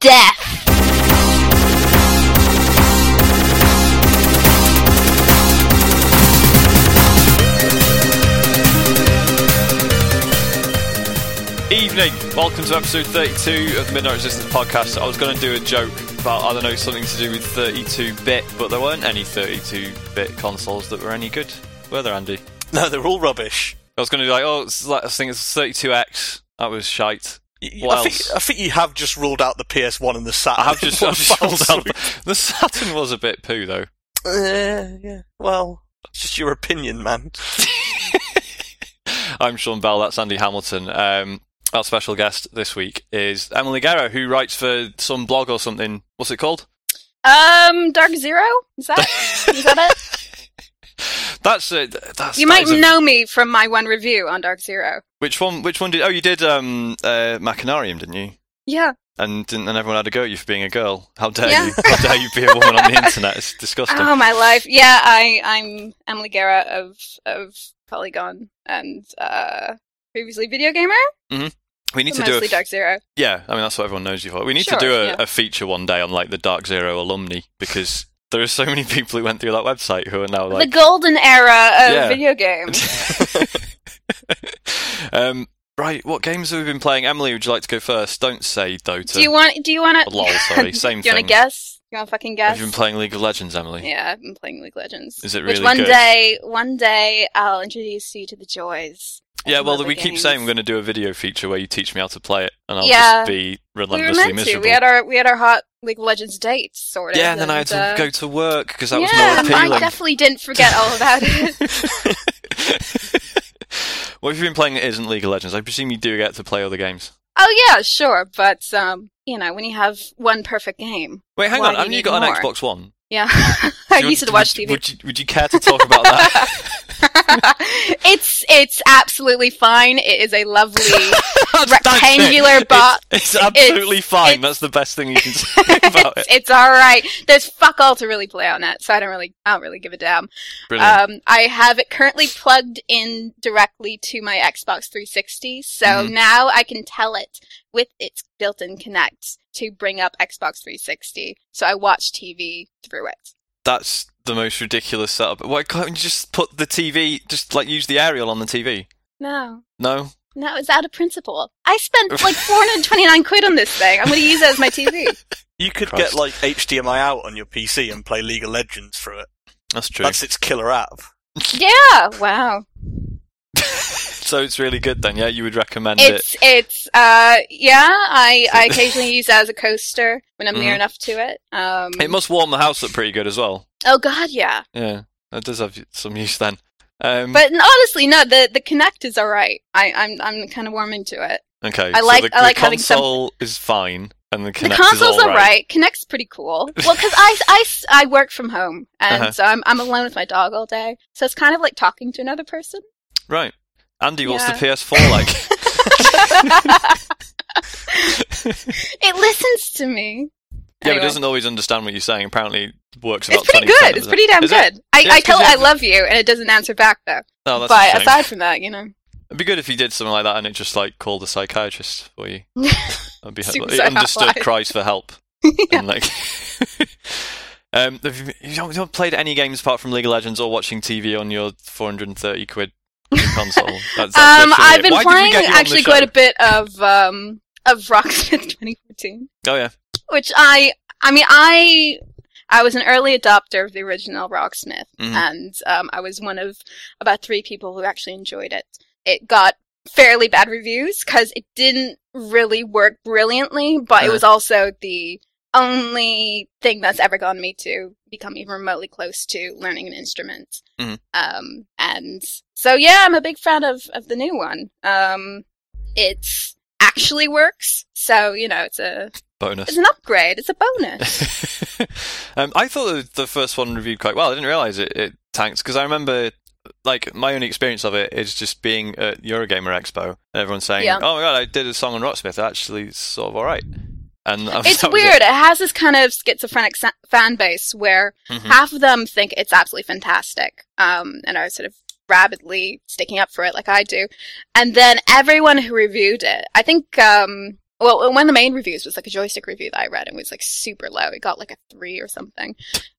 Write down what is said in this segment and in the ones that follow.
death. Evening. Welcome to episode 32 of the Midnight Resistance podcast. I was going to do a joke about, I don't know, something to do with 32 bit, but there weren't any 32 bit consoles that were any good, were there, Andy? No, they're all rubbish. I was going to be like, oh, it's like, I think it's 32X. That was shite. Y- What I think else? I think you have just ruled out the PS1 and the Saturn. I have just, One I've just fell rolled out. swoop. The, the Saturn was a bit poo, though. Eh, yeah. Well, it's just your opinion, man. I'm Sean Bell, that's Andy Hamilton. Um, our special guest this week is Emily Guerra, who writes for some blog or something. What's it called? Um, Dark Zero? Is that, is that it? That's it. That's, You that might is a- know me from my one review on Dark Zero. Which one? Which one did? Oh, you did um, uh, Machinarium, didn't you? Yeah. And didn't, and everyone had a go at you for being a girl. How dare Yeah. you? How dare you be a woman on the internet? It's disgusting. Oh, my life. Yeah, I, I'm Emily Guerra of, of Polygon and uh, previously Video Gamer. we need to mostly do. A, Dark Zero. yeah, I mean that's what everyone knows you for. We need Sure, to do a, yeah. a feature one day on like the Dark Zero alumni because there are so many people who went through that website who are now like the golden era of Yeah. video games. um, right, what games have we been playing? Emily, would you like to go first? Don't say Dota. Do you want? Do you want Oh, to? Lol, sorry, same Do you thing. want to guess? You want to fucking guess? Have you been playing League of Legends, Emily? Yeah, I've been playing League of Legends. Is it Which really one good? day, one day, I'll introduce you to the joys. of Yeah, well, other we keep games. saying we're going to do a video feature where you teach me how to play it, and I'll Yeah. just be We were relentlessly meant to. miserable. We had our we had our hot League of Legends dates, sort of. yeah, and then I had to uh, go to work because that yeah, was more I appealing. definitely didn't forget all about it. what have you been playing that isn't League of Legends? I presume you do get to play other games. oh yeah, sure, but um, you know, when you have one perfect game, Wait, hang Why on. do you Haven't you need got more? an Xbox One? yeah, Do I you- used to would- watch TV. Would you, would you care to talk about that? it's it's absolutely fine. It is a lovely That's- that's it. rectangular It's- box. It's, absolutely it's- fine. it's- That's the best thing you can say about it's, it. it's all right. There's fuck all to really play on it, so I don't really, I don't really give a damn. Brilliant. Um, I have it currently plugged in directly to my Xbox 360, so Mhm. now I can tell it with its built-in Connect to bring up Xbox 360. So I watch TV through it. That's the most ridiculous setup. Why can't you just put the TV, just like use the aerial on the TV? No. No? No, it's out of principle. I spent like 429 quid on this thing. I'm going to use it as my TV. You could Christ. get like HDMI out on your PC and play League of Legends through it. That's true. That's its killer app. Yeah. Wow. so it's really good then. Yeah, you would recommend it. It's it's uh yeah. I I occasionally use that as a coaster when I'm near Mhm. enough to it. Um. It must warm the house up pretty good as well. oh God, yeah. Yeah, that does have some use then. Um, But n- honestly, no. The the Connect is all right. I I'm I'm kind of warming to it. okay, I so like- the, I like the having some- console is fine, and the Kinect the console's is all right. all right. Connect's pretty cool. Well, because I, I s- I work from home and Uh-huh. so I'm I'm alone with my dog all day. So it's kind of like talking to another person. Right. Andy, what's Yeah. the PS4 like? it listens to me. Yeah, but Anyway. it doesn't always understand what you're saying. Apparently, it works about It's pretty 20% of good. It's the- pretty damn Is it? good. I, Yeah, I it's tell it 'cause I you- love you, and it doesn't answer back though. Oh, that's a but shame. aside from that, you know, It'd be good if you did something like that and it just like called a psychiatrist for you. That'd be helpful. It Suicide understood hotline. cries for help. And like, um, have you, you, don't, you don't played any games apart from League of Legends or watching TV on your 430 quid console. That's, that's um, literally I've it. been Why did we playing get you on the actually show? quite a bit of um of Rocksmith 2014, Oh yeah, which I I mean I I was an early adopter of the original Rocksmith, Mhm. and um, I was one of about three people who actually enjoyed it. It got fairly bad reviews because it didn't really work brilliantly, but it Uh-huh. was also the only thing that's ever gotten me to become even remotely close to learning an instrument. Mhm. Um, and so, yeah, I'm a big fan of, of the new one. Um, it's actually works, so you know it's a it's bonus. an upgrade, it's a bonus. um, I thought the, the first one reviewed quite well. I didn't realize it, it tanked because I remember. Like my only experience of it is just being at Eurogamer Expo and everyone saying, Yeah. "Oh my god, I did a song on Rocksmith. Actually, it's sort of all right." And I was- It's that was it. weird. It. has this kind of schizophrenic sa- fan base where Mhm. half of them think it's absolutely fantastic um, and are sort of rabidly sticking up for it, like I do. And then everyone who reviewed it, I think um, Well, one of the main reviews was like a joystick review that I read and it was like super low. It got like a three or something.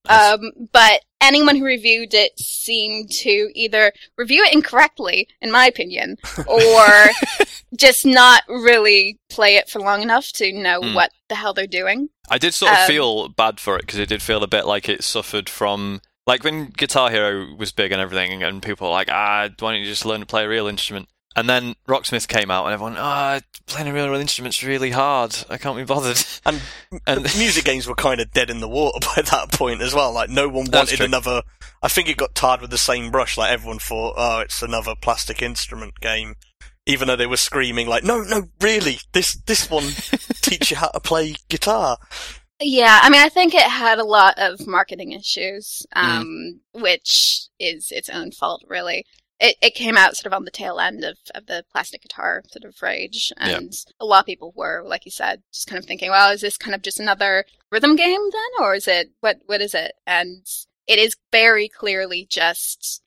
Um, but anyone who reviewed it seemed to either review it incorrectly, in my opinion, or just not really play it for long enough to know Hmm. what the hell they're doing. I did sort of Um, feel bad for it because it did feel a bit like it suffered from like when Guitar Hero was big and everything, and people were like, ah, why don't you just learn to play a real instrument? And then Rocksmith came out, and everyone, ah, playing a real, real instrument's really hard. I can't be bothered. And, And- the music games were kind of dead in the water by that point as well. Like no one That's wanted true. another. I think it got tarred with the same brush. Like everyone thought, oh, it's another plastic instrument game, even though they were screaming like, no, no, really, this this one teach you how to play guitar. Yeah, I mean, I think it had a lot of marketing issues, Mm. um, which is its own fault, really. It, it came out sort of on the tail end of, of the plastic guitar sort of rage, Yeah. and a lot of people were, like you said, just kind of thinking, well, is this kind of just another rhythm game then, or is it what what is it? And it is very clearly just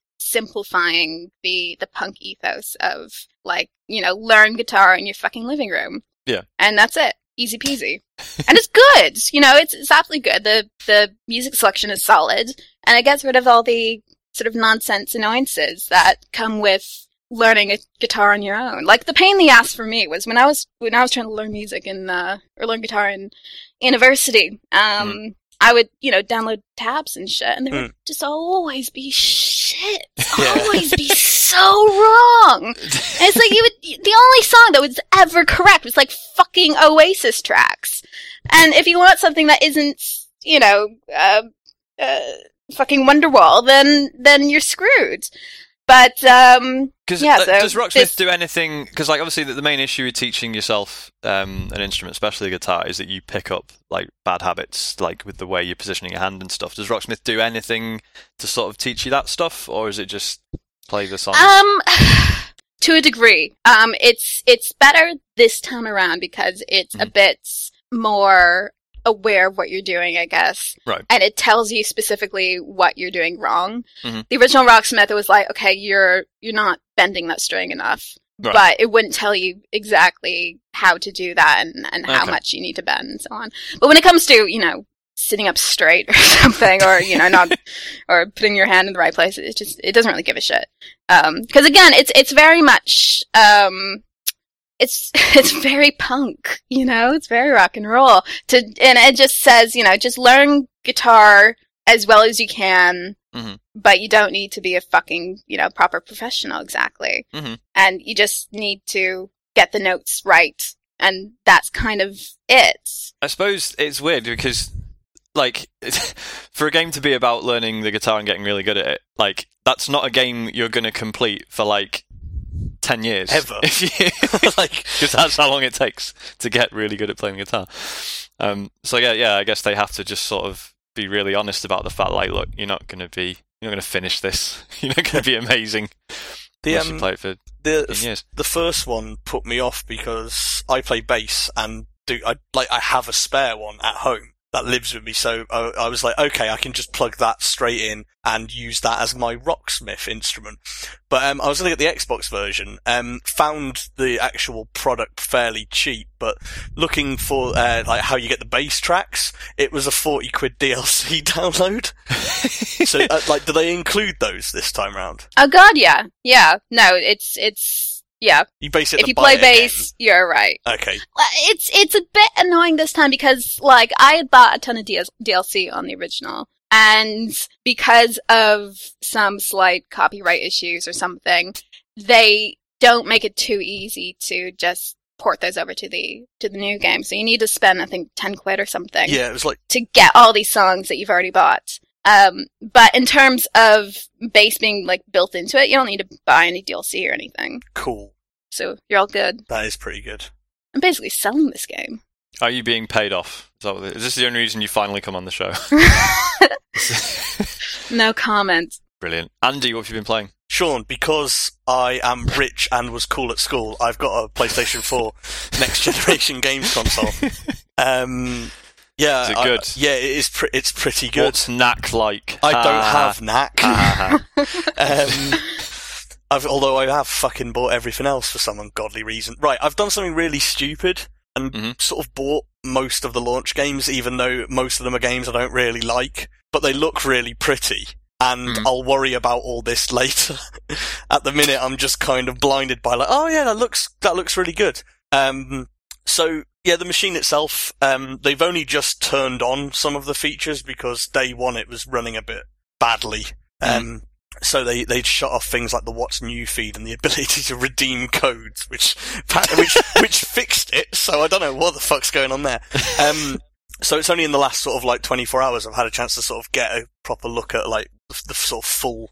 simplifying the the punk ethos of like you know learn guitar in your fucking living room. Yeah. and that's it, easy peasy and it's good. You know, it's it's absolutely good. The the music selection is solid, and it gets rid of all the sort of nonsense annoyances that come with learning a guitar on your own. Like the pain in the ass for me was when I was when I was trying to learn music in uh, or learn guitar in university. Um, I would you know download tabs and shit, and there would just always be shit. Always be so wrong. And it's like you would, the only song that was ever correct was like fucking Oasis tracks. And if you want something that isn't, you know, uh, uh, fucking Wonderwall, then then you're screwed. But um, Because Yeah, so does Rocksmith this- do anything? Because like obviously the, the main issue with teaching yourself um, an instrument, especially the guitar, is that you pick up like bad habits, like with the way you're positioning your hand and stuff. Does Rocksmith do anything to sort of teach you that stuff, or is it just play the song? um, to a degree, um, it's it's better this time around because it's a bit more aware of what you're doing, I guess. Right. And it tells you specifically what you're doing wrong. Mhm. The original Rocksmith, it was like, okay, you're you're not bending that string enough. Right. But it wouldn't tell you exactly how to do that and, and how Okay. much you need to bend and so on. But when it comes to, you know, sitting up straight or something or, you know, not or putting your hand in the right place, it just it doesn't really give a shit. Um 'cause because again, it's it's very much um it's it's very punk, you know, it's very rock and roll. To and it just says, you know, just learn guitar as well as you can, Mhm. but you don't need to be a fucking you know proper professional exactly, Mhm. and you just need to get the notes right, and that's kind of it. I suppose it's weird because, like, for a game to be about learning the guitar and getting really good at it, like, that's not a game you're going to complete for like ten years Ever. If you, like, because that's how long it takes to get really good at playing guitar. Um. So yeah, yeah. I guess they have to just sort of be really honest about the fact, like, look, you're not going to be, you're not going to finish this. You're not going to be amazing The unless you um, play it for ten the years. the first one put me off because I play bass and do I like I have a spare one at home that lives with me, so uh, I, I was like, okay, I can just plug that straight in and use that as my rocksmith instrument. But um, I was looking at the Xbox version, um, found the actual product fairly cheap, but looking for uh, like how you get the bass tracks, it was a forty quid DLC download. so uh, like, do they include those this time round? Oh God, yeah, yeah. No, it's it's yeah. You basically If you play bass, you're right. Okay, Well, it's it's a bit annoying this time because like I had bought a ton of DS- DLC on the original, and because of some slight copyright issues or something, they don't make it too easy to just port those over to the to the new game. So you need to spend I think ten quid or something yeah, it was like. to get all these songs that you've already bought. Um, but in terms of bass being like built into it, you don't need to buy any DLC or anything. cool. So you're all good. That is pretty good. I'm basically selling this game. Are you being paid off? Is, that what, is this the only reason you finally come on the show? no comment. Brilliant. Andy, what have you been playing? Sean, because I am rich and was cool at school, I've got a PlayStation 4 next generation games console. Um, yeah, Is it I- good? yeah, it is. Pre- it's pretty good. What's knack like? I don't Ah, have knack. ah, Um, I've, although I have fucking bought everything else for some ungodly reason. Right, I've done something really stupid, and Mhm. sort of bought most of the launch games, even though most of them are games I don't really like, but they look really pretty. And Mhm. I'll worry about all this later. At the minute, I'm just kind of blinded by like, oh yeah, that looks that looks really good. Um, so yeah, the machine itself, um, they've only just turned on some of the features because day one it was running a bit badly. Um, so they they shut off things like the what's new feed and the ability to redeem codes, which which which fixed it. So I don't know what the fuck's going on there. Um, so it's only in the last sort of like 24 hours I've had a chance to sort of get a proper look at like the, the sort of full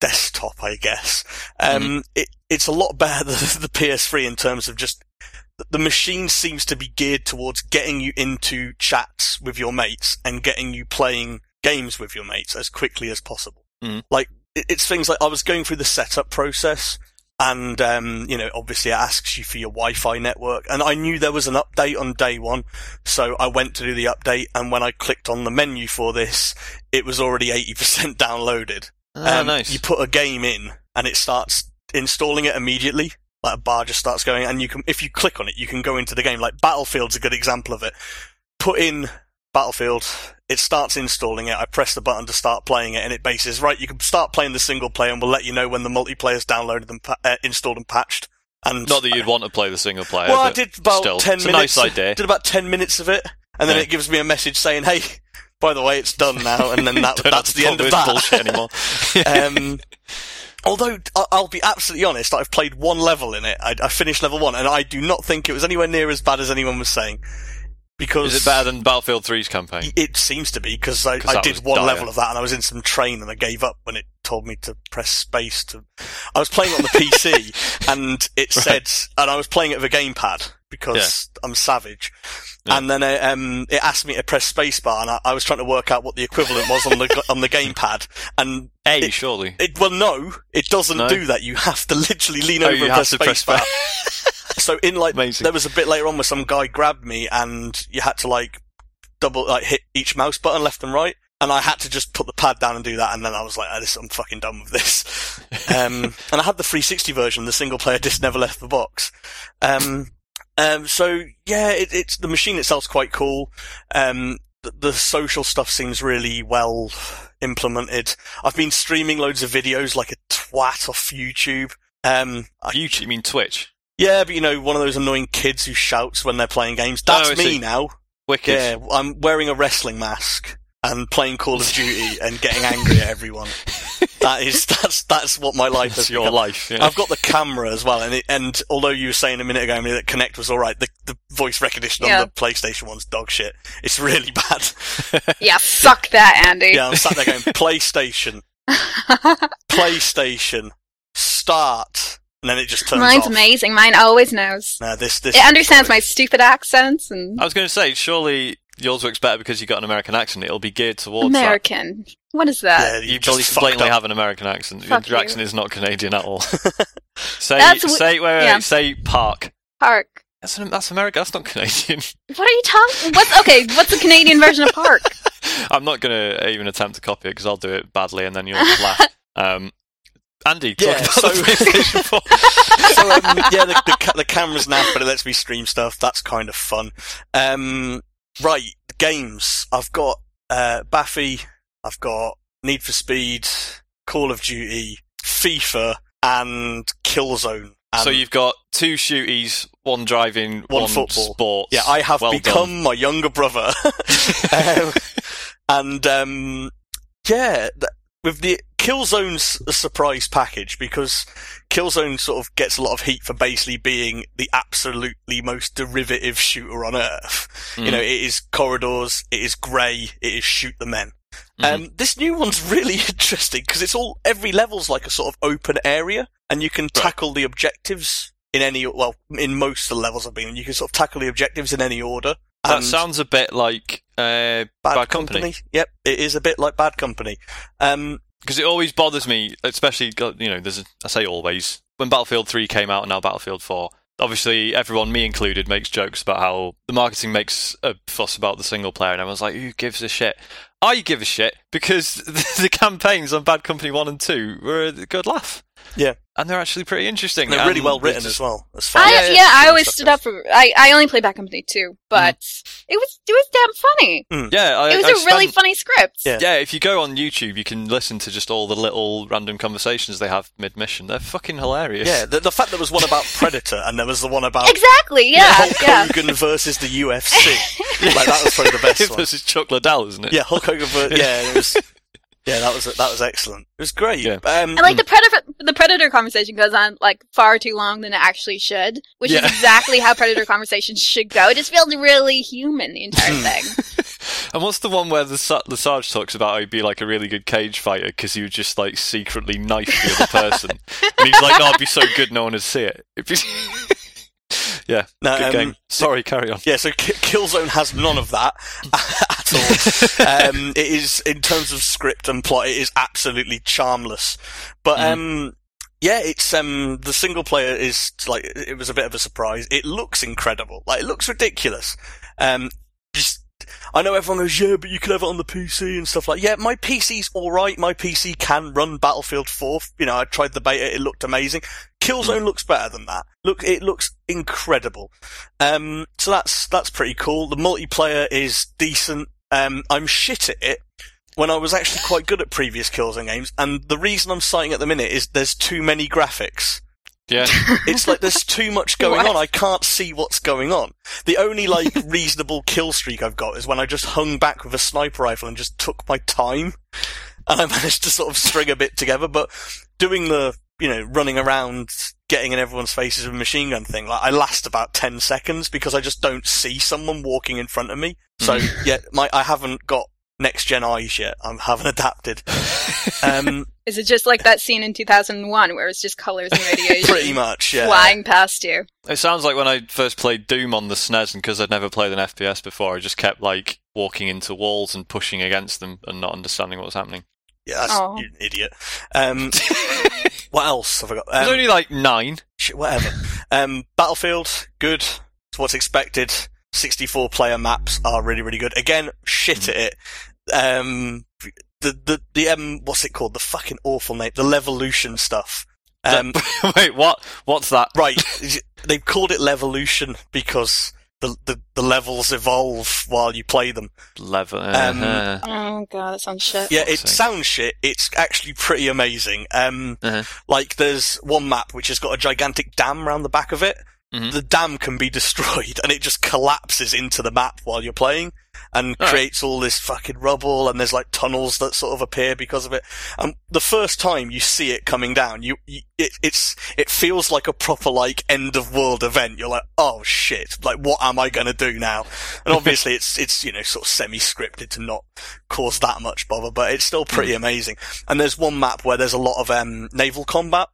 desktop, I guess. Um, it, it's a lot better than the PS3 in terms of just the machine seems to be geared towards getting you into chats with your mates and getting you playing games with your mates as quickly as possible. Mhm. Like it, it's things like I was going through the setup process and um, you know obviously it asks you for your Wi-Fi network and I knew there was an update on day 1 so I went to do the update and when I clicked on the menu for this it was already 80% downloaded. Ah, Um, nice. You put a game in, and it starts installing it immediately. Like a bar just starts going, and you can, if you click on it, you can go into the game. Like Battlefield's a good example of it. Put in Battlefield, it starts installing it. I press the button to start playing it, and it bases right. You can start playing the single player, and we'll let you know when the multiplayer's downloaded and pa- uh, installed and patched. And Not that you'd want to play the single player. well, I but did about still, ten it's minutes. A nice idea. Did about ten minutes of it, and then Yeah. it gives me a message saying, "Hey, by the way, it's done now." And then that, Don't have that's to the end bother of with that. bullshit anymore. Um, although I- I'll be absolutely honest, I've played one level in it. I, I finished level one, and I do not think it was anywhere near as bad as anyone was saying. Because Is it better than Battlefield 3's campaign? It seems to be because I, 'Cause I that did was one dire. level of that, and I was in some train, and I gave up when it told me to press space to. I was playing it on the PC, and it said, and I was playing it with a gamepad because I'm savage. Yeah. And then uh, um, it asked me to press spacebar, and I, I was trying to work out what the equivalent was on the on the gamepad, and A, it- surely. it, well, no, it doesn't No? do that. You have to literally lean Oh, over you and have press to press space bar. so in like, Amazing. there was a bit later on where some guy grabbed me and you had to like double, like hit each mouse button left and right. And I had to just put the pad down and do that. And then I was like, "Oh, this, I'm fucking done with this. Um, and I had the 360 version. The single player disc never left the box. Um, um, so yeah, it, it's the machine itself's quite cool. Um, the, the social stuff seems really well implemented. I've been streaming loads of videos like a twat off YouTube. Um, I- YouTube, you mean Twitch? yeah, but you know, one of those annoying kids who shouts when they're playing games. That's Oh, I me see. now. Wicked. Yeah, I'm wearing a wrestling mask and playing Call of Duty and getting angry at everyone. That is, that's, that's what my life That's is. your life. yeah. I've got the camera as well, and it, and although you were saying a minute ago Emily, that Connect was all right, the, the voice recognition Yeah. on the PlayStation one's dog shit. It's really bad. Yeah, fuck that, Andy. yeah, I'm sat there going PlayStation, PlayStation, start, and then it just turns Mine's off. amazing. Mine always knows. No, this this It understands my stupid accents and I was going to say, surely yours works better because you got an American accent. It'll be geared towards American. What is that? Yeah, that. you, You probably just fucked blatantly up. have an American accent. Fuck Your you. accent is not Canadian at all. say, That's w- say, wait, wait, yeah. wait, say park. Park. That's an, that's America. That's not Canadian. What are you talking? What's okay? What's the Canadian version of park? I'm not going to even attempt to copy it because I'll do it badly and then you'll just laugh. Um, Andy, talk Yeah, about so- the PlayStation 4. so um, yeah, the, the, ca- the camera's naff, but it lets me stream stuff. That's kind of fun. Um, right, games. I've got uh, Baffy. I've got Need for Speed, Call of Duty, FIFA, and Killzone. And so you've got two shooties, one driving, One one, football. sports. yeah, I have Well become done. my younger brother. Um, and um, yeah, th- with the Killzone's a surprise package because Killzone sort of gets a lot of heat for basically being the absolutely most derivative shooter on earth. You Mm. know, it is corridors, it is grey, it is shoot the men. Mhm. Um, this new one's really interesting because it's all every level's like a sort of open area, and you can tackle the objectives in any well in most of the levels I've been. in, You can sort of tackle the objectives in any order. That and- sounds a bit like uh, Bad Company. Yep, it is a bit like Bad Company. Um, because it always bothers me, especially you know, there's a, I say always when Battlefield 3 came out and now Battlefield 4. Obviously, everyone, me included, makes jokes about how the marketing makes a fuss about the single player, and everyone's like, "Who gives a shit?" I give a shit because the, the campaigns on Bad Company One and Two were a good laugh. Yeah. and they're actually pretty interesting. And they're really and well they're written just- as well. As far I, as yeah, yeah, I and always stuff stood goes. up for. I, I only play Bad Company Mm-hmm. too, but it was it was damn funny. Yeah, I, It was I a really spent- funny script. Yeah. Yeah, if you go on YouTube, you can listen to just all the little random conversations they have mid mission. They're fucking hilarious. Yeah, the, the fact there was one about Predator and there was the one about Exactly. Yeah. Hulk Yeah. Hogan versus the UFC. like that was probably the best one. this is Chuck Liddell, isn't it? Yeah, Hulk Hogan. Ver- yeah, it was. Yeah, that was that was excellent. It was great. Yeah. Um, And like the predator, the predator conversation goes on like far too long than it actually should, which Yeah. is exactly how predator conversations should go. It just feels really human the entire Hmm. thing. And what's the one where the, Sa- the Sarge talks about how he'd be like a really good cage fighter because he would just like secretly knife the other person? and he's like, no, I'd be so good no one would see it. It'd be- yeah, no, good um, game. Sorry, carry on. Yeah, so Ki- Killzone has none of that at all. um, it is in terms of script and plot, it is absolutely charmless. But um, yeah, it's um, the single player is like it was a bit of a surprise. It looks incredible, like it looks ridiculous. Um, just I know everyone goes, yeah, but you could have it on the PC and stuff like. Yeah, my PC's all right. My PC can run Battlefield 4. You know, I tried the beta; it looked amazing. Killzone looks better than that. Look, it looks incredible. Um, so that's that's pretty cool. The multiplayer is decent. Um, I'm shit at it when I was actually quite good at previous Killzone games, and the reason I'm citing at the minute is there's too many graphics. Yeah. It's like there's too much going What? on. I can't see what's going on. The only like reasonable kill streak I've got is when I just hung back with a sniper rifle and just took my time, and I managed to sort of string a bit together. But doing the you know running around, getting in everyone's faces with a machine gun thing, like I last about ten seconds because I just don't see someone walking in front of me. So yeah, my I haven't got next gen eyes yet. I haven't adapted. Um, Is it just like that scene in 2001 where it's just colors and radiation pretty much, yeah. flying past you? It sounds like when I first played Doom on the SNES, and because I'd never played an FPS before, I just kept like walking into walls and pushing against them and not understanding what was happening. Yeah, that's, Aw. Oh. you're an idiot. Um, what else have I got? There's Um, only like nine. shit, whatever. Um, Battlefield, good. It's what's expected. 64 player maps are really, really good. Again, shit Mm. at it. Um, the, the, the, um, what's it called? The fucking awful name. The Levolution stuff. Um, Wait, what? What's that? right. They've called it Levolution because the, the, the levels evolve while you play them. Level. Um, uh, Oh god, that sounds shit. Yeah, Fuck's it sake. sounds shit. It's actually pretty amazing. Um, Uh-huh. like there's one map which has got a gigantic dam round the back of it. Mhm. The dam can be destroyed, and it just collapses into the map while you're playing, and Alright. creates all this fucking rubble. And there's like tunnels that sort of appear because of it. And the first time you see it coming down, you, you it, it's it feels like a proper like end of world event. You're like, oh shit! Like, what am I gonna do now? And obviously, it's it's you know sort of semi scripted to not cause that much bother, but it's still pretty amazing. And there's one map where there's a lot of um, naval combat,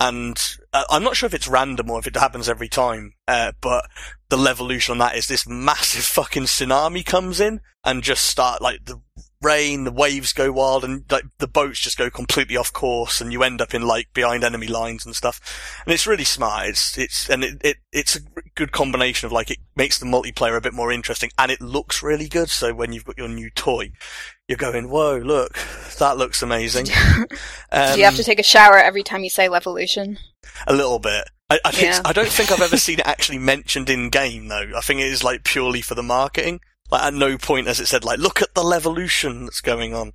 and uh, I'm not sure if it's random or if it happens every time, uh, but the levolution on that is this massive fucking tsunami comes in and just start like the rain, the waves go wild, and like the boats just go completely off course, and you end up in like behind enemy lines and stuff. And it's really smart. It's it's and it, it it's a good combination of like it makes the multiplayer a bit more interesting, and it looks really good. So when you've got your new toy, you're going, "Whoa, look, that looks amazing." Um, Do you have to take a shower every time you say Levolution? a little bit. I, I, think, Yeah. I don't think I've ever seen it actually mentioned in game though. I think it is like purely for the marketing. Like at no point has it said like, look at the levolution that's going on.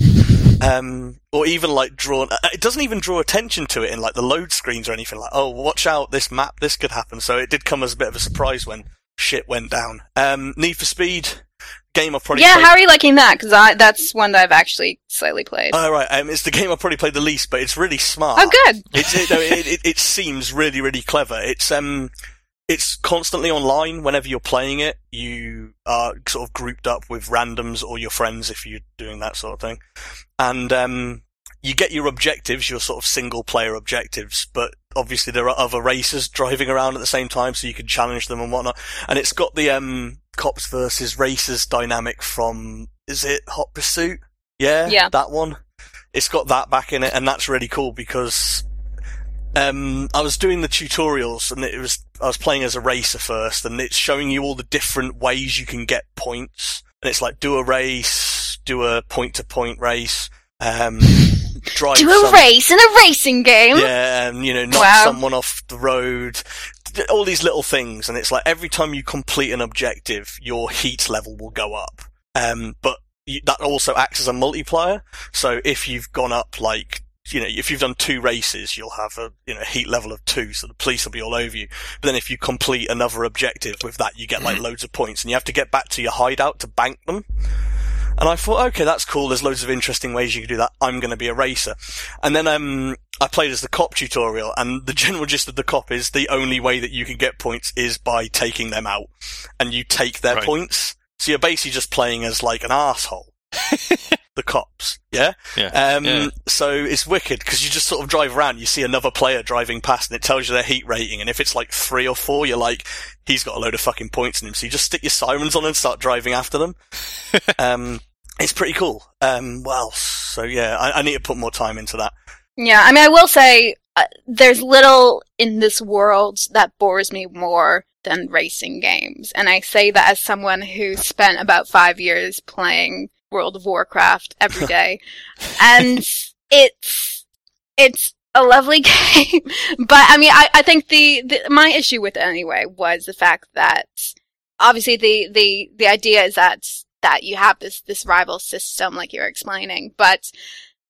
Um, or even like drawn, uh, it doesn't even draw attention to it in like the load screens or anything like, oh, watch out, this map, this could happen. So it did come as a bit of a surprise when shit went down. Um, Need for Speed, game I've probably Yeah, played- how are you liking that? Because that's one that I've actually slightly played. Oh, right. Um, it's the game I've probably played the least, but it's really smart. oh good. It's, it, no, it, it, it seems really, really clever. It's um, it's constantly online. Whenever you're playing it, you are sort of grouped up with randoms or your friends if you're doing that sort of thing, and um, you get your objectives, your sort of single player objectives, but obviously there are other racers driving around at the same time, so you can challenge them and whatnot. And it's got the um, cops versus racers dynamic from is it Hot Pursuit? Yeah, Yeah. that one. It's got that back in it, and that's really cool because um, I was doing the tutorials and it was, I was playing as a racer first and it's showing you all the different ways you can get points. And it's like, do a race, do a point to point race, um, drive Do a some- race in a racing game. Yeah, and you know, knock Wow. someone off the road. Th- All these little things, and it's like every time you complete an objective, your heat level will go up. Um, but you, that also acts as a multiplier. So if you've gone up, like you know, if you've done two races, you'll have a you know heat level of two, so the police will be all over you. But then if you complete another objective with that, you get like loads of points, and you have to get back to your hideout to bank them. And I thought, okay, that's cool. There's loads of interesting ways you can do that. I'm going to be a racer. And then um, I played as the cop tutorial, and the general gist of the cop is the only way that you can get points is by taking them out, and you take their Right. points. So you're basically just playing as like an asshole. the cops, yeah. Yeah. Um, Yeah. So it's wicked because you just sort of drive around, you see another player driving past, and it tells you their heat rating. And if it's like three or four, you're like, he's got a load of fucking points in him. So you just stick your sirens on and start driving after them. um, it's pretty cool. Um, well, so yeah, I, I need to put more time into that. Yeah, I mean, I will say uh, there's little in this world that bores me more than racing games. And I say that as someone who spent about five years playing World of Warcraft every day. and it's, it's a lovely game. but I mean, I, I think the, the, my issue with it anyway was the fact that obviously the, the, the idea is that, that you have this, this rival system like you're explaining, but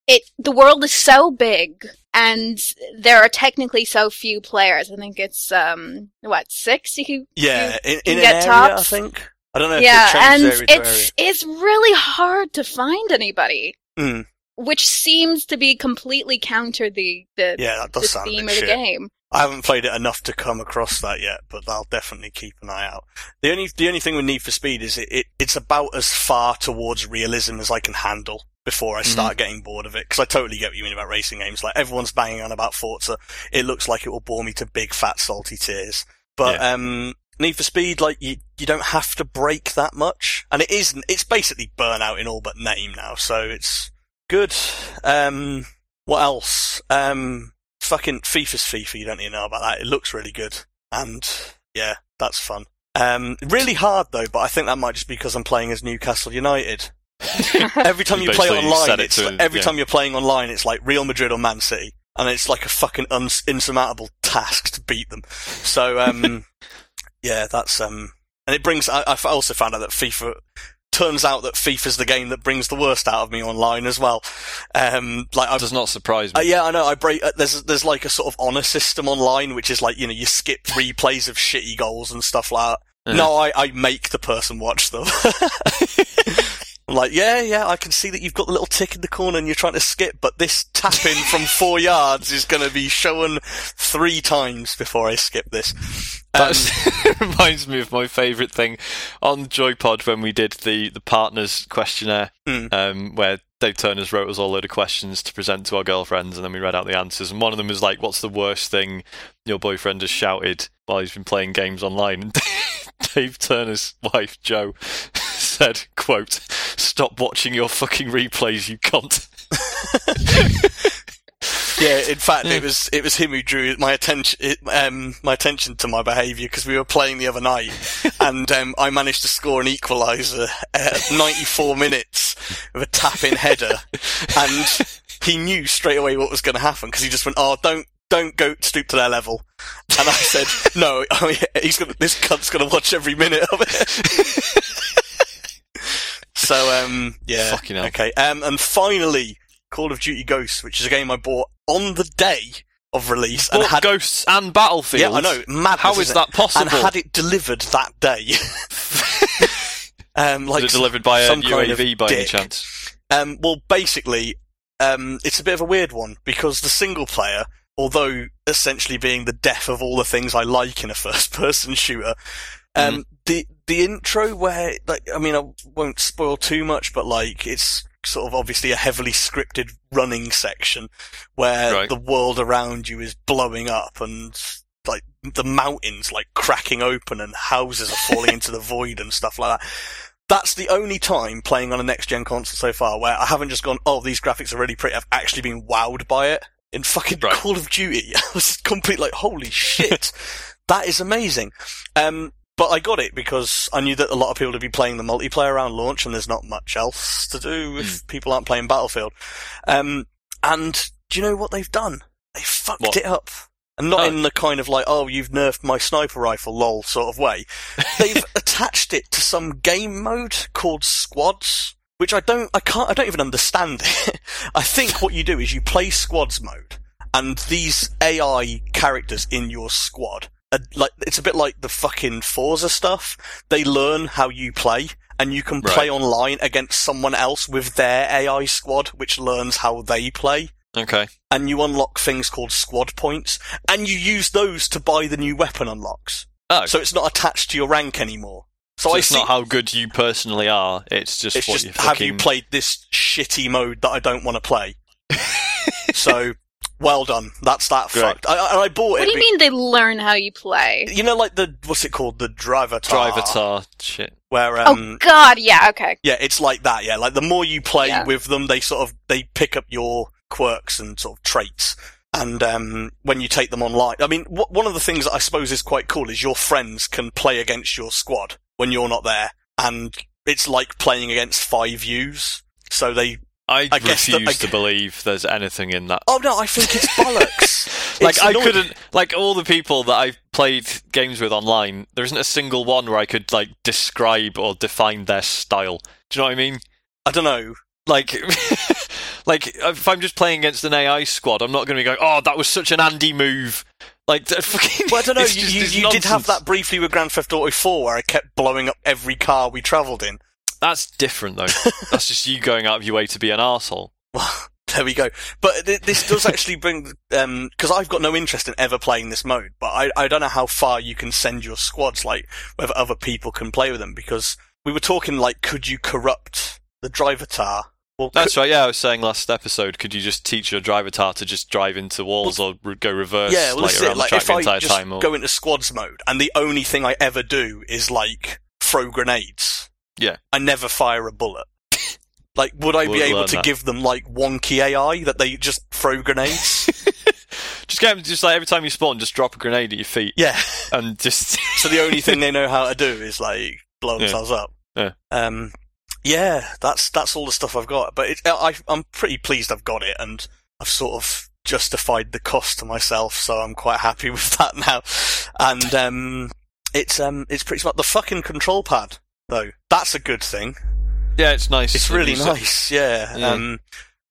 it the world is so big and there are technically so few players. I think it's um what six you can Yeah, in, in you an get area, I tops. think. I don't know if yeah, they and changed area to it's it's really hard to find anybody, area. Mm, which seems to be completely counter the the, yeah, that the does sound theme like of shit. the game. I haven't played it enough to come across that yet, but I'll definitely keep an eye out. The only the only thing with Need for Speed is it, it it's about as far towards realism as I can handle before I Mm-hmm. start getting bored of it. Because I totally get what you mean about racing games. Like everyone's banging on about Forza, it looks like it will bore me to big fat salty tears. But um, Need for Speed, like you you don't have to break that much, and it is it's basically Burnout in all but name now. So it's good. Um, what else? Um, fucking FIFA's FIFA. You don't need to know about that. It looks really good, and yeah, that's fun. Um, really hard though, but I think that might just be because I'm playing as Newcastle United. every time you, You play basically online, said it it's to- like- every yeah. time you're playing online, it's like Real Madrid or Man City, and it's like a fucking uns- insurmountable task to beat them. So um, yeah, that's um, and it brings. I, I also found out that FIFA turns out that FIFA's the game that brings the worst out of me online as well. Um, like I Does not surprise uh, me. yeah, I know. I break. Uh, there's there's like a sort of honor system online, which is like you know you skip replays of shitty goals and stuff like that. Uh-huh. No, I, I make the person watch them. I'm like, yeah, yeah, I can see that you've got the little tick in the corner and you're trying to skip, but this tap in from four yards is going to be shown three times before I skip this. Um, That reminds me of my favourite thing on Joypod when we did the, the partners questionnaire, Mm. um, where Dave Turner's wrote us all a load of questions to present to our girlfriends, and then we read out the answers. And one of them was like, "What's the worst thing your boyfriend has shouted while he's been playing games online?" And Dave Turner's wife Jo said, "Quote: Stop watching your fucking replays, you cunt." yeah, in fact, it was it was him who drew my attention it, um, my attention to my behaviour because we were playing the other night, and um, I managed to score an equaliser uh, at 94 minutes with a tap in header, and he knew straight away what was going to happen because he just went, "Oh, don't." Don't go stoop to their level, and I said, "No, oh yeah, he's gonna. This cunt's gonna watch every minute of it." so, um, yeah, Fucking hell. Okay, um, and finally, Call of Duty Ghosts, which is a game I bought on the day of release and But had. ghosts and Battlefield. yeah, I know. Madness, How is isn't that it? possible? And had it delivered that day. um, like was it delivered by a some kind UAV of by any dick. chance? Um, well, basically, um, it's a bit of a weird one because the single player, although essentially being the death of all the things I like in a first-person shooter, um, the the intro where like I mean I won't spoil too much, but like it's sort of obviously a heavily scripted running section where Right. the world around you is blowing up and like the mountains like cracking open and houses are falling into the void and stuff like that. That's the only time playing on a next gen console so far where I haven't just gone, oh, these graphics are really pretty. I've actually been wowed by it in fucking Right. Call of Duty. I was complete like, holy shit, that is amazing. Um, but I got it because I knew that a lot of people would be playing the multiplayer around launch, and there's not much else to do if people aren't playing Battlefield. Um, And do you know what they've done? They fucked What? it up. And not Oh. in the kind of like, oh, you've nerfed my sniper rifle, lol, sort of way. They've attached it to some game mode called squads, which I don't, I can't, I don't even understand it. I think what you do is you play squads mode, and these AI characters in your squad, are, like, it's a bit like the fucking Forza stuff. They learn how you play, and you can Right. play online against someone else with their AI squad, which learns how they play Okay. and you unlock things called squad points, and you use those to buy the new weapon unlocks. Oh, so, So it's not attached to your rank anymore. So, I it's see. not how good you personally are. It's just it's what just you have fucking. you played this shitty mode that I don't want to play? so well done. That's that Great. fucked. I, I, I bought What it. do you mean they learn how you play? mean? You know, like the what's it called? The driver tar, driver tar shit. where um, oh God, yeah, okay. yeah, it's like that. Yeah, like the more you play Yeah. with them, they sort of they pick up your quirks and sort of traits. And um, when you take them online, I mean, wh- one of the things that I suppose is quite cool is your friends can play against your squad when you're not there, and it's like playing against five U's. So they, I, I guess that- refuse to believe there's anything in that. oh no, I think it's bollocks. like It's I annoying. couldn't like all the people that I've played games with online, there isn't a single one where I could like describe or define their style. Do you know what I mean? I don't know. Like like if I'm just playing against an AI squad, I'm not going to be going, "Oh, that was such an Andy move." Like that fucking Well, I don't know. it's You, just- you, it's you did have nonsense. that briefly with Grand Theft Auto 4, where I kept blowing up every car we travelled in. That's different though. That's just you going out of your way to be an arsehole. Well, there we go. But th- this does actually bring, um, cause I've got no interest in ever playing this mode, but I, I don't know how far you can send your squads, like, whether other people can play with them, because we were talking, like, could you corrupt the driver tar? Well, That's could- right. Yeah, I was saying last episode, could you just teach your driver tar to just drive into walls or re- go reverse yeah, well, like that's around it. Like, the track if the I entire just time? Or, go into squads mode, and the only thing I ever do is, like, throw grenades. Yeah. I never fire a bullet. like, would I be We'll able learn to that. give them, like, wonky AI that they just throw grenades? just get 'em- just like every time you spawn, just drop a grenade at your feet yeah. and just So the only thing they know how to do is like blow Yeah. themselves up. Yeah. Um, yeah, that's that's all the stuff I've got. But it, I, I'm pretty pleased I've got it, and I've sort of justified the cost to myself, so I'm quite happy with that now. And um, it's um, it's pretty smart. The fucking control pad, though, that's a good thing. yeah, it's nice. It's really At least nice. Yeah. Yeah. Um,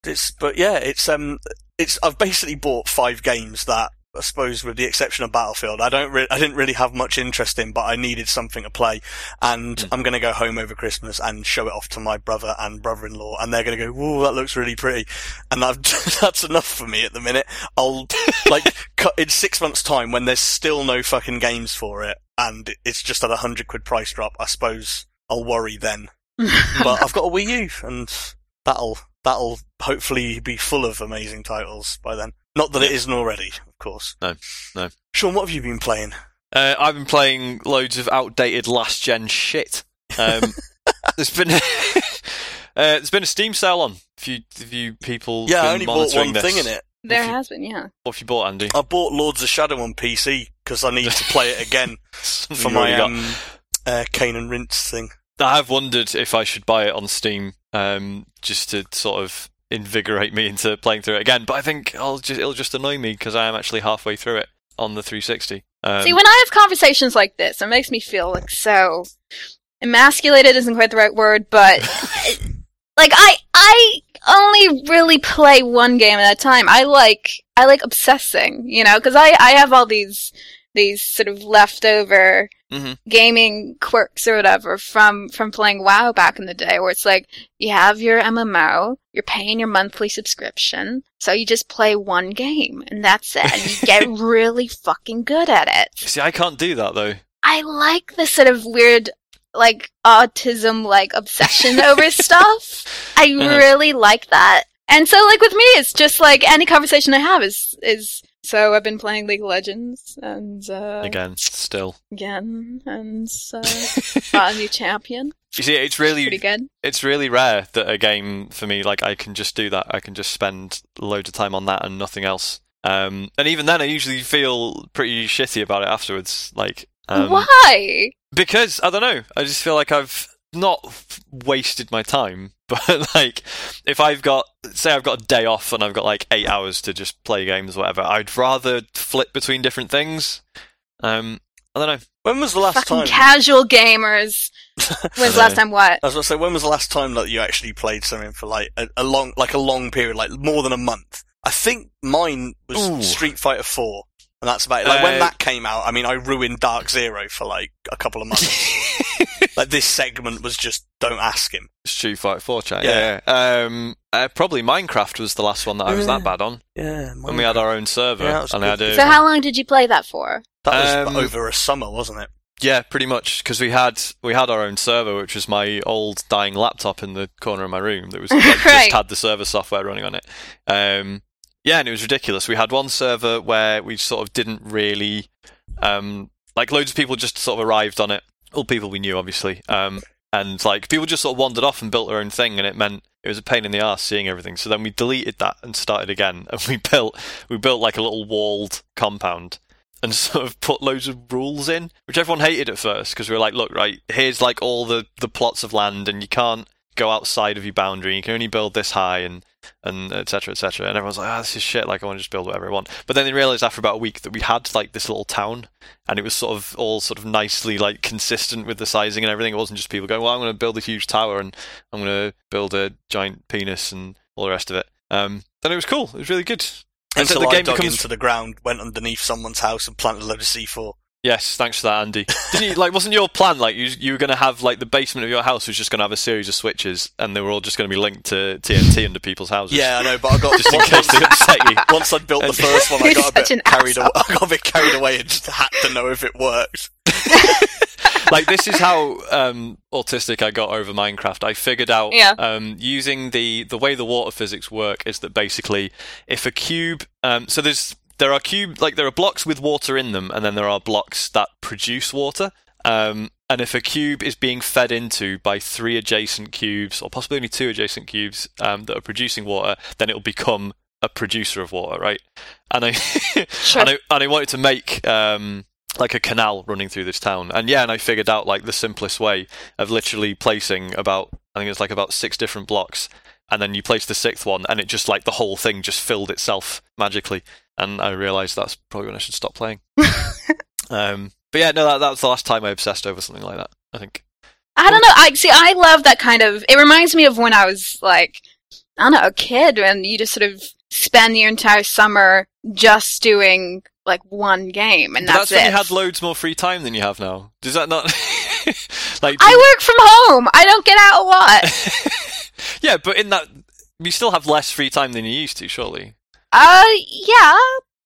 it's but yeah, it's um, it's I've basically bought five games that I suppose with the exception of Battlefield, I don't re- I didn't really have much interest in, but I needed something to play, and I'm gonna go home over Christmas and show it off to my brother and brother-in-law, and they're gonna go, "Whoa, that looks really pretty," and I've that's enough for me at the minute. I'll like cut in six months' time when there's still no fucking games for it, and it's just at a hundred quid price drop. I suppose I'll worry then but I've got a Wii U, and that'll that'll hopefully be full of amazing titles by then. Not that it isn't already, of course. No, no. Sean, what have you been playing? Uh, I've been playing loads of outdated last gen shit. Um, there's been uh, there's been a Steam sale on. If you if you people yeah, been I only bought monitoring one this. thing in it. there If you- has been, yeah. What have you bought, Andy? I bought Lords of Shadow on PC because I need to play it again for Something you my already got. um, uh, Kane and Rince thing. I have wondered if I should buy it on Steam, um, just to sort of invigorate me into playing through it again. But I think I'll just, it'll just annoy me because I am actually halfway through it on the 360. Um, See, when I have conversations like this, it makes me feel like so emasculated isn't quite the right word, but like I I only really play one game at a time. I like I like obsessing, you know, because I I have all these these sort of leftover Mhm. gaming quirks or whatever from from playing WoW back in the day, where it's like you have your MMO, you're paying your monthly subscription, so you just play one game and that's it, and you get really fucking good at it. see, I can't do that though. I like the sort of weird, like autism, like obsession over stuff. I Uh-huh. really like that. And so, like with me, it's just like any conversation I have is is. So I've been playing League of Legends and uh, Again, still. again, and uh, got a new champion. You see, it's Pretty really good. it's really rare that a game for me like I can just do that. I can just spend loads of time on that and nothing else. Um, and even then, I usually feel pretty shitty about it afterwards. Like, um, Why? Because I don't know. I just feel like I've not wasted my time, but like if I've got say I've got a day off and I've got like eight hours to just play games or whatever, I'd rather flip between different things. Um, I don't know. When was the last Fucking time? casual gamers. When's the last time what? I was going to say, when was the last time that you actually played something for like a, a long, like a long period, like more than a month? I think mine was Ooh. Street Fighter Four, and that's about it. Like Uh, when that came out, I mean, I ruined Dark Zero for like a couple of months. like this segment was just don't ask him. Street Fighter Four chat. Yeah. Yeah. Um, uh, probably Minecraft was the last one that I was that bad on Yeah, mine- when we had our own server. Yeah, that was and I had good. a- So how long did you play that for? that was um, over a summer, wasn't it? Yeah, pretty much because we had we had our own server, which was my old dying laptop in the corner of my room that was like, Right. just had the server software running on it. Um, yeah, and it was ridiculous. We had one server where we sort of didn't really um, like loads of people just sort of arrived on it, all people we knew, obviously, um, and like people just sort of wandered off and built their own thing, and it meant it was a pain in the ass seeing everything. So then we deleted that and started again, and we built we built like a little walled compound and sort of put loads of rules in, which everyone hated at first because we were like, look, right, here's like all the, the plots of land, and you can't go outside of your boundary. You can only build this high, and and etc. etc. And everyone's like, ah, this is shit. Like, I want to just build whatever I want. But then they realised after about a week that we had like this little town, and it was sort of all sort of nicely like consistent with the sizing and everything. It wasn't just people going, well, I'm going to build a huge tower and I'm going to build a giant penis and all the rest of it. Um, then it was cool. It was really good. And so Until the I game dug becomes into the ground, went underneath someone's house, and planted a load of C4. Yes, thanks for that, Andy. Didn't you, like, wasn't your plan like you you were going to have like the basement of your house was just going to have a series of switches, and they were all just going to be linked to TNT under people's houses? Yeah, I know, but I got just in case they upset you. Once I'd built the first one, I You're got a such an bit carried asshole. away. I got a bit carried away and just had to know if it worked. Like this is how um, autistic I got over Minecraft. I figured out Yeah. um, using the the way the water physics work is that basically if a cube, um, so there's there are cube like there are blocks with water in them, and then there are blocks that produce water. Um, and if a cube is being fed into by three adjacent cubes, or possibly only two adjacent cubes um, that are producing water, then it'll become a producer of water, right? And I and I and I wanted to make um, like a canal running through this town, and yeah, and I figured out like the simplest way of literally placing about I think it's like about six different blocks, and then you place the sixth one, and it just like the whole thing just filled itself magically, and I realised that's probably when I should stop playing. um, but yeah, no, that, that was the last time I obsessed over something like that. I think. I don't know. I see. I love that kind of. It reminds me of when I was like, I don't know, a kid, and you just sort of spend your entire summer just doing like one game, and But that's that's, when it. you had loads more free time than you have now. Does that not? like, I work from home. I don't get out a lot. yeah, but in that, you still have less free time than you used to, surely. uh, yeah,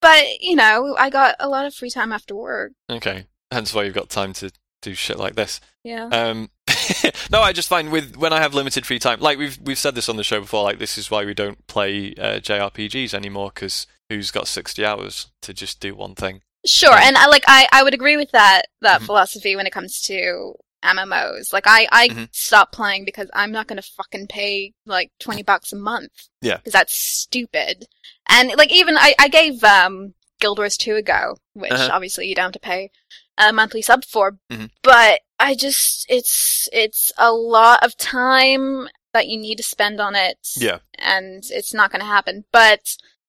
but you know, I got a lot of free time after work. Okay, hence why you've got time to do shit like this. Yeah. Um, no, I just find with when I have limited free time, like we've we've said this on the show before, like this is why we don't play uh, JRPGs anymore because who's got sixty hours to just do one thing? Sure, and I like I, I would agree with that that Mhm. philosophy when it comes to MMOs. Like I I Mhm. stopped playing because I'm not going to fucking pay like 20 bucks a month. Yeah. Cuz that's stupid. And like even I I gave um Guild Wars 2 a go, which Uh-huh. obviously you don't have to pay a monthly sub for, Mhm. but I just it's it's a lot of time that you need to spend on it Yeah. and it's not going to happen. But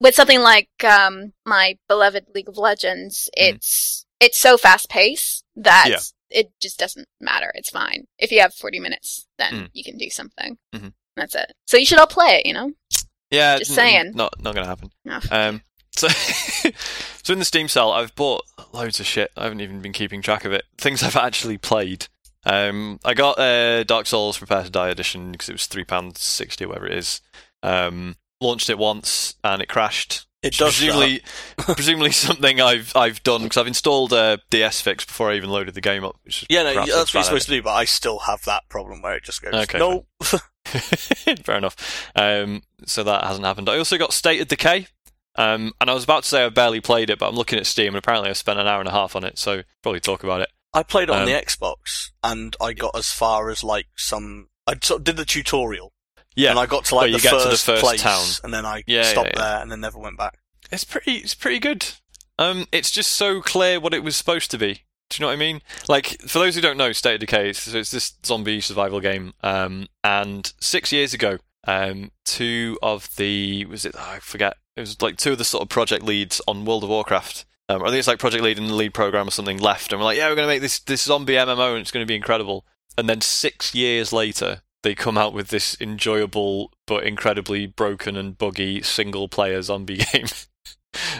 with something like um, my beloved League of Legends, Mhm. it's it's so fast paced that Yeah. it just doesn't matter. It's fine if you have forty minutes, then Mm. you can do something. Mhm. That's it. So you should all play it. You know, Yeah, Just n- saying. Oh, not not gonna happen. No. Um, so so in the Steam sale, I've bought loads of shit. I haven't even been keeping track of it. Things I've actually played. Um, I got uh, Dark Souls Prepare to Die edition because it was three pounds sixty, whatever it is. Um, launched it once and it crashed. It does that. presumably, presumably something I've I've done because I've installed uh, DS Fix before I even loaded the game up. Which is Yeah, no, perhaps a that's what bad you're supposed to do, but I still have that problem where it just goes, Okay, no. Fair enough. Um, so that hasn't happened. I also got State of Decay, um, and I was about to say I barely played it, but I'm looking at Steam and apparently I spent an hour and a half on it, so probably talk about it. I played it on Um, the Xbox, and I got as far as like some. I sort of did the tutorial, Yeah, and I got to Where like you the, get to the first first place, town. and then I Yeah, stopped yeah, yeah. there, and then never went back. it's pretty. It's pretty good. Um, it's just so clear what it was supposed to be. Do you know what I mean? Like, for those who don't know, State of Decay, is- so it's this zombie survival game. Um, and six years ago, um, two of the, was it, I forget, it was like two of the sort of project leads on World of Warcraft. Um, I think it's like project lead and the lead program or something left. And we're like, yeah, we're going to make this, this zombie MMO and it's going to be incredible. And then six years later, they come out with this enjoyable but incredibly broken and buggy single player zombie game.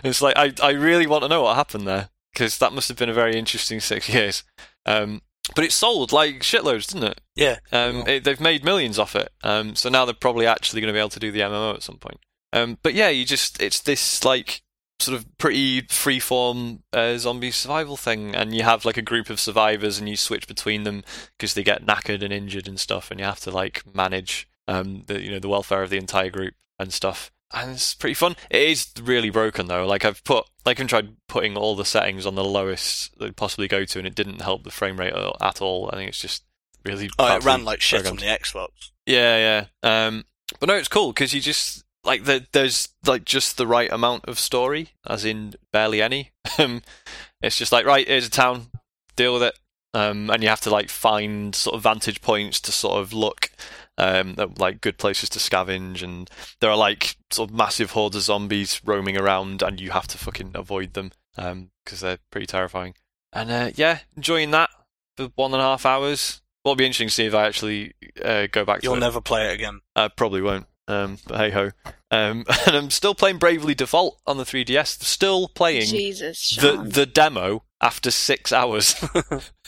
it's like, I, I really want to know what happened there because that must have been a very interesting six years. Um, but it sold like shitloads, didn't it? Yeah. Um, it- They've made millions off it. Um, so now they're probably actually going to be able to do the MMO at some point. Um, but yeah, you just it's this like sort of pretty freeform uh, zombie survival thing, and you have like a group of survivors, and you switch between them because they get knackered and injured and stuff, and you have to like manage um, the you know the welfare of the entire group and stuff. And it's pretty fun. It is really broken though. Like I've put, like I've tried putting all the settings on the lowest they possibly go to, and it didn't help the frame rate a- at all. I think it's just really. Oh, it badly ran like shit programmed. on the Xbox. Yeah, yeah. Um, but no, it's cool because you just like the, there's like just the right amount of story, as in barely any. Um, it's just like right, here's a town, deal with it, um, and you have to like find sort of vantage points to sort of look. Um, at, like good places to scavenge, and there are like sort of massive hordes of zombies roaming around, and you have to fucking avoid them because they're pretty terrifying. And uh, yeah, enjoying that for one and a half hours. What'll be interesting to see if I actually uh, go back You'll to it. never play it again. I probably won't. Um, but hey ho. Um, and I'm still playing Bravely Default on the 3DS. Still playing Jesus, the Sean. the demo after six hours,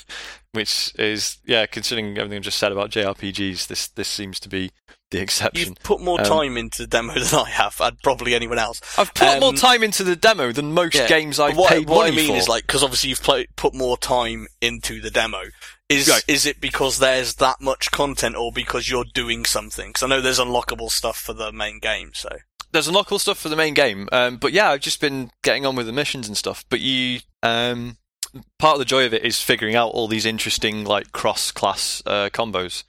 which is yeah. Considering everything I've just said about JRPGs, this this seems to be the exception. You've put more Um, time into the demo than I have, and probably anyone else. I've put um, more time into the demo than most Yeah, games I've But what, paid what money I mean for. is like because obviously you've played put more time into the demo. Is Right. is it because there's that much content, or because you're doing something? Because I know there's unlockable stuff for the main game. So there's unlockable stuff for the main game, um, but yeah, I've just been getting on with the missions and stuff. But you, um, part of the joy of it is figuring out all these interesting like cross-class uh, combos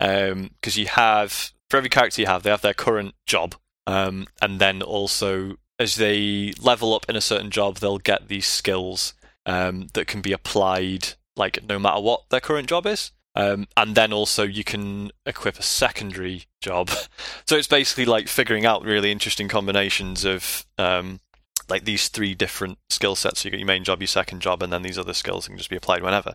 because you have for every character you have, they have their current job, um, and then also as they level up in a certain job, they'll get these skills um, that can be applied like no matter what their current job is. Um, and then also you can equip a secondary job so it's basically like figuring out really interesting combinations of um, like these three different skill sets. So you got your main job, your second job, and then these other skills can just be applied whenever.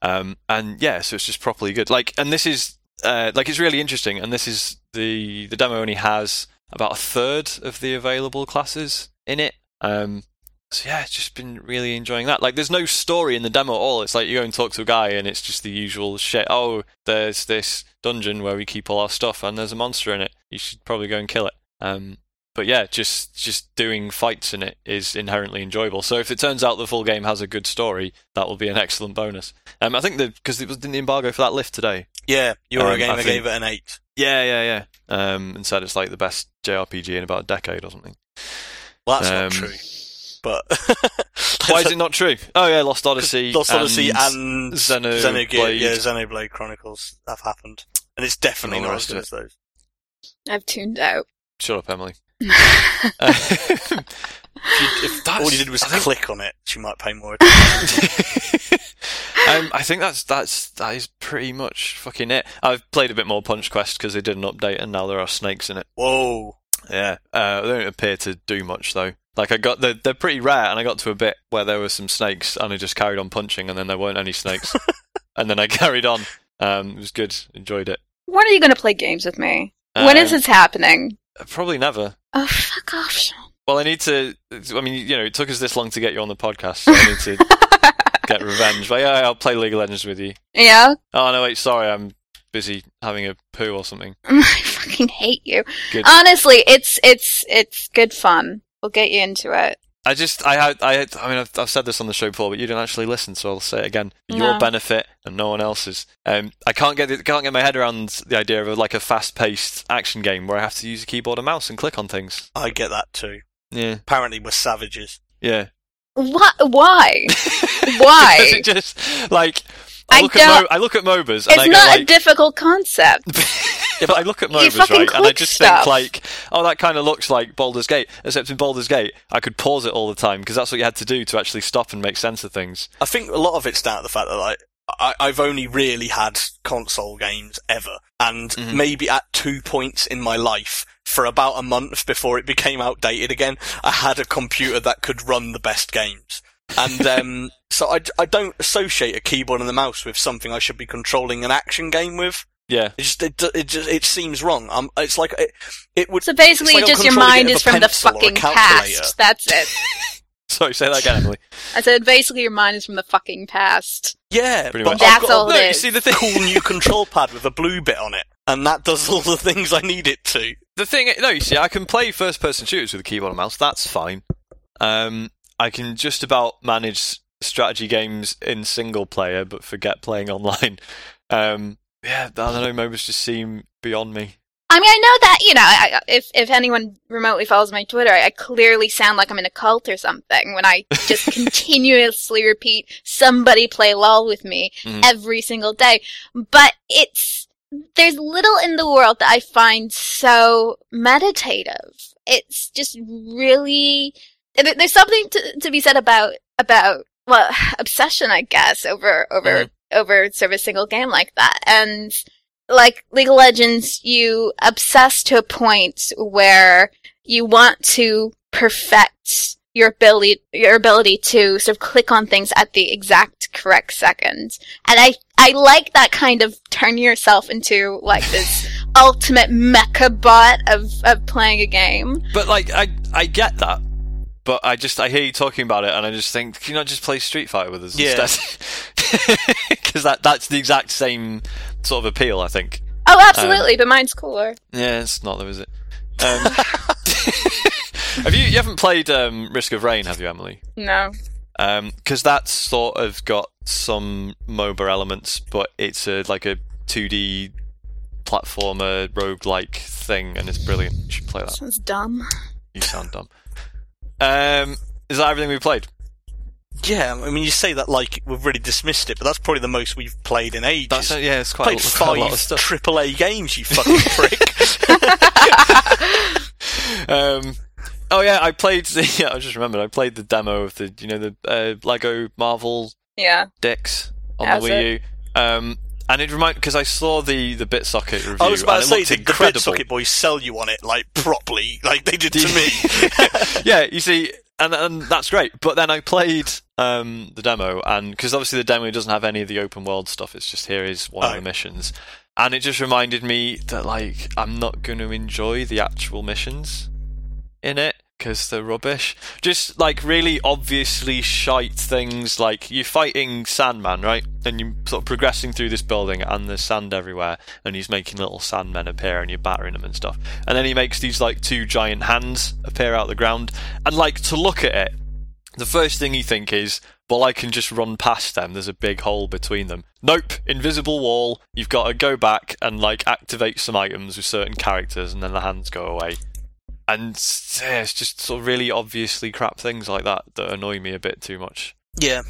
Um, and yeah, so it's just properly good. Like, and this is uh, like it's really interesting. And this is the the demo only has about a third of the available classes in it. Um, so yeah, it's just been really enjoying that. Like, there's no story in the demo at all. It's like you go and talk to a guy, and it's just the usual shit. Oh, there's this dungeon where we keep all our stuff, and there's a monster in it. You should probably go and kill it. Um, but yeah, just just doing fights in it is inherently enjoyable. So if it turns out the full game has a good story, that will be an excellent bonus. Um, I think the because it was didn't the embargo for that lift today. yeah, Um, Eurogamer I think- gave it an eight. Yeah, yeah, yeah. Um, and said it's like the best JRPG in about a decade or something. Well, that's Um, not true. But Why is it not true? Oh yeah, Lost Odyssey, Lost Odyssey and Xenoblade. Xenoblade, yeah, Xenoblade Chronicles have happened, and it's definitely And all not the as good as rest those. I've tuned out. Shut up, Emily. I Uh, if you- if that's- All you did was I think- click on it. She might pay more. attention. um, I think that's that's that is pretty much fucking it. I've played a bit more Punch Quest because they did an update and now there are snakes in it. Whoa! Yeah, uh, they don't appear to do much though. Like I got they're, they're pretty rare, and I got to a bit where there were some snakes, and I just carried on punching, and then there weren't any snakes, and then I carried on. Um, it was good, enjoyed it. When are you going to play games with me? when is Um, this happening? Probably never. Oh, fuck off, Sean. Well, I need to. I mean, you know, it took us this long to get you on the podcast, so I need to get revenge. But yeah, I'll play League of Legends with you. yeah, Oh no, wait, sorry, I'm busy having a poo or something. I fucking hate you. Good. Honestly, it's it's it's good fun. We'll get you into it. I just, I had, I had, I mean, I've, I've said this on the show before, but you didn't actually listen, so I'll say it again. For Your No. benefit and no one else's. Um, I can't get, the, can't get my head around the idea of a, like a fast-paced action game where I have to use a keyboard and mouse and click on things. I get that too. Yeah, Apparently, we're savages. yeah. What? Why? Why? Because it just like I, I look at Mo- don't- I look at MOBAs and it's I not go like, a difficult concept. Yeah, but I look at You Novas, fucking right, and I click just stuff. think like, oh, that kind of looks like Baldur's Gate. Except in Baldur's Gate, I could pause it all the time because that's what you had to do to actually stop and make sense of things. I think a lot of it's down to the fact that like I, I've only really had console games ever, and Mhm. maybe at two points in my life for about a month before it became outdated again, I had a computer that could run the best games, and um, so I, I don't associate a keyboard and a mouse with something I should be controlling an action game with. Yeah, It just it, do- it just it seems wrong. Um, it's like it, it would. So basically, It's like just I'm your controlling mind it with is a from the pencil or a fucking calculator. past. That's it. sorry, say that again, Emily. I said basically your mind is from the fucking past. Yeah, Pretty but much. I've That's got a all it No, you is. see the thing. cool new control pad with a blue bit on it, and that does all the things I need it to. The thing, no, you see, I can play first-person shooters with a keyboard and mouse. That's fine. Um, I can just about manage strategy games in single player, but forget playing online. Um, yeah, I don't know. MOBAs just seem beyond me. I mean, I know that you know. I, I- if if anyone remotely follows my Twitter, I, I clearly sound like I'm in a cult or something when I just continuously repeat "somebody play lol with me" Mhm. every single day. But it's there's little in the world that I find so meditative. It's just really there- there's something to to be said about about well obsession, I guess, over over Mhm. over sort of a single game like that and like League of Legends, you obsess to a point where you want to perfect your ability, your ability to sort of click on things at the exact correct second. And I, I like that kind of turn yourself into like this ultimate mecha bot of, of playing a game. But like, I I get that, but I just I hear you talking about it, and I just think, can you not just play Street Fighter with us Yeah. instead? Because that that's the exact same sort of appeal, I think. Oh, absolutely, but mine's cooler. Yeah, it's not though, is it? Um, have you you haven't played um, Risk of Rain, have you, Emily? No. because that's sort of got some MOBA elements, but it's a, like a 2D platformer roguelike thing, and it's brilliant. You should play that. Sounds dumb. You sound dumb. Um, is that everything we played? Yeah, I mean, you say that like we've really dismissed it, but that's probably the most we've played in ages. That's yeah, it's quite, played a, five quite a lot of stuff. triple A games, you fucking prick. Um, oh yeah, I played. The, yeah, I just remembered I played the demo of the you know the uh, Lego Marvel Yeah. decks on How's the Wii U. Um, and it reminded because I saw the the BitSocket review. I was about and it to say, looked did the incredible. Socket Boys sell you on it like properly, like they did to Do me? yeah, you see, and and that's great. But then I played um, the demo, and because obviously the demo doesn't have any of the open world stuff. It's just here is one Oh. of the missions, and it just reminded me that like I'm not going to enjoy the actual missions in it because they're rubbish. Just like really obviously shite things. Like you're fighting Sandman, right? And you're sort of progressing through this building, and there's sand everywhere, and he's making little Sandmen appear, and you're battering them and stuff. And then he makes these like two giant hands appear out the ground, and like to look at it, the first thing you think is, well, I can just run past them. There's a big hole between them. Nope, invisible wall. You've got to go back and like activate some items with certain characters, and then the hands go away. And yeah, it's just sort of really obviously crap things like that that annoy me a bit too much. yeah,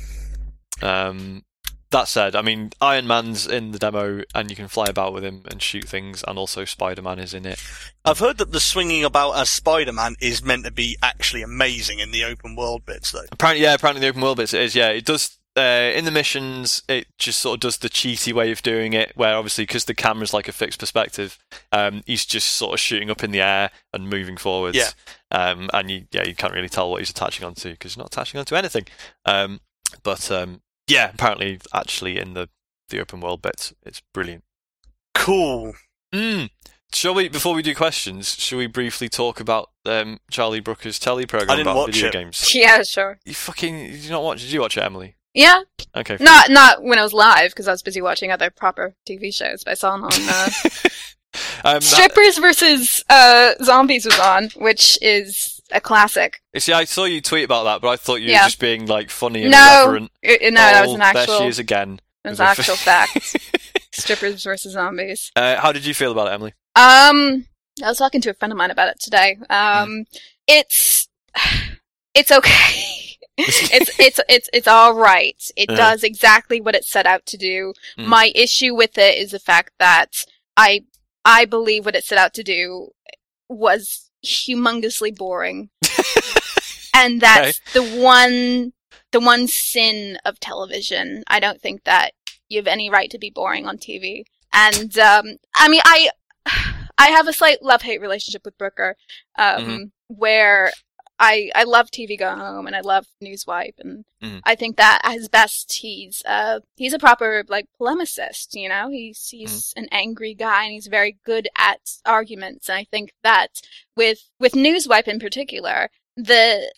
Um, that said, I mean, Iron Man's in the demo, and you can fly about with him and shoot things, and also Spider Man is in it. I've heard that the swinging about as Spider-Man is meant to be actually amazing in the open world bits, though. Apparently, yeah, apparently the open world bits it is. Yeah, it does. Uh, in the missions, it just sort of does the cheaty way of doing it, where obviously because the camera's like a fixed perspective, um, he's just sort of shooting up in the air and moving forwards. Yeah. Um, and you, yeah, you can't really tell what he's attaching onto because he's not attaching onto anything. Um, but um, yeah, apparently, actually, in the the open world bits, it's brilliant. Cool. Hmm. Mm. Shall we? Before we do questions, shall we briefly talk about um, Charlie Brooker's teleprogram I didn't about watch video it. games? Yeah, sure. You fucking did you not watch? Did you watch it, Emily? Yeah. Okay. Not not when I was live because I was busy watching other proper TV shows. But I saw it on uh, Um, that, Strippers versus uh, Zombies was on, which is a classic. you see, I saw you tweet about that, but I thought you Yeah. were just being like funny and No, irreverent. it, it- no, that was Oh, an There she actual, is again. that was with an her actual fa- fact. Strippers versus Zombies. Uh, how did you feel about it, Emily? Um, I was talking to a friend of mine about it today. Um, it's it's okay. it's it's it's it's all right. It Uh-huh. does exactly what it set out to do. Mm. My issue with it is the fact that I I believe what it set out to do was humongously boring. and that's the one the one sin of television. I don't think that you have any right to be boring on TV. And um, I mean, I I have a slight love hate relationship with Brooker, um, Mhm. where I I love TV Go Home and I love Newswipe, and Mhm. I think that at his best he's uh he's a proper like polemicist. You know, he's he's an angry guy and he's very good at arguments. And I think that with with Newswipe in particular, the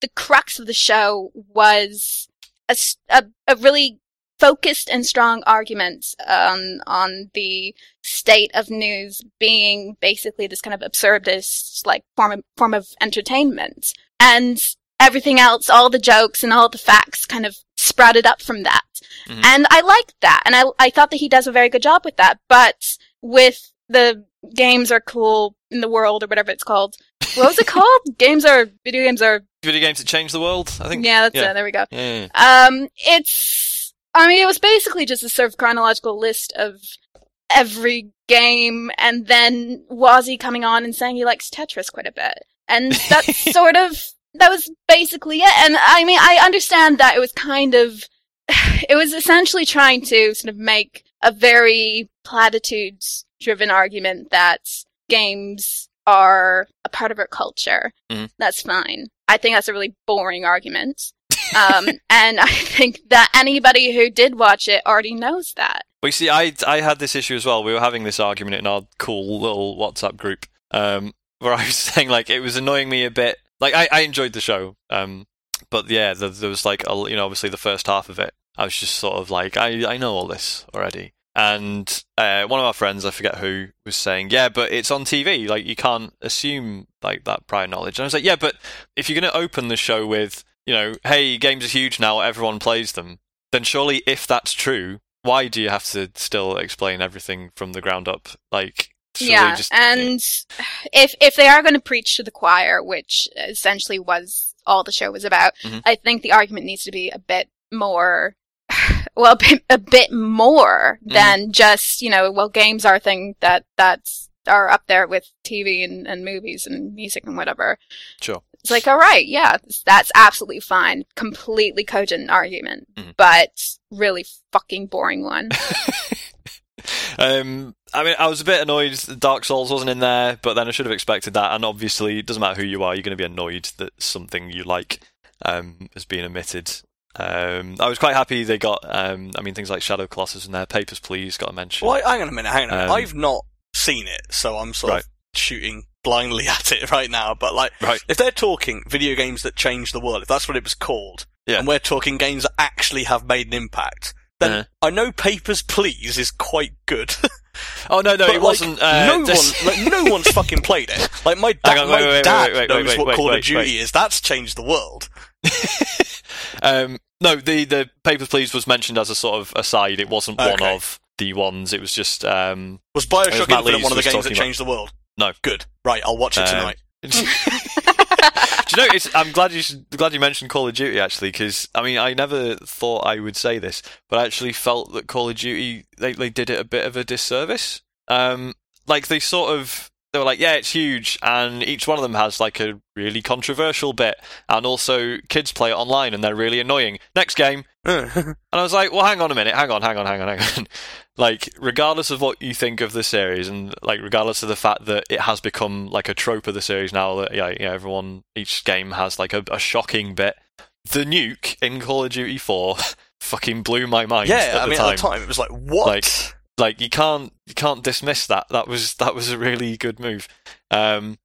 the crux of the show was a, s- a- a really focused and strong argument um, on the state of news being basically this kind of absurdist like form of, form of entertainment and everything else all the jokes and all the facts kind of sprouted up from that Mhm. and i liked that and I, I thought that he does a very good job with that but with the games are cool in the world or whatever it's called what was it called games are video games are Video games that changed the world, I think. yeah, that's yeah. it. There we go. Yeah. Um, it's, I mean, it was basically just a sort of chronological list of every game and then Wazi coming on and saying he likes Tetris quite a bit. And that's sort of, that was basically it. And I mean, I understand that it was kind of, it was essentially trying to sort of make a very platitudes driven argument that games are a part of our culture. Mhm. That's fine. I think that's a really boring argument um, and I think that anybody who did watch it already knows that. But you see, I I had this issue as well. We were having this argument in our cool little WhatsApp group, um, where I was saying like it was annoying me a bit. Like I, I enjoyed the show, um, but yeah, there, there was like a, you know obviously the first half of it, I was just sort of like I I know all this already. And uh, one of our friends, I forget who, was saying, "Yeah, but it's on TV. Like you can't assume like that prior knowledge." And I was like, "Yeah, but if you're going to open the show with, you know, hey, games are huge now. Everyone plays them. Then surely, if that's true, why do you have to still explain everything from the ground up? Like, surely yeah, just, and if if they are going to preach to the choir, which essentially was all the show was about, Mhm. I think the argument needs to be a bit more, well, a bit, a bit more than just you know, well, games are a thing that that's are up there with TV and, and movies and music and whatever. sure, It's like, all right, yeah, that's absolutely fine. Completely cogent argument, Mhm. but really fucking boring one. Um, I mean, I was a bit annoyed that Dark Souls wasn't in there, but then I should have expected that. And obviously, it doesn't matter who you are, you're going to be annoyed that something you like um, has been omitted. Um, I was quite happy they got, um, I mean, things like Shadow Colossus in there, Papers, Please got a mention. Well, hang on a minute, hang on. A Um, minute. I've not seen it, so I'm sort Right. of shooting blindly at it right now. But like, Right. if they're talking video games that change the world, if that's what it was called, Yeah. and we're talking games that actually have made an impact, then Uh-huh. I know Papers, Please is quite good. Oh, no, no, but it like, wasn't. Uh, no this- one, like, no one's fucking played it. Like my, da- Hang on, wait, my wait, wait, dad wait, wait, knows wait, what wait, Call wait, of Duty is. That's changed the world. um, no, the, the Papers, Please was mentioned as a sort of aside. It wasn't one Okay. of the ones. It was just. Um, Was Bioshock Matt Infinite Lees one of the was games that talking about- changed the world? No. Good. Right, I'll watch it Uh, tonight. Do you know? It's, I'm glad you should, glad you mentioned Call of Duty actually, because I mean, I never thought I would say this, but I actually felt that Call of Duty they they did it a bit of a disservice. Um, like they sort of they were like, yeah, it's huge, and each one of them has like a really controversial bit, and also kids play it online and they're really annoying. Next game, and I was like, well, hang on a minute, hang on, hang on, hang on, hang on. like, regardless of what you think of the series, and like, regardless of the fact that it has become like a trope of the series now that yeah, yeah everyone, each game has like a, a shocking bit. The nuke in Call of Duty 4 fucking blew my mind. at yeah, I the mean, time. at the time it was like, what? Like- Like, you can't you can't dismiss that. That was that was a really good move. Um,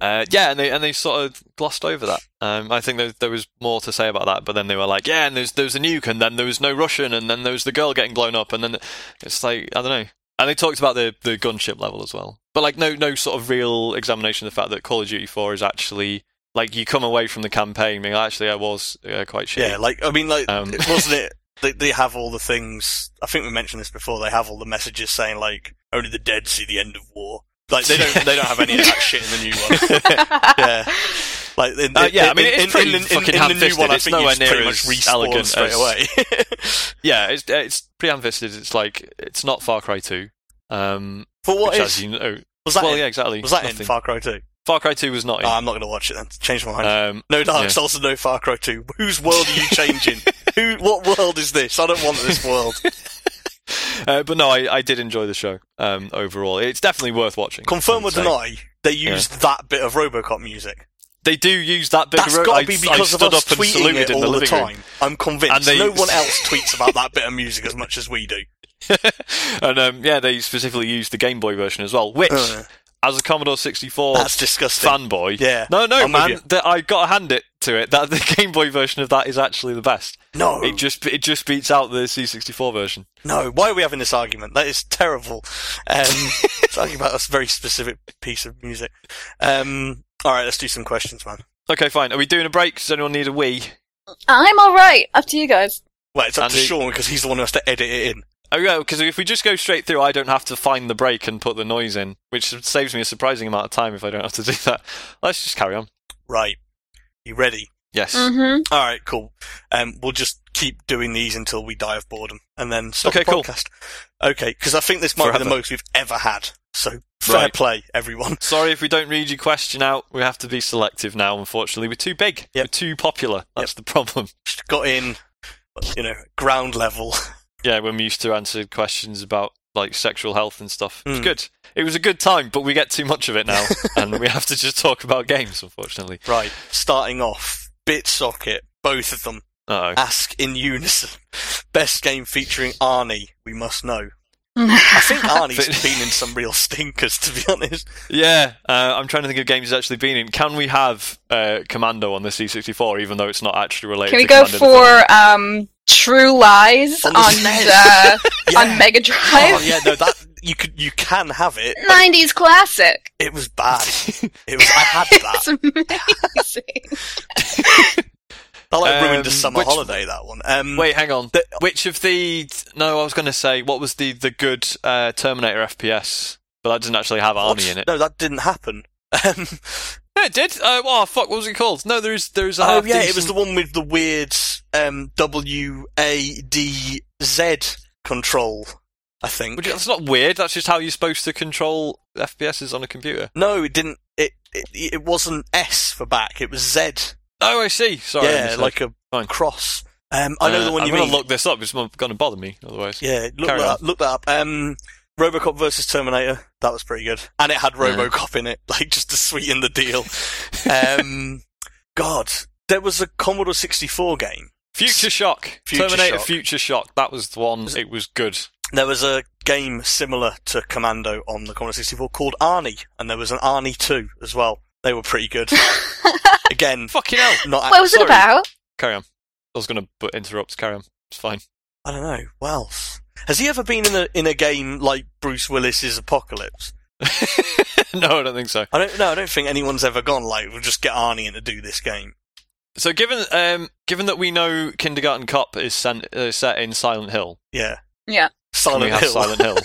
uh, yeah, and they and they sort of glossed over that. Um, I think there, there was more to say about that, but then they were like, yeah, and there's there was a nuke, and then there was no Russian, and then there was the girl getting blown up, and then it's like I don't know. And they talked about the the gunship level as well, but like no no sort of real examination of the fact that Call of Duty Four is actually like you come away from the campaign being actually I was uh, quite shit. yeah, like, I mean, like, Um. it wasn't it? They, they have all the things. I think we mentioned this before. They have all the messages saying like, only the dead see the end of war. Like they don't, they don't have any of that shit in the new one. Yeah. Like, in, Uh, in- yeah, I mean, in- it's in- pretty in, in, fucking in, the new ham-fisted. one. I It's think you nowhere just pretty near much as respawn elegant straight as- away. uh, yeah, it's it's pretty ham-fisted. It's like it's not Far Cry two. Um, But what which, is as you know, was that? well, in, yeah, exactly. was that in nothing. Far Cry Two? Far Cry Two was not in. Oh, I'm not going to watch it then. Change my mind. um, no Dark yeah. Souls and no Far Cry Two. Whose world are you changing? Who? What world is this? I don't want this world. uh, but no, I, I did enjoy the show um, overall. It's definitely worth watching. I Confirm or would say. deny? They used that bit of RoboCop music. They do use that bit. That's of ro- got I, to be I because of stood us up and tweeting saluted it in the all the, living room. time. I'm And convinced they- no one else tweets about that bit of music as much as we do. and um, yeah, they specifically used the Game Boy version as well, which, Uh. as a Commodore 64 That's disgusting. fanboy, Yeah. no, no, I'm with man, you. that I got to hand it to it. That the Game Boy version of that is actually the best. No, It just it just beats out the C64 version. no. Why are we having this argument? That is terrible. Um, talking about a very specific piece of music. Um, all right, let's do some questions, man. Okay, fine. Are we doing a break? Does anyone need a wee? I'm all right. Up to you guys. Well, it's up to Andy. Sean because he's the one who has to edit it in. Oh yeah, because if we just go straight through, I don't have to find the break and put the noise in, which saves me a surprising amount of time if I don't have to do that. Let's just carry on. Right. You ready? Yes. Mm. Mm-hmm. All right, cool. Um, we'll just keep doing these until we die of boredom, and then stop Okay, the cool. podcast. Okay, because I think this might be Forever. the most we've ever had. So fair Right. play, everyone. Sorry if we don't read your question out. We have to be selective now. Unfortunately, we're too big. Yep. We're too popular. That's the problem. Just got in, you know, ground level. Yeah, when we used to answer questions about like sexual health and stuff, it was Hmm. good. It was a good time, but we get too much of it now, and we have to just talk about games. Unfortunately. Right, starting off, Bitsocket, both of them Oh, ask in unison. Best game featuring Arnie, we must know. I think Arnie's been in some real stinkers, to be honest. yeah. Uh, I'm trying to think of games he's actually been in. Can we have uh, Commando on the C64, even though it's not actually related? Can we to go Commando the for um, True Lies On on the uh, on Mega Oh, Drive? yeah, no, that you could you can have it. but 90s classic. It was bad. It was. I had that. It's amazing. That like ruined a Um, summer which- holiday. That one. Um, Wait, hang on. Mm. The- which of the? No, I was going to say what was the the good uh, Terminator FPS, but that doesn't actually have what? Arnie in it. No, that didn't happen. Um, No, it did. Uh, oh fuck, what was it called? No, there is there is a oh half yeah, it was the decent- one with the weird um, W A D Z control. I think. Would you- That's not weird. That's just how you're supposed to control FPSs on a computer. No, it didn't. It, it it wasn't S for back. It was Z. Oh, I see. Sorry. I yeah, understand. like a Fine. cross. Um, I know Uh, the one I'm you gonna mean. look this up. It's not going to bother me otherwise. yeah, look Carry that, on. up, look that up. Um, RoboCop versus Terminator. That was pretty good, and it had RoboCop in it, like just to sweeten the deal. um, God, there was a Commodore 64 game. Future Shock. Future Terminator Shock. Future Shock. That was the one. Was It was good. There was a game similar to Commando on the Commodore 64 called Arnie, and there was an Arnie 2 as well. They were pretty good. Again, Fucking hell. not. what was sorry. it about? Carry on. I was going to but interrupt. Carry on. It's fine. I don't know. Wells. Has he ever been in a in a game like Bruce Willis's Apocalypse? no, I don't think so. I don't. No, I don't think anyone's ever gone like we'll just get Arnie in to do this game. So given um given that we know Kindergarten Cop is sent, uh, set in Silent Hill, Yeah. Yeah. can Silent we have Hill. Silent Hill.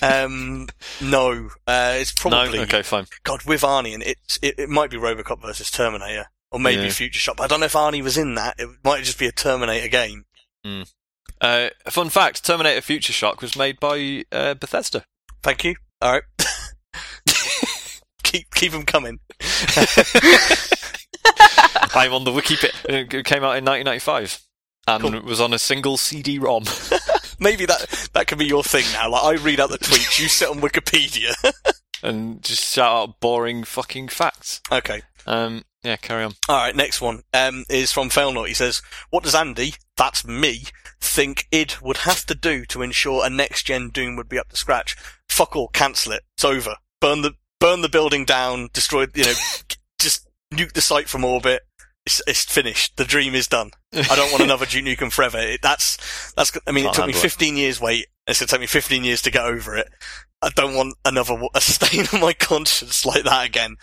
Um. No. Uh. It's probably No. Okay. Fine. God with Arnie, and it's it, it might be RoboCop versus Terminator, or maybe Yeah. Future Shop. I don't know if Arnie was in that. It might just be a Terminator game. Uh, fun fact: Terminator Future Shock was made by uh, Bethesda. Thank you. All right. keep keep them coming. I'm on the wiki bit. It came out in 1995 and Cool. it was on a single CD-ROM. Maybe that that could be your thing now. Like I read out the tweets, you sit on Wikipedia. and just shout out boring fucking facts. okay. Um, yeah, carry on. All right, next one um, is from Failnot. He says, "What does Andy, that's me, think id would have to do to ensure a next gen Doom would be up to scratch? Fuck all, cancel it. It's over. Burn the burn the building down. Destroy. You know, just nuke the site from orbit. It's, it's finished. The dream is done. I don't want another Duke Nukem forever. It, that's that's. I mean, Can't it took me handle it. 15 years. Wait, it's gonna take me 15 years to get over it. I don't want another wa- a stain on my conscience like that again.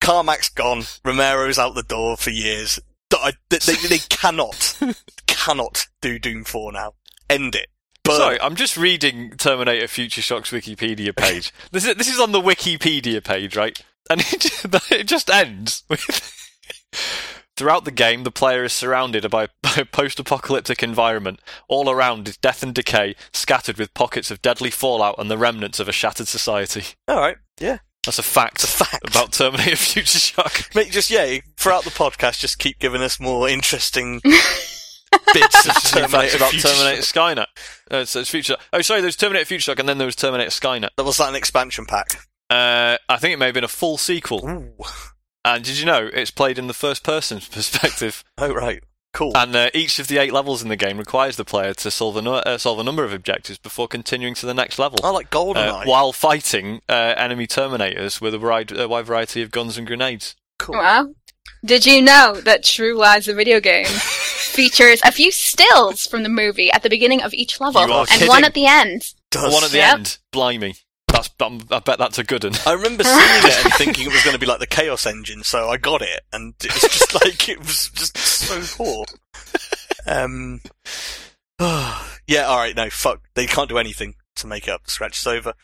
Carmack's gone. Romero's out the door for years. D- I- They, they, they cannot, cannot do Doom 4 now. End it. Burn. Sorry, I'm just reading Terminator Future Shock's Wikipedia page. this is this is on the Wikipedia page, right? And it just, it just ends with Throughout the game, the player is surrounded by, by a post apocalyptic environment. All around is death and decay, scattered with pockets of deadly fallout and the remnants of a shattered society. All right. Yeah. That's a fact, It's a fact. about Terminator Future Shock. Mate, just yeah, throughout the podcast, just keep giving us more interesting bits of New facts Terminator. about Future Terminator Shock. Skynet. Uh, so it's Future. Oh, sorry, there was Terminator Future Shock, and then there was Terminator Skynet. Was that an expansion pack? Uh, I think it may have been a full sequel. Ooh. And did you know it's played in the first person perspective? Oh right. Cool. And uh, each of the eight levels in the game requires the player to solve a, nu- uh, solve a number of objectives before continuing to the next level. I like uh, Goldeneye. while fighting uh, enemy Terminators with a wide, a wide variety of guns and grenades. Cool. Well, did you know that True Lies, the video game, features a few stills from the movie at the beginning of each level You are and one kidding. at the end? Does. One at the Yep. end, blimey, that's um, I bet that's a good one. I remember seeing it and thinking it was going to be like the Chaos Engine, so I got it, and it was just like it was just so poor. Um, yeah, all right, no, fuck, they can't do anything to make it up. The scratch is over.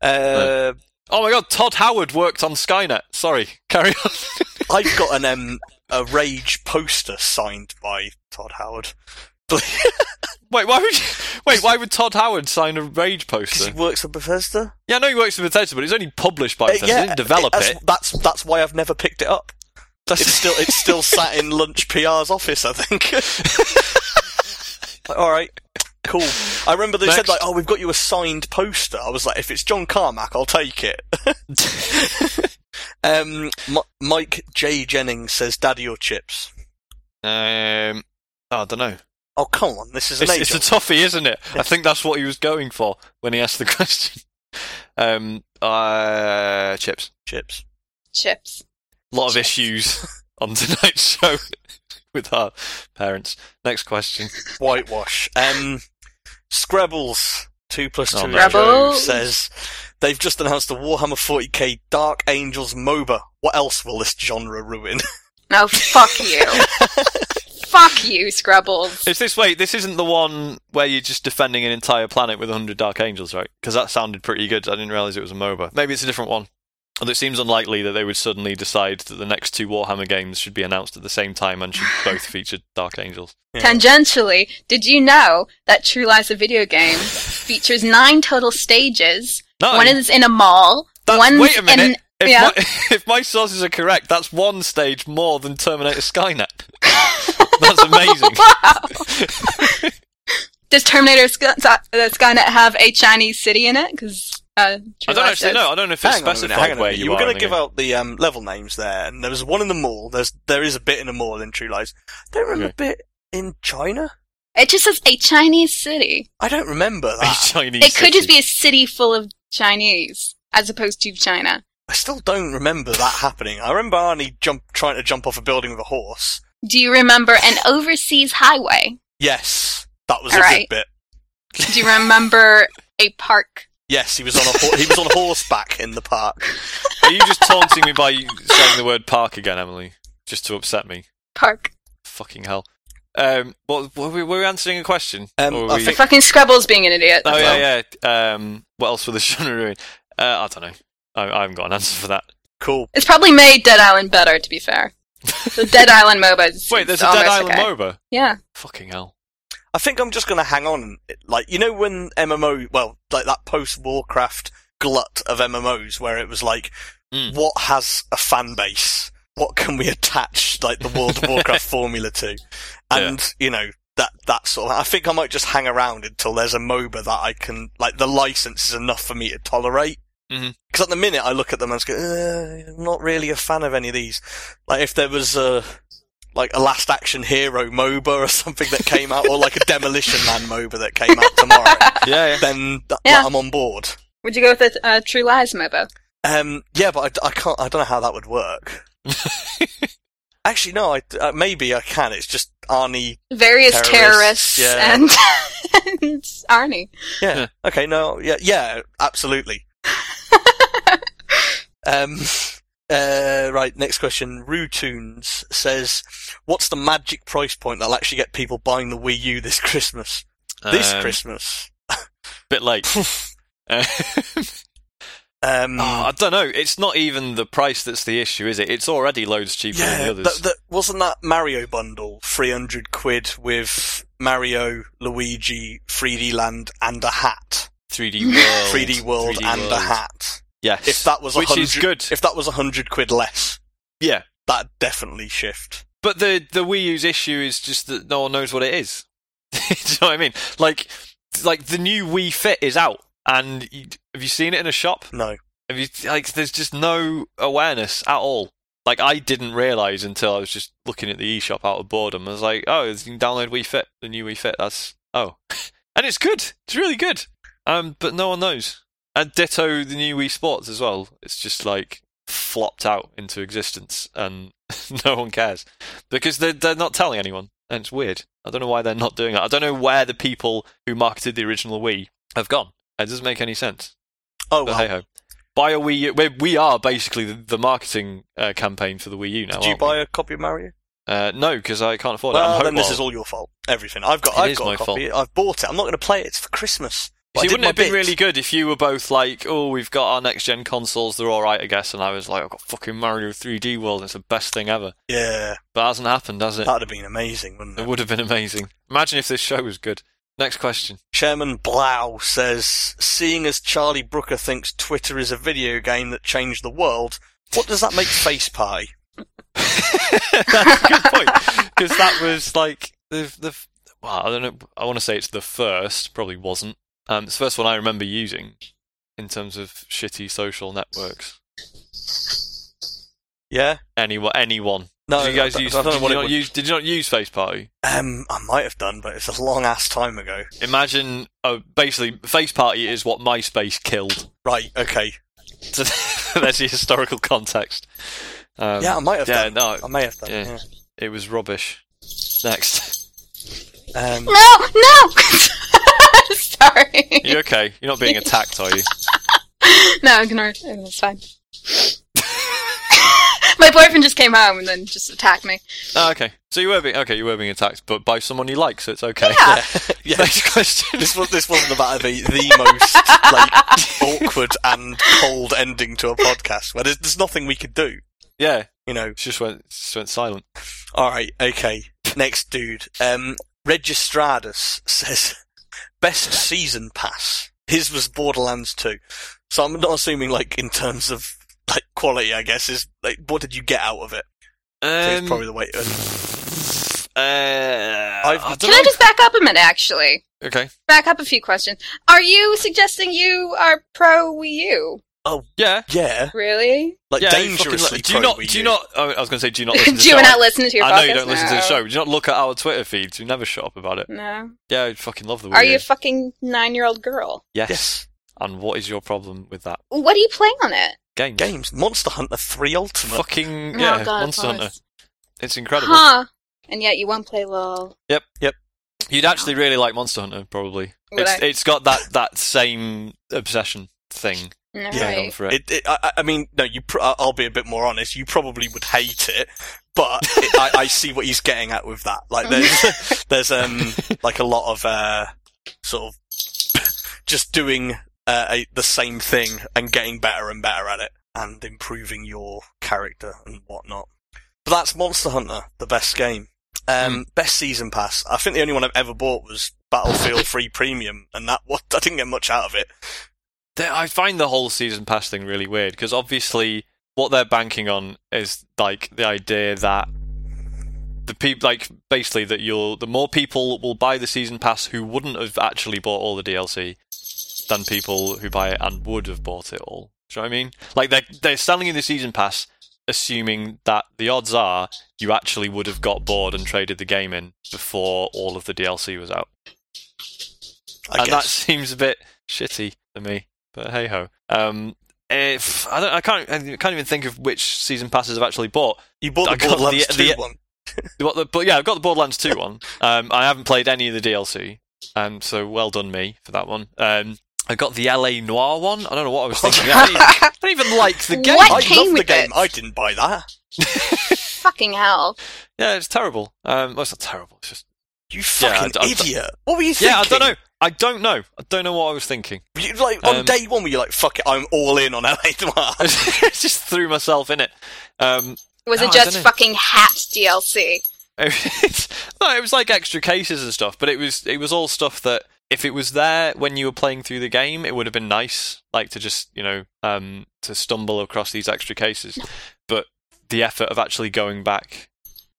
Uh, Oh my god, Todd Howard worked on Skynet. Sorry, carry on. I've got an um, a Rage poster signed by Todd Howard wait, why would you, wait? Why would Todd Howard sign a Rage because he poster? works for Bethesda. Yeah, I know he works for Bethesda, but it's only published by Uh, Bethesda. Oh, he didn't develop that's, it. That's that's why I've never picked it up. it's still it's still sat in Lunch PR's office, I think. All right, cool. I remember they said Next. like, "Oh, we've got you a signed poster." I was like, "If it's John Carmack, I'll take it." um, M- Mike J Jennings says, "Daddy, your chips." Um, I don't know. Oh, come on, this is an It's, age. it's a toughie, isn't it? I think that's what he was going for when he asked the question. Um, uh, chips. chips. Chips. A lot of issues on tonight's show with our parents. Next question. Whitewash. Um, Scrabbles. Two plus Oh, two no. Scrabbles. says they've just announced the Warhammer 40k Dark Angels MOBA. What else will this genre ruin? No, Oh, fuck you. fuck you, Scrabbles. Is this wait? This isn't the one where you're just defending an entire planet with 100 Dark Angels, right? Because that sounded pretty good. I didn't realize it was a MOBA. Maybe it's a different one. Although it seems unlikely that they would suddenly decide that the next two Warhammer games should be announced at the same time and should both feature Dark Angels. Tangentially, did you know that True Lies, the video game, features nine total stages? Nine? One is in a mall. Oh. That's, one's wait a minute. In, if, yeah. my, if my sources are correct, that's one stage more than Terminator Skynet. that's amazing. Wow. Does Terminator Sky, uh, Skynet have a Chinese city in it? Because uh, I don't actually know. I don't know if it's Hang on a minute, specified hang on a where minute. you, you were are going in to the give game. out the um, level names there, and there was one in the mall. There's there is a bit in the mall in True Lies. I don't remember Okay. a bit in China. It just says a Chinese city. I don't remember a that. Chinese. It could just city. be a city full of Chinese, as opposed to China. I still don't remember that happening. I remember Arnie jump trying to jump off a building with a horse. Do you remember an overseas highway? Yes, that was All a right. good bit. Do you remember a park? Yes, he was on a ho- he was on horseback in the park. Are you just taunting me by saying the word park again, Emily? Just to upset me? Park. Fucking hell. Um, what, were, we, were we answering a question? Um, Or were I we- think- Fucking Scrabble's being an idiot. oh, that's all. yeah, yeah. Um, what else would the genre ruin? Uh, I don't know. I, I haven't got an answer for that. Cool. It's probably made Dead Island better, to be fair. The Dead Island MOBA. is- Wait, there's is Oh, a Dead almost Island okay. MOBA? Yeah. Fucking hell. I think I'm just going to hang on. Like, you know, when MMO, well, like that post Warcraft glut of MMOs where it was like, Mm. what has a fan base? What can we attach, like, the World of Warcraft formula to? And, you know, that, that sort of, I think I might just hang around until there's a MOBA that I can, like, the license is enough for me to tolerate. Mhm. Because at the minute I look at them and I just go, uh, I'm not really a fan of any of these. Like, if there was a, like a Last Action Hero MOBA or something that came out, or like a Demolition Man MOBA that came out tomorrow, Yeah, yeah. then that, Yeah. I'm on board. Would you go with a uh, True Lies MOBA? Um, yeah, but I, I can't. I don't know how that would work. Actually, no. I, uh, maybe I can. It's just Arnie. Various Terrorists, terrorists, yeah. and, and Arnie. Yeah. Yeah. Okay. No. Yeah. Yeah. Absolutely. um. Uh, right. Next question. Rootunes says, "What's the magic price point that'll actually get people buying the Wii U this Christmas? This Um, Christmas." Bit late. Um, Um, Oh, uh, I don't know. It's not even the price that's the issue, is it? It's already loads cheaper yeah, than the others. that, that, wasn't that Mario bundle three hundred quid with Mario, Luigi, 3D Land, and a hat. 3D World, 3D World 3D and a World. hat. Yes, If that was a which hundred, is good. If that was a hundred quid less, yeah, that definitely shift. But the the Wii U's issue is just that no one knows what it is. Do you know what I mean? Like, like the new Wii Fit is out, and you, have you seen it in a shop? No, Have you like? There's just no awareness at all. Like, I didn't realize until I was just looking at the eShop out of boredom. I was like, oh, you can download Wii Fit, the new Wii Fit. That's oh, and it's good. It's really good. Um, but no one knows. And ditto the new Wii Sports as well. It's just like flopped out into existence, and no one cares because they're they're not telling anyone, and it's weird. I don't know why they're not doing that. I don't know where the people who marketed the original Wii have gone. It doesn't make any sense. oh But well. hey ho. Buy a Wii U. We, we are basically the, the marketing uh, campaign for the Wii U now. Did you aren't we? buy a copy of Mario? Uh, no, because I can't afford it. Well, I'm then this home is all your fault. Everything I've got, It I've is got my a copy. I've bought it. I'm not going to play it. It's for Christmas. But I See, did wouldn't it my have been bit. really good if you were both like, "Oh, we've got our next gen consoles; they're all right, I guess," and I was like, "I've got fucking Mario 3D World; it's the best thing ever." Yeah, But it hasn't happened, has it? that'd have been amazing, wouldn't It it? would have been amazing. Imagine if this show was good. Next question. Chairman Blau says, seeing as Charlie Brooker thinks Twitter is a video game that changed the world, what does that make Face Pie? That's a good point because that was like the the well, I don't know. I want to say it's the first, probably wasn't. Um, it's the first one I remember using in terms of shitty social networks. Yeah, Anyone, anyone. no, did you guys I, use? I don't know did, what you not it would- use did you not use Face Party? Um, I might have done, but it's a long ass time ago. Imagine, oh, basically, Face Party is what MySpace killed. Right, okay. So that's the historical context. Um, yeah, I might have yeah, done. no. I may have done. yeah. Yeah. it was rubbish. Next, Um, No, no. Sorry. you okay? You're not being attacked, are you? No, ignore it. Everything's fine. My boyfriend just came home and then just attacked me. Oh, okay. So you were being okay. You were being attacked, but by someone you like, so it's okay. Yeah. yeah, Next question. this was this wasn't about the the most like awkward and cold ending to a podcast where there's, there's nothing we could do. yeah, You know. it just went it just went silent. All right, okay. Next dude, um, Registradus says best season pass. His was Borderlands 2. So I'm not assuming like in terms of like quality. I guess is like what did you get out of it? I Um, think it's probably the way. uh, I Can I just back up a minute, actually? okay. Back up a few questions. Are you suggesting you are pro Wii U? Yeah. Yeah, Really? like yeah, you fucking dangerously. li- do you pro not? Wii Do you U. not? Oh, I was going to say, do you not listen to Do you the show? not listen to your I know you podcast? don't listen to the No. show. Do you not look at our Twitter feeds? You never shut up about it. No. Yeah, I fucking love the. Are Wii you U. a fucking nine year old girl? yes. Yes, And what is your problem with that What do you play on it? game? games. Monster Hunter 3 Ultimate. Fucking Mm, yeah, oh, God, Monster Thomas. Hunter. It's incredible. Huh. And yet you won't play LOL. You'd actually really like Monster Hunter, probably. Would it's I? it's got that that same obsession thing No, Yeah, going on right. for it. It, it, I, I- I mean, no. You. Pr- I- I'll be a bit more honest. You probably would hate it, but it, I, I see what he's getting at with that. Like, there's, there's um, like a lot of uh, sort of just doing uh, a, the same thing and getting better and better at it and improving your character and whatnot. But that's Monster Hunter, the best game. Hmm. Um, Best season pass. I think the only one I've ever bought was Battlefield 3 Premium, and that what I didn't get much out of it. Th- I find the whole season pass thing really weird because obviously what they're banking on is like the idea that the people like basically that you'll the more people will buy the season pass who wouldn't have actually bought all the DLC than people who buy it and would have bought it all. Do you know what I mean? Like they're they're selling you the season pass assuming that the odds are you actually would have got bored and traded the game in before all of the DLC was out I and guess. that seems a bit shitty to me. But hey ho. Um, if I don't, I can't, I can't even think of which season passes I've actually bought. You bought I the got Borderlands the- 2 the- one. What the- but yeah, I've got the Borderlands 2 one. Um, I haven't played any of the DLC, um, so well done me for that one. Um, I got the LA Noir one. I don't know what I was thinking. I don't even, I don't even like the game. What? I came love the with game. it. I didn't buy that. Fucking hell. Yeah, it's terrible. Um, well, it's not terrible. It's just You Yeah, I fucking d- I d- idiot. what were you thinking? yeah, I don't know. I don't know. I don't know what I was thinking. Were You, like on Um, day one, were you like, "Fuck it, I'm all in on LA Noir"? just threw myself in it. Um, Was No, I it just dunno. fucking hat DLC? it's- no, it was like extra cases and stuff, but it was it was all stuff that if it was there when you were playing through the game, it would have been nice, like to just you know um, to stumble across these extra cases. But the effort of actually going back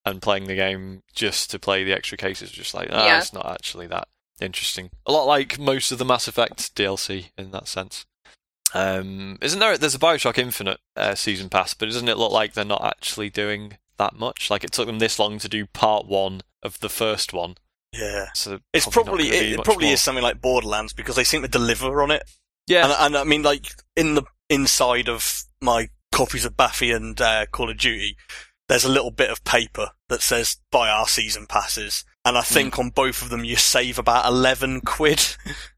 and playing the game just to play the extra cases, was just like ah, Yeah. it's not actually that interesting. A lot like most of the Mass Effect DLC in that sense. Um, isn't there? There's a Bioshock Infinite uh, season pass, but doesn't it look like they're not actually doing that much? Like it took them this long to do part one of the first one, yeah, so it's probably, not gonna be it, it much probably more. is something like Borderlands because they seem to deliver on it. Yeah, And, and I mean, like in the inside of my copies of Baffy and uh, Call of Duty, there's a little bit of paper that says "Buy our season passes," and I Hmm. think on both of them you save about eleven quid.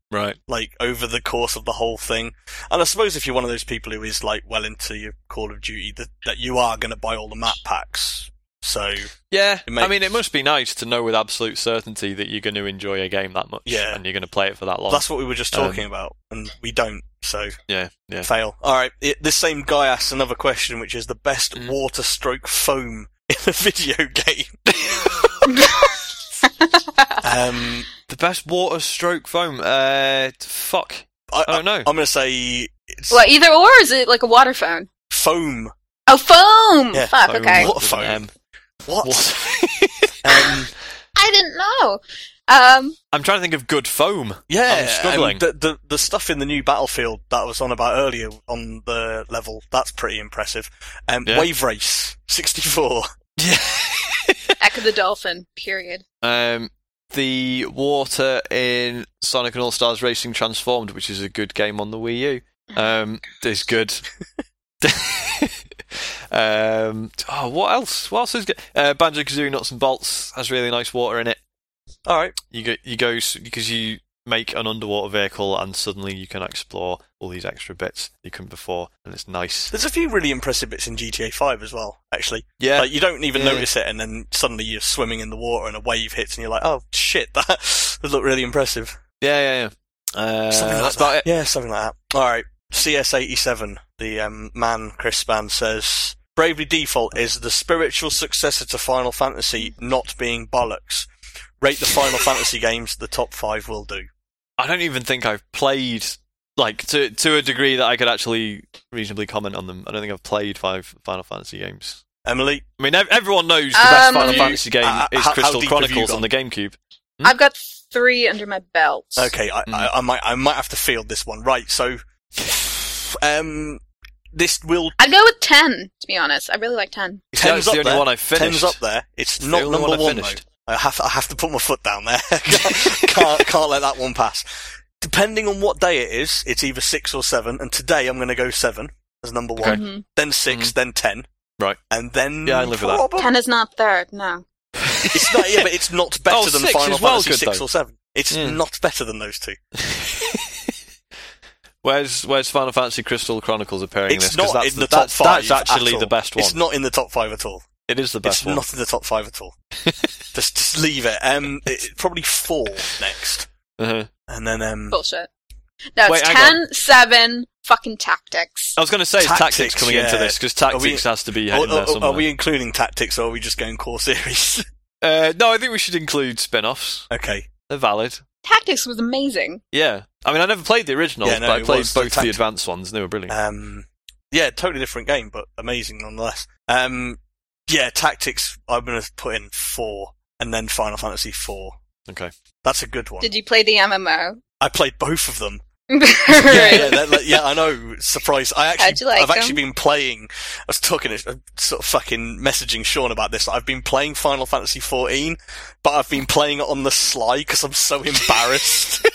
right. like over the course of the whole thing. And I suppose if you're one of those people who is like well into your Call of Duty, that, that you are going to buy all the map packs. So Yeah, It makes- I mean, it must be nice to know with absolute certainty that you're going to enjoy a game that much, Yeah. and you're going to play it for that long. that's what we were just talking about, and we don't. So yeah, Um, yeah. fail. All right, it, this same guy asks another question, which is the best Mm. water stroke foam in a video game. um, The best water stroke foam. Uh, fuck. I, I don't know. am going to say it's Well, either or is it like a water phone? foam. Oh, foam. Yeah, Fuck. Foam Okay, with Water an M. foam. What? Water- Um, I didn't know. Um, I'm trying to think of good foam. Yeah, I'm struggling. and the, the the stuff in the new battlefield that I was on about earlier on the level that's pretty impressive. Um, Yeah. Wave Race sixty four. Yeah. Echo the Dolphin. Period. Um, the water in Sonic and All Stars Racing Transformed, which is a good game on the Wii U, um, is good. um, oh, what else? What else is good? Uh, Banjo Kazooie Nuts and Bolts has really nice water in it. All right, You go, you go s- because you make an underwater vehicle, and suddenly you can explore all these extra bits you couldn't before, and it's nice. there's a few really impressive bits in GTA five as well. Actually, Yeah, like you don't even Yeah. notice it, and then suddenly you're swimming in the water and a wave hits, and you're like, oh shit, that that looked really impressive. yeah, yeah. yeah. Uh, Something like that's that. about it. Yeah, something like that. All right, CS eighty seven. The um, man Chris Span says. Bravely Default is the spiritual successor to Final Fantasy, not being bollocks. rate the Final Fantasy games, the top five will do. I don't even think I've played like to to a degree that I could actually reasonably comment on them. I don't think I've played five Final Fantasy games. Emily, I mean, ev- everyone knows the best Um, Final You- Fantasy game uh, is how- how Crystal deep have you Chronicles on gone? the GameCube. Hmm? I've got three under my belt. okay, I, Mm. I, I might, I might have to field this one. Right, so, um, this will I'd go with ten. To be honest, I really like ten. That's Ten's the up only there. one I finished. Ten's up there. It's the not only number one I one. finished. though. I have, I have to put my foot down there. can't, can't let that one pass. Depending on what day it is, it's either six or seven. And today I'm going to go seven as number one, Okay. Mm-hmm. Mhm. then 6 then ten. Right. And then Yeah, I live with that. probably- Ten is not third. No. It's not, yeah, but it's not better Oh, than six Final is well Fantasy good, six though. or seven. It's Mm. not better than those two. Where's Where's Final Fantasy Crystal Chronicles appearing in It's this? 'Cause not that's in the top that's, five. That's actually at all. the best one. It's not in the top five at all. it is the best It's one. not in the top five at all. just, just leave it. Um, it, it- probably four next, Uh-huh. and then um, Bullshit. No, it's Wait, hang ten, seven, fucking tactics. I Oh. was going to say it's tactics, Tactics, coming into yeah. this because Are we- tactics has to be are, heading there are- somewhere. are we including tactics or are we just going core series? uh, no, I think we should include spin-offs. okay, They're valid. Tactics was amazing. Yeah, I mean, I never played the originals, Yeah, no, but I it played was the both the tactic- advanced ones. and They were brilliant. um, yeah, totally different game, but amazing nonetheless. Um, yeah, tactics. I'm going to put in four, and then Final Fantasy four. Okay. That's a good one. Did you play the MMO? I played both of them. yeah, yeah, Right. that- that- yeah, I know. Surprise! I How'd actually, you like I've actually them? been playing. I was talking, uh, sort of fucking messaging Sean about this. I've been playing Final Fantasy XIV, but I've been playing it on the sly because I'm so embarrassed.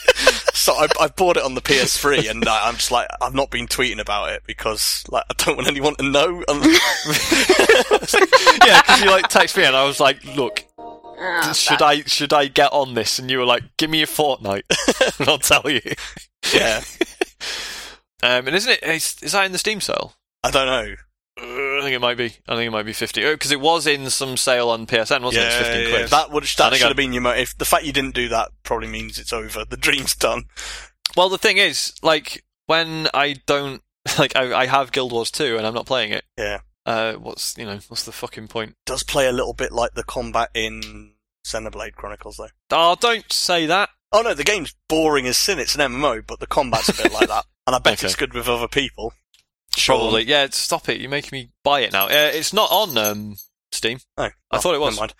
so I, I bought it on the PS3, and I, I'm just like, I've not been tweeting about it because like I don't want anyone to know. And- yeah, because you like text me and I was like, "Look, Oh, should fuck. I should I get on this?" And you were like, "Give me a fortnight, and I'll tell you." yeah, Um, and isn't it is, is that in the Steam sale? I don't know. Uh, I think it might be. I think it might be fifty because it was in some sale on PSN, wasn't it? It's Fifteen quid. that would I that think should I- have been your motive. The fact you didn't do that probably means it's over. The dream's done. Well, the thing is, like when I don't like I, I have Guild Wars 2 and I'm not playing it. Yeah. Uh, what's you know what's the fucking point? does play a little bit like the combat in Xenoblade Chronicles, though. Oh, don't say that. Oh no, the game's boring as sin. It's an MMO, but the combat's a bit like that, and I bet Okay. it's good with other people. Probably. Yeah. Stop it. You're making me buy it now. Uh, it's not on um Steam. Oh, I thought it was. Never mind.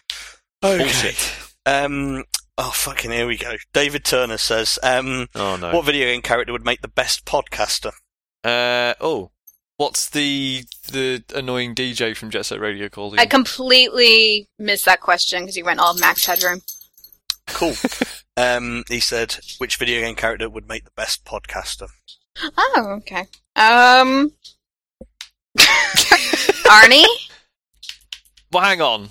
Okay. Bullshit. Um. Oh fucking here we go. David Turner says, um, Oh no. "What video game character would make the best podcaster?" Uh oh. What's the the annoying DJ from Jet Set Radio called? I again? completely missed that question because you went all max headroom. Cool. um, he said, "Which video game character would make the best podcaster?" Oh, okay. Um, Arnie. well, hang on.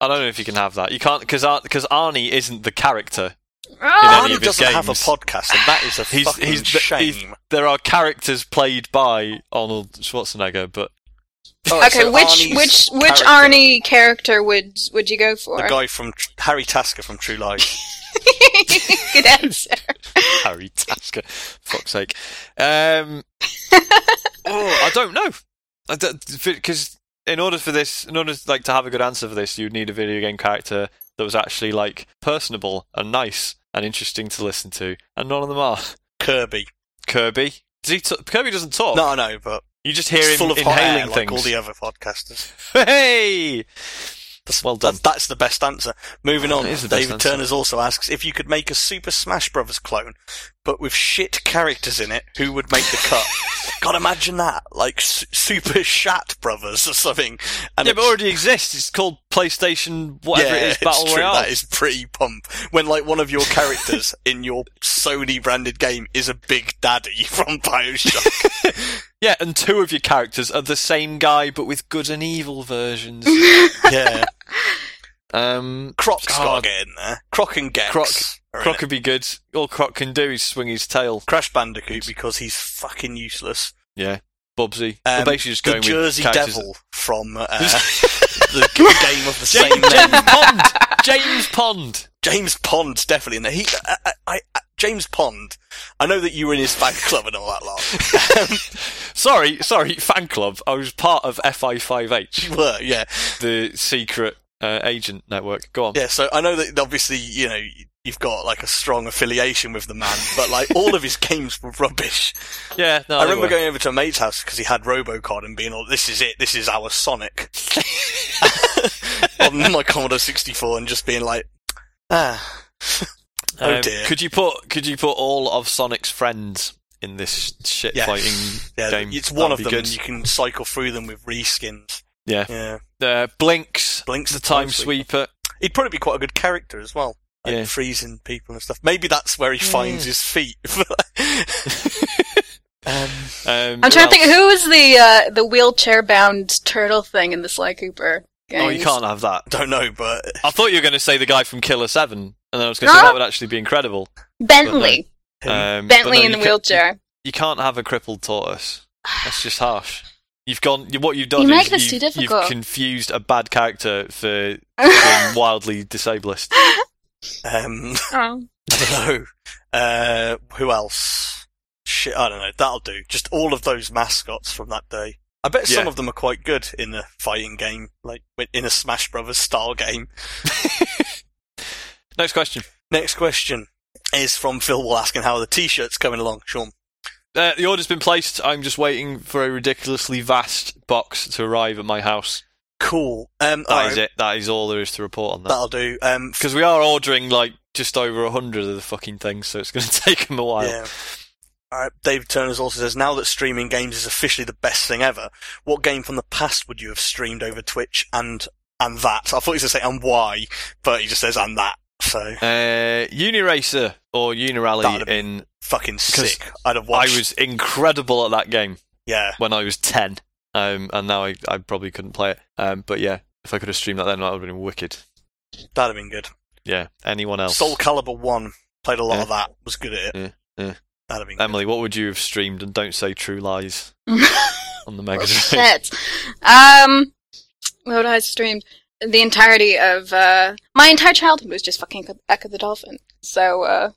I don't know if you can have that. You can't because because Arnie isn't the character. Oh, any Arnie of his doesn't have a games. podcast, and that is a He's fucking he's, the- shame. he's- there are characters played by Arnold Schwarzenegger, but Alright, okay, so which Arnie's which which character, Arnie character would would you go for? The guy from Tr- Harry Tasker from True Lies. Good answer. Harry Tasker, fuck's sake. Um, oh, I don't know. Because in order for this, in order like to have a good answer for this, you'd need a video game character that was actually like personable and nice and interesting to listen to, and none of them are. Kirby. Kirby. Does he t- Kirby doesn't talk. No, I know, but You just hear him it's full of hot air, inhaling like things. all the other podcasters. hey, That's, Well done. that- that's the best answer. Moving on, That is the best David answer. Turner's also asks if you could make a Super Smash Brothers clone, but with shit characters in it, who would make the cut? God, imagine that, like S- Super Shat Brothers or something. And yeah, it- but it already exists. It's called PlayStation, whatever yeah, it is, Battle it's true, Royale. That is pretty pump. When like one of your characters in your Sony branded game is a big daddy from Bioshock. Yeah, and two of your characters are the same guy, but with good and evil versions. yeah, Um, Croc's God. got to get in there. Croc and Gex. Croc- are in Croc it. could be good. All Croc can do is swing his tail. Crash Bandicoot because he's fucking useless. Yeah, Bobsy. Um, We're basically just the going with Jersey characters- Devil from uh, the game of the same James, James name. Pond. James Pond. James Pond, definitely. in there. he, I, I, I- uh, James Pond. I know that you were in his fan club and all that lot. Sorry, sorry, fan club. I was part of FI5H, You were, yeah, the secret uh, agent network. Go on. yeah. So I know that obviously you know you've got like a strong affiliation with the man, but like all of his games were rubbish. Yeah, no, I they remember were. going over to a mate's house because he had Robocod and being all, "This is it. This is our Sonic." on my Commodore 64 and just being like, ah. oh dear. Um, Could you put Could you put all of Sonic's friends in this shit Yeah. fighting Yeah, game? it's That one would of be them, good. and you can cycle through them with reskins. Yeah. Yeah, Uh, Blinks, Blinks the the Time Time Sweeper. he'd probably be quite a good character as well. Like Yeah. freezing people and stuff. Maybe that's where he finds his feet. um, Um, I'm trying to think else? who is the uh, the wheelchair bound turtle thing in the Sly Cooper. Oh, you games? can't have that. don't know, but I thought you were going to say the guy from Killer Seven, and then I was going to say No. that would actually be incredible. Bentley. Um, but Bentley no, in you ca- the wheelchair. You can't have a crippled tortoise. That's just harsh. You've gone. You, what you've done You is make this you've, too difficult. you've confused a bad character for being wildly disabled. um, oh. I don't know. Uh, who else? Shit, I don't know. That'll do. Just all of those mascots from that day. I bet some Yeah. of them are quite good in a fighting game, like in a Smash Brothers style game. Next question. Next question is from Phil Wall asking how are the t-shirts coming along, Sean. Uh, the order's been placed. I'm just waiting for a ridiculously vast box to arrive at my house. Cool. Um, That is alright, it. That is all there is to report on that. That'll do. Um, Because we are ordering like just over a hundred of the fucking things, so it's going to take them a while. yeah. All right. David Turner's also says now that streaming games is officially the best thing ever. What game from the past would you have streamed over Twitch and and that? I thought he was going to say and why, but he just says and that. So Uh, Uniracer or Unirally That'd be in. fucking Because sick. I'd have I watched. was incredible at that game yeah. when I was ten, um, and now I, I probably couldn't play it. Um, but yeah, if I could have streamed that then, that would have been wicked. That'd have been good. Yeah. Anyone else? Soul Calibur One played a lot of that. Was good at it. Yeah, yeah. That'd have been. good. Emily, what would you have streamed? And don't say True Lies on the Mega Drive. Shit. Um, what would I have streamed? The entirety of uh, my entire childhood was just fucking Echo the Dolphin. So uh,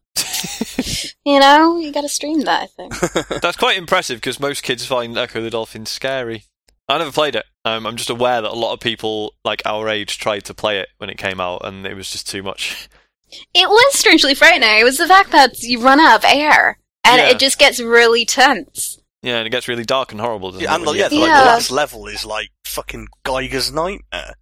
You know, you got to stream that. I think. That's quite impressive because most kids find Echo the Dolphin scary. I never played it. Um, I'm just aware that a lot of people like our age tried to play it when it came out, and it was just too much. It was strangely frightening. It was the fact that you run out of air and Yeah. it just gets really tense. Yeah, and it gets really dark and horrible. Doesn't Yeah, it, and when like, yeah, you- the, like, Yeah. the last level is like fucking Geiger's nightmare.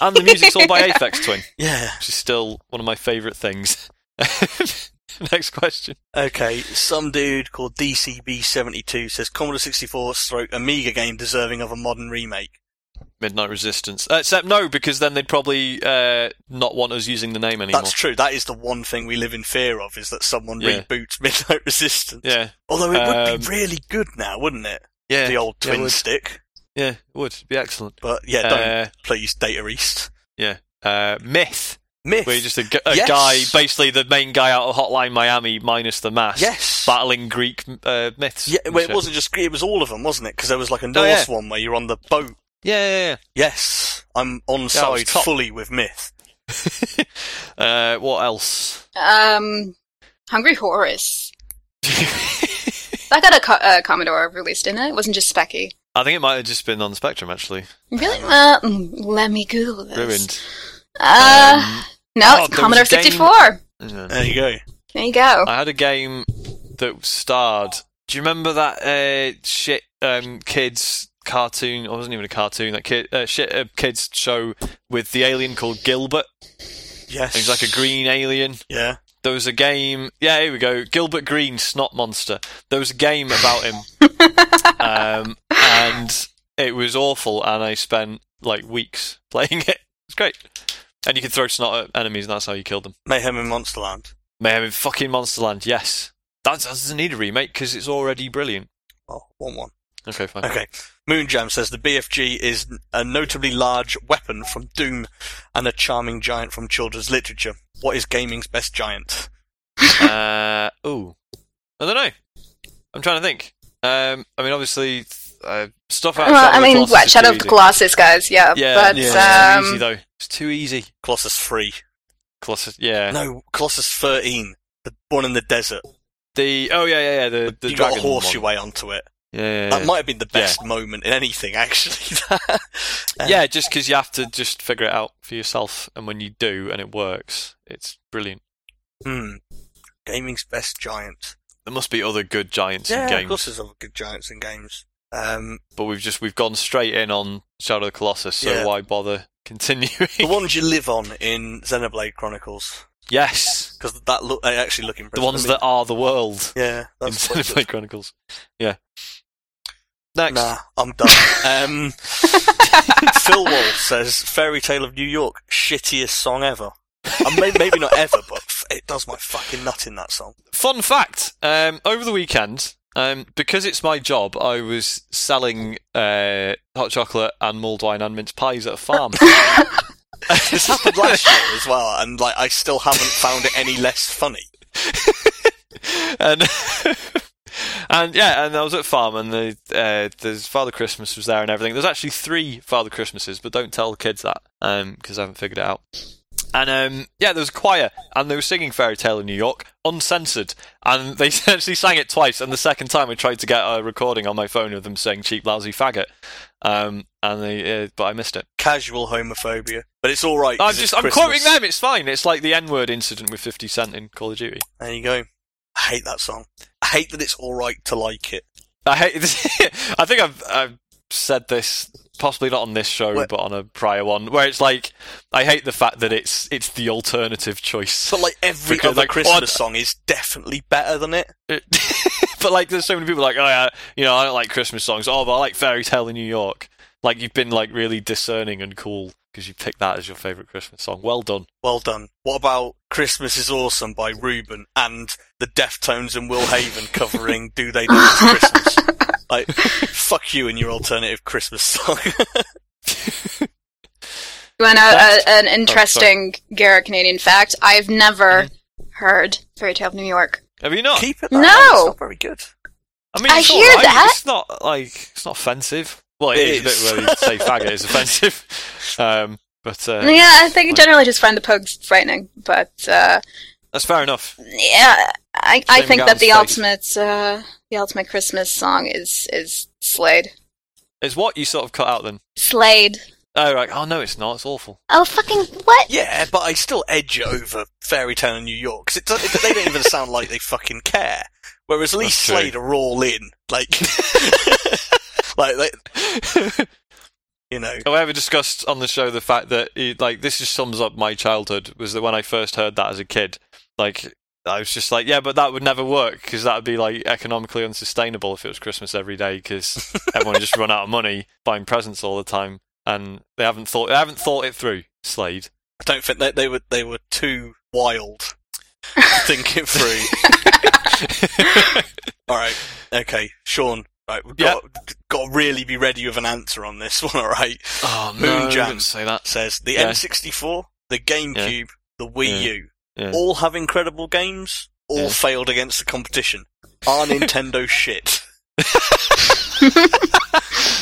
and the music's all by Aphex Twin, Yeah. which is still one of my favourite things. Next question. Okay, some dude called DCB72 says Commodore 64 stroke Amiga game deserving of a modern remake. Midnight Resistance. Uh, except no, because then they'd probably uh, not want us using the name anymore. That's true. That is the one thing we live in fear of is that someone Yeah. reboots Midnight Resistance. yeah, Although it would Um, be really good now, wouldn't it? yeah, the old yeah, it twin would. stick. yeah. It would be excellent. But yeah, don't Uh, please Data East. Uh, myth. Myth. Where you're just a, gu- a Yes. guy, basically the main guy out of Hotline Miami minus the mask, yes. battling Greek uh, myths. yeah, and well, it shit. wasn't just it was all of them, wasn't it? Because there was like a Norse Oh, yeah. one where you're on the boat. Yeah, yeah, yeah. Yes, I'm on was side oh, top. fully with Myth. Uh, what else? Um, Hungry Horace. That got a co- uh, Commodore released, didn't it? It wasn't just Specky. I think it might have just been on Spectrum actually. Really? Uh, mm, let me Google this. Ruined. Uh, Um, no, oh, it's there Commodore was a game- 64. Um, yeah. There you go. There you go. I had a game that starred. Do you remember that uh, shit um, kids cartoon? Or it wasn't even a cartoon. That kid uh, shit uh, kids show with the alien called Gilbert. Yes, He's like a green alien. Yeah, There was a game. Yeah, here we go. Gilbert Green, Snot Monster. There was a game about him, um, and it was awful. And I spent like weeks playing it. It's great, and you could throw snot at enemies, and that's how you killed them. Mayhem in Monsterland. Mayhem in fucking Monsterland. Yes, that doesn't need a remake because it's already brilliant. Oh, one one. Okay, fine. Okay. Moonjam says the BFG is a notably large weapon from Doom and a charming giant from children's literature. What is gaming's best giant? Uh, ooh, I don't know. I'm trying to think. Um, I mean, obviously, uh, stuff out. of Well, Shadow I of the mean, Colossus what? is Shadow too of the easy. Colossus, guys. Yeah, Yeah, but it's yeah. too easy um, though. It's too easy. Colossus three. Colossus. Yeah. No, Colossus thirteen. The one in the desert. The oh yeah yeah yeah the the you got dragon to horse one. your way onto it. Yeah, yeah, yeah. That might have been the best moment in anything, actually. Uh, yeah, just because you have to just figure it out for yourself, and when you do and it works, it's brilliant. hmm. Gaming's best giant. There must be other good giants yeah, in of games, course there's other good giants in games. Um, but we've just we've gone straight in on Shadow of the Colossus, so Yeah. why bother continuing? the ones you live on in Xenoblade Chronicles, yes, because that look they actually look the impressive. ones I mean, that are the world yeah, in that's quite Xenoblade Chronicles. Yeah. Next, Nah, I'm done. um, Phil Wall says "Fairy Tale of New York" shittiest song ever. Uh, may- maybe not ever, but f- it does my fucking nut in that song. fun fact: um, over the weekend, um, because it's my job, I was selling uh, hot chocolate and mulled wine and mince pies at a farm. This happened last year as well, and like I still haven't found it any less funny. and and yeah, and I was at farm, and the uh, there's Father Christmas was there and everything. There's actually three Father Christmases, but don't tell the kids that because I haven't figured it out. And um, yeah, there was a choir, and they were singing Fairy Tale in New York, uncensored, and they actually sang it twice. And the second time, I tried to get a recording on my phone of them saying "cheap, lousy faggot," um, and they, uh, but I missed it. Casual homophobia, but it's all right. 'cause I'm it's just, I'm Christmas. quoting them. It's fine. It's like the N-word incident with 50 Cent in Call of Duty. There you go. I hate that song. I hate that it's all right to like it. I hate. I think I've, I've said this possibly not on this show, Where- but on a prior one, where it's like I hate the fact that it's it's the alternative choice. But like every Because, other like, Christmas odd- song is definitely better than it. It- but like, there's so many people like, oh yeah, you know, I don't like Christmas songs. Oh, but I like Fairy Tale in New York. Like you've been like really discerning and cool because you picked that as your favorite Christmas song. Well done. Well done. What about Christmas is Awesome by Ruben and the Deftones and Will Haven covering Do They Know It's Christmas? Like, fuck you and your alternative Christmas song. You want to uh, That's- an interesting Garrett Canadian fact? I've never Mm-hmm. heard Fairy Tale of New York. Have you not? Keep it that No. way, It's not very good. I mean, I it's hear all right. that. It's not like it's not offensive. Well, it is, It is. a bit where you say faggot is offensive. Um, but uh, yeah, I think I generally just find the pugs frightening, but uh, That's fair enough. yeah, I, I Jamie think that Garden's the face. ultimate uh, the ultimate Christmas song is is Slade. Is what you sort of cut out then? Slade. Oh right. Oh no, it's not. It's awful. Oh fucking what? Yeah, but I still edge over Fairy Tale in New York because it, do- it, they don't even sound like they fucking care. Whereas at That's least true. Slade are all in, like, like, they, you know, Have I ever discussed on the show the fact that it, like this just sums up my childhood? Was that when I first heard that as a kid, like I was just like, yeah, but that would never work because that would be like economically unsustainable if it was Christmas every day because everyone just run out of money buying presents all the time and they haven't thought they haven't thought it through. Slade. I don't think they, they were they were too wild thinking through. Oh, All right. Okay, Sean. Right, we've Yeah. got got to really be ready with an answer on this one. All right, oh Moon no, Jam. Don't say that. says the Yeah. N64, the GameCube, the Wii Yeah. U, Yeah. all have incredible games, all Yeah. failed against the competition. Are Nintendo shit?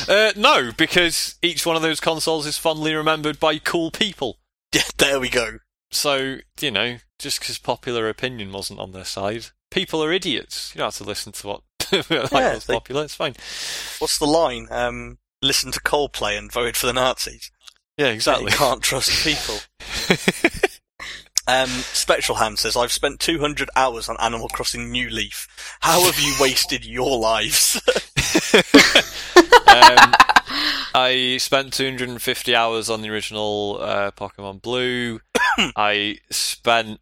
Uh, no, because each one of those consoles is fondly remembered by cool people. Yeah, there we go. So, you know, just because popular opinion wasn't on their side, people are idiots. You don't have to listen to what like Yeah, what's they- popular. It's fine. What's the line? Um, listen to Coldplay and voted for the Nazis. Yeah, Yeah, exactly. You can't trust people. Um, Spectral Hand says, I've spent 200 hours on Animal Crossing New Leaf. How have you wasted your lives? um, I spent 250 hours on the original uh, Pokemon Blue. I spent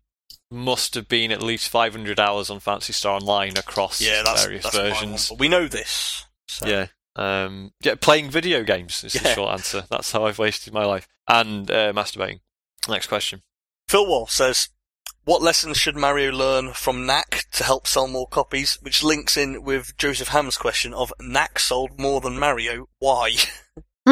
must have been at least 500 hours on Fancy Star Online across yeah, that's, various that's my one. versions. But we know this. So. Yeah. Um, yeah, playing video games is the Yeah. short answer. That's how I've wasted my life. And uh, masturbating. Next question. Phil Wall says, What lessons should Mario learn from Knack to help sell more copies? Which links in with Joseph Ham's question of Knack sold more than Mario. Why?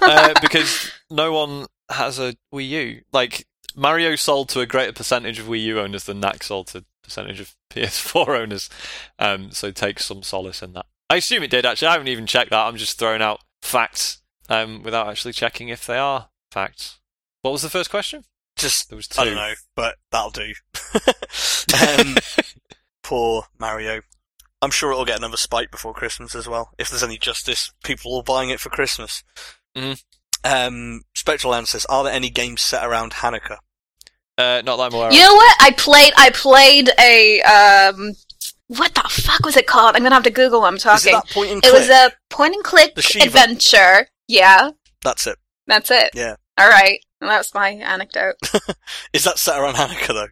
uh, because no one has a Wii U. Like Mario sold to a greater percentage of Wii U owners than Knack sold to percentage of PS4 owners. Um, so take some solace in that. I assume it did actually. I haven't even checked that. I'm just throwing out facts um, without actually checking if they are facts. What was the first question? Just, There was two. I don't know, but that'll do. um, poor Mario. I'm sure it'll get another spike before Christmas as well. If there's any justice, people are buying it for Christmas. Mhm. Um, Spectral Land says, Are there any games set around Hanukkah? Uh, not that I'm aware of. You know what? I played I played a um what the fuck was it called? I'm gonna have to Google while I'm Is it talking. that point and It click? was a point and click The Shiva. adventure. Yeah, That's it. that's it. Yeah. All right. Well, that's my anecdote. Is that set around Hanukkah though?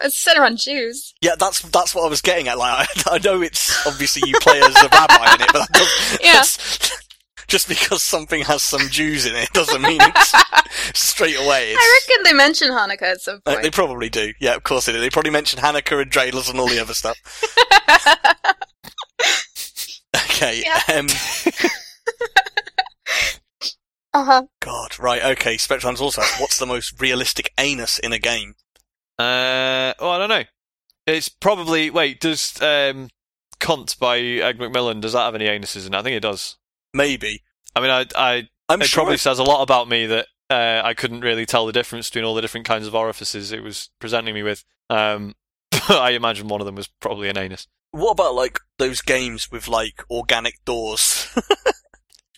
It's set around Jews. Yeah, that's that's what I was getting at. Like, I, I know it's obviously you play as a rabbi in it, but that does, Yeah. that's- just because something has some Jews in it doesn't mean it's straight away. It's, I reckon they mention Hanukkah at some Uh, they point. probably do. Yeah, of course they do. They probably mention Hanukkah and dreidels and all the other stuff. Okay. Yeah. Um, uh huh. God. Right. Okay. Spectrum's also asked, what's the most realistic anus in a game? Uh, well, I don't know. It's probably wait. Does um, Cunt by Egg McMillan does that have any anuses in it? I think it does. Maybe. I mean, I, I I'm it sure. probably it- says a lot about me that uh, I couldn't really tell the difference between all the different kinds of orifices it was presenting me with. Um, I imagine one of them was probably an anus. What about like those games with like organic doors?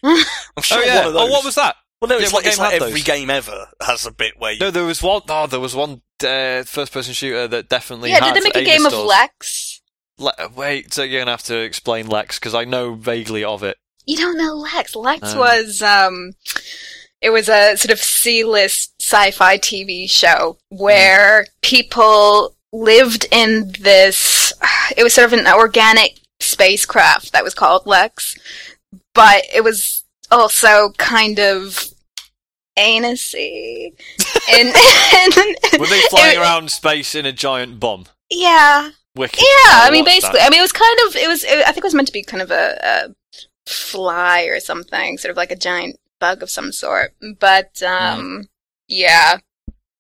I'm sure oh yeah. one of those. Oh, what was that? Well, no, yeah, it's what like, it's game like had every those? game ever has a bit where you No, there was one. Oh, there was one uh, first-person shooter that definitely. Yeah, had did they make a anus game of doors. Lex? Le- wait, so you're gonna have to explain Lex because I know vaguely of it. You don't know Lex. Lex No. was um it was a sort of C-list sci-fi TV show where people lived in this it was sort of an organic spacecraft that was called Lex, but it was also kind of anusy. and, and, Were they flying it- around space in a giant bomb? Yeah. Wicked. Yeah, I mean, watch basically, that. I mean, it was kind of, it was, it, I think it was meant to be kind of a, a fly or something, sort of like a giant bug of some sort. But, Mm. um, yeah,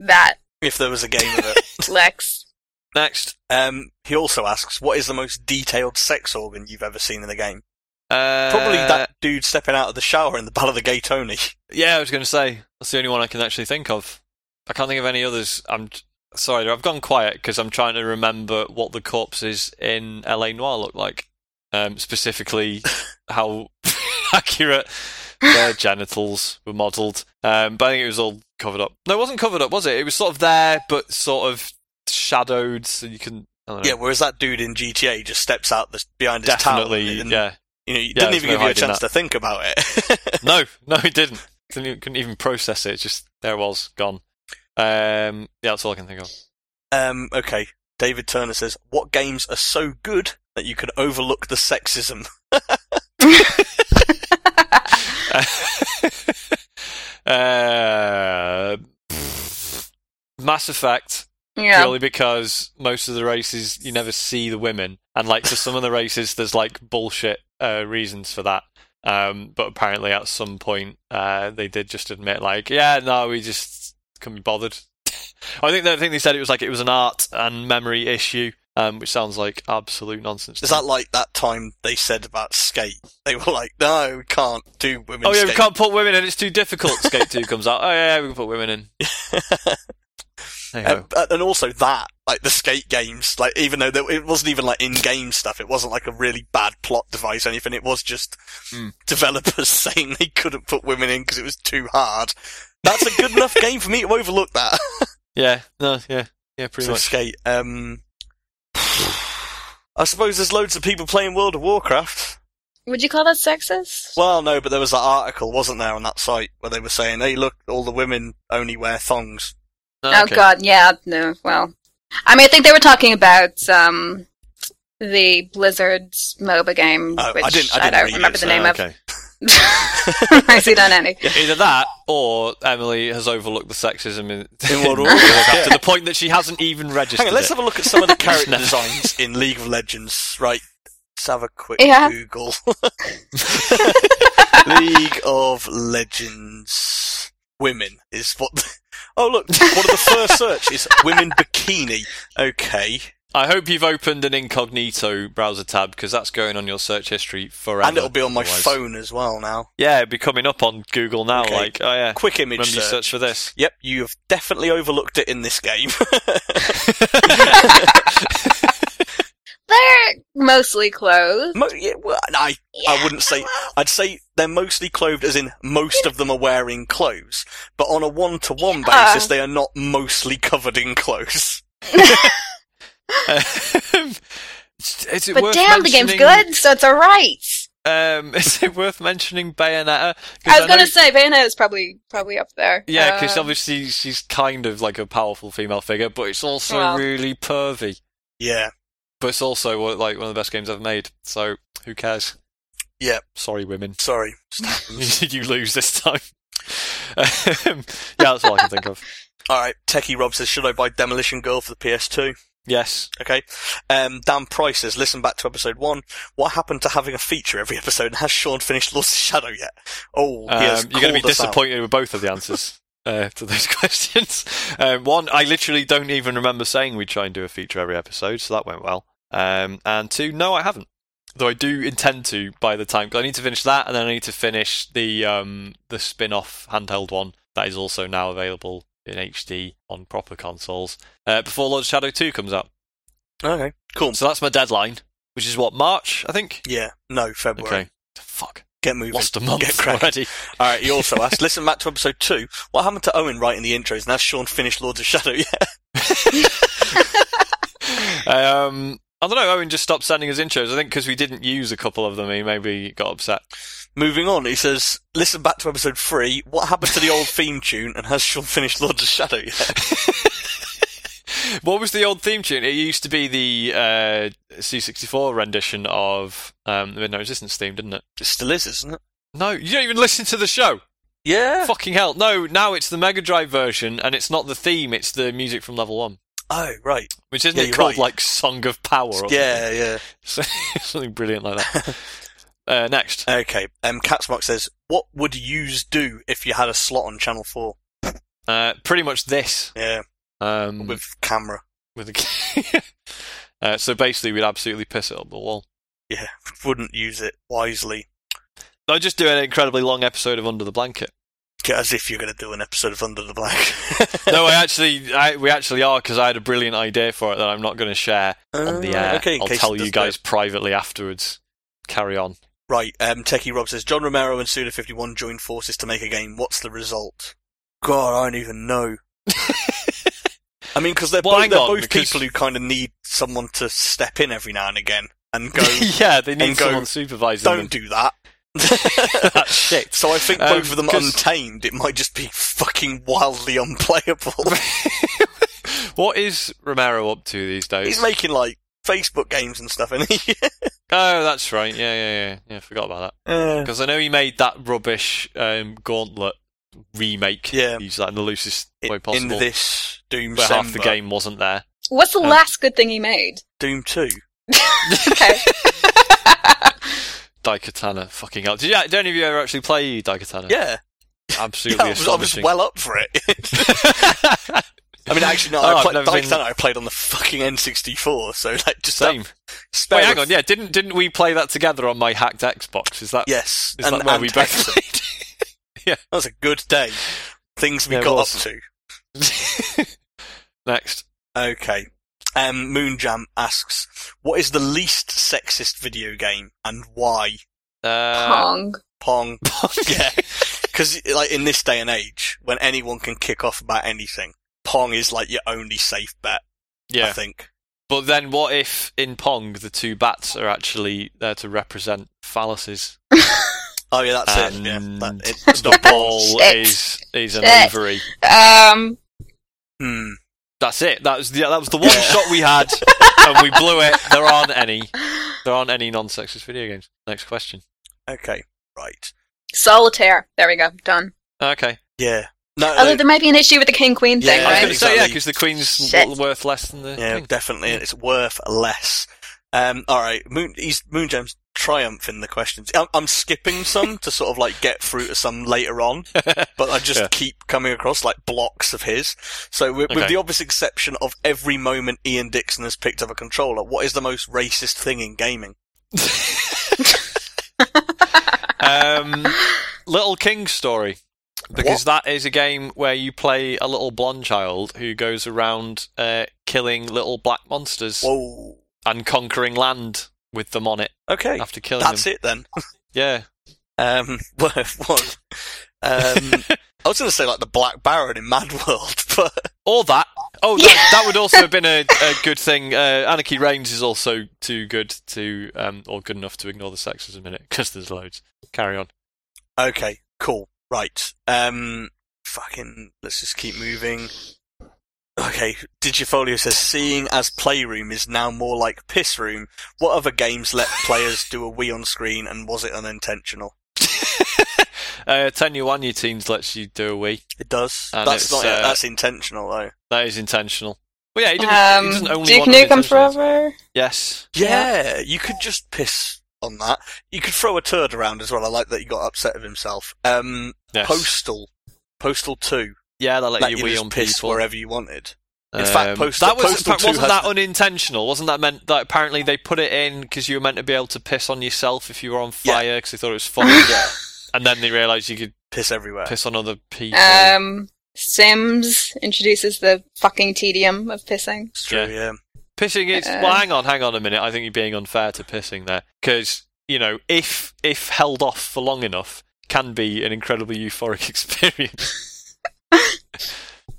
that if there was a game of it. Lex. Next. Um, he also asks, what is the most detailed sex organ you've ever seen in a game? Uh, Probably that dude stepping out of the shower in the Ball of the Gay Tony. Yeah, I was going to say that's the only one I can actually think of. I can't think of any others. I'm Sorry, I've gone quiet because I'm trying to remember what the corpses in LA Noir look like. Um, specifically, how accurate their genitals were modelled. Um, but I think it was all covered up. No, it wasn't covered up, was it? It was sort of there, but sort of shadowed, so you can. I don't know. Yeah, whereas that dude in GTA just steps out the, behind his definitely. towel. and- yeah. You know, it Yeah, doesn't there's even no give you a hiding chance that. to think about it. No, no, it didn't. Couldn't even, couldn't even process it. It's just there it was gone. Um, yeah, that's all I can think of. um, okay. David Turner says, "What games are so good that you can overlook the sexism?" uh, Mass Effect Yeah. purely because most of the races you never see the women, and like for some of the races, there's like bullshit uh, reasons for that. Um, but apparently, at some point, uh, they did just admit, like, yeah, no, we just couldn't be bothered. I think that, I think they said it was like it was an art and memory issue, um, which sounds like absolute nonsense. Is that like that time they said about skate? They were like, "No, we can't do women." Oh yeah, we skate." can't put women in. It's too difficult. Skate two comes out. Oh yeah, we can put women in. Uh, There you go. And, uh, and also that, like the skate games, like even though there, it wasn't even like in-game stuff, it wasn't like a really bad plot device or anything. It was just Mm. developers saying they couldn't put women in because it was too hard. That's a good enough game for me to overlook that. Yeah, no, yeah, yeah, pretty So much. skate. Um, I suppose there's loads of people playing World of Warcraft. Would you call that sexist? Well, no, but there was that article, wasn't there, on that site where they were saying, "Hey, look, all the women only wear thongs." No, Oh god, yeah, no. Well, I mean, I think they were talking about um, the Blizzard's MOBA game, Oh, I which I, didn't- I didn't don't read it, remember the so- name okay. of. I see that any. Either that, or Emily has overlooked the sexism in, In World in War. to the point that she hasn't even registered. Hang on, let's it. have a look at some of the character Never. designs in League of Legends. Right, let's have a quick Yeah. Google. League of Legends women is what. The... Oh look, one of the first search is women bikini. Okay, I hope you've opened an incognito browser tab because that's going on your search history forever. and it'll be on my otherwise. phone as well now. Yeah, it'll be coming up on Google now. Okay. Like, oh yeah, Quick image remember you search. search for this. Yep, you have definitely overlooked it in this game. They're mostly clothed. Mo- yeah, well, I I Yeah. wouldn't say. I'd say they're mostly clothed, as in most of them are wearing clothes. But on a one-to-one Yeah. basis, they are not mostly covered in clothes. Um, is it But worth damn, the game's mentioning- good, so it's alright. Um, is it worth mentioning Bayonetta? 'Cause I was know- gonna say Bayonetta is probably probably up there. Yeah, because Um, obviously she's kind of like a powerful female figure, but it's also Well. really pervy. Yeah, But it's also one- like one of the best games I've made. So who cares? Yeah. Sorry, women. sorry. you lose this time. um, yeah, that's all I can think of. All right, Techie Rob says, "Should I buy Demolition Girl for the PS2?" Yes. Okay. Um, Dan Price says, "Listen back to episode one. What happened to having a feature every episode? And has Sean finished Lords of Shadow yet? Oh, Um, he has you're going to called be us out. disappointed with both of the answers uh, to those questions. Um, one, I literally don't even remember saying we'd try and do a feature every episode, so that went well. Um, and two, no, I haven't. Though I do intend to by the time 'cause I need to finish that, and then I need to finish the um, the spin-off handheld one that is also now available in HD on proper consoles uh, before Lord Shadow Two comes out. Okay, cool. So that's my deadline, which is what March, I think. Yeah, no, February. Okay, fuck, Get moving. lost a month Get cracking. already. All right, he also asked, listen back to episode two. What happened to Owen writing the intros? And has Sean finished Lords of Shadow yet? um, I don't know. Owen just stopped sending us intros. I think because we didn't use a couple of them, he maybe got upset. Moving on, he says, listen back to episode three. What happened to the old theme tune? And has Sean finished Lords of Shadow yet? What was the old theme tune? It used to be the uh, C64 rendition of um, the Midnight Resistance theme, didn't it? It still is, isn't it? No, you don't even listen to the show. Yeah. Fucking hell! No, now it's the Mega Drive version, and it's not the theme; it's the music from Level One, Oh, right. which isn't Yeah, it you're called right. like "Song of Power"? Or Yeah, yeah. something? something brilliant like that. uh, next, Okay. Um, Catsmark says, what would yous do if you had a slot on Channel 4? uh, pretty much this Yeah, um, with camera. with a uh, so basically we'd absolutely piss it up the wall Yeah, wouldn't use it wisely. i'd just do an incredibly long episode of under the blanket as if you're going to do an episode of Under the Black. no, I actually, I, we actually are because I had a brilliant idea for it that I'm not going to share on the Uh, air. okay, in I'll case tell it you does guys go. privately afterwards. Carry on. Right, um, Techie Rob says John Romero and Suda51 joined forces to make a game. What's the result? God, I don't even know. I mean, because they're, Well, both- hang they're on, both because- people who kind of need someone to step in every now and again and go, yeah, they need and go, someone supervising don't do that. them. that shit. So I think Um, both of them 'cause- untamed, it might just be fucking wildly unplayable. What is Romero up to these days? He's making like Facebook games and stuff, and he. oh, that's right. Yeah, yeah, yeah. Yeah, I forgot about that because I know he made that rubbish um, Gauntlet remake. Yeah. he's like the loosest way in possible. this Doom, where half the Sember, game wasn't there. What's the Um, last good thing he made? Doom Two. Okay. Daikatana, fucking hell. Did, you, did any of you ever actually play Daikatana? Yeah, Absolutely I, was, I was astonishing. well up for it. I mean, actually, no. Oh, I I've played, never like been- that, I played on the fucking N64, so like just that Same. spare Wait, hang of- on. Yeah, didn't didn't we play that together on my hacked Xbox? Is that Yes, is and, that where and we Texas. both played? That was a good day. Things we Yeah, it got up was. to. Next. Okay. Um, Moonjam asks, "What is the least sexist video game and why?" Uh, Pong. Pong. yeah. Because like in this day and age, when anyone can kick off about anything, Pong is like your only safe bet. I Yeah. think. But then what if in Pong the two bats are actually there to represent phalluses? Oh yeah, that's and it. Yeah, that, it, the ball Shit. is is an Shit. ovary. Um, hmm. That's it. That was the, that was the one shot we had, and we blew it. There aren't any. There aren't any non-sexist video games. Next question. Okay. Right. solitaire. There we go. Done. Okay. Yeah. No. uh, Although no, there might be an issue with the king queen thing, Yeah, I was right? going to say Uh, yeah, exactly. because the queen's Shit. w- worth less than the yeah, king. definitely. Yeah. It's worth less. Um. All right. Moon. He's Moonjam's triumph in the questions. I'm, I'm skipping some to sort of like get through to some later on, but I just Yeah. keep coming across like blocks of his. So with, with Okay. the obvious exception of every moment Ian Dixon has picked up a controller, what is the most racist thing in gaming? um, Little King Story. Because that is a game where you play a little blonde child who goes around uh, killing little black monsters Whoa. and conquering land with them on it Okay. after killing That's them. it then. Yeah. Um, worth was. Um, I was going to say like the Black Baron in Mad World, but Or that. Oh, that, Yeah. that would also have been a, a good thing. Uh, Anarchy Reigns is also too good to, um, or good enough to ignore the sexism in it, because there's loads. Carry on. okay, cool, right. Um, fucking, let's just keep moving. Okay, Digifolio says, seeing as Playroom is now more like Piss Room, what other games let players do a wee on screen and was it unintentional? Uh, 10 year 1 year teens lets you do a wee. It does. And that's it's, not, uh, that's intentional though. That is intentional. Well, yeah, he doesn't, he Um, doesn't only Duke want Nukem unintentional. Forever. Yes. Yeah, you could just piss on that. You could throw a turd around as well. I like that he got upset with himself. Um, yes. Postal. Postal 2. Yeah, they'll Let let you you wee just on piss people. Uh, wherever you wanted. In fact, Post- that was Postal in fact, 2 wasn't has that the- unintentional? Wasn't that meant that apparently they put it in because you were meant to be able to piss on yourself if you were on Yeah. fire because they thought it was funny, and then they realised you could Piss everywhere. piss on other people. Um, Sims introduces the fucking tedium of pissing. It's true, yeah. yeah. Pissing is Uh. well. Hang on, hang on a minute. I think you're being unfair to pissing there because you know if if held off for long enough can be an incredibly euphoric experience.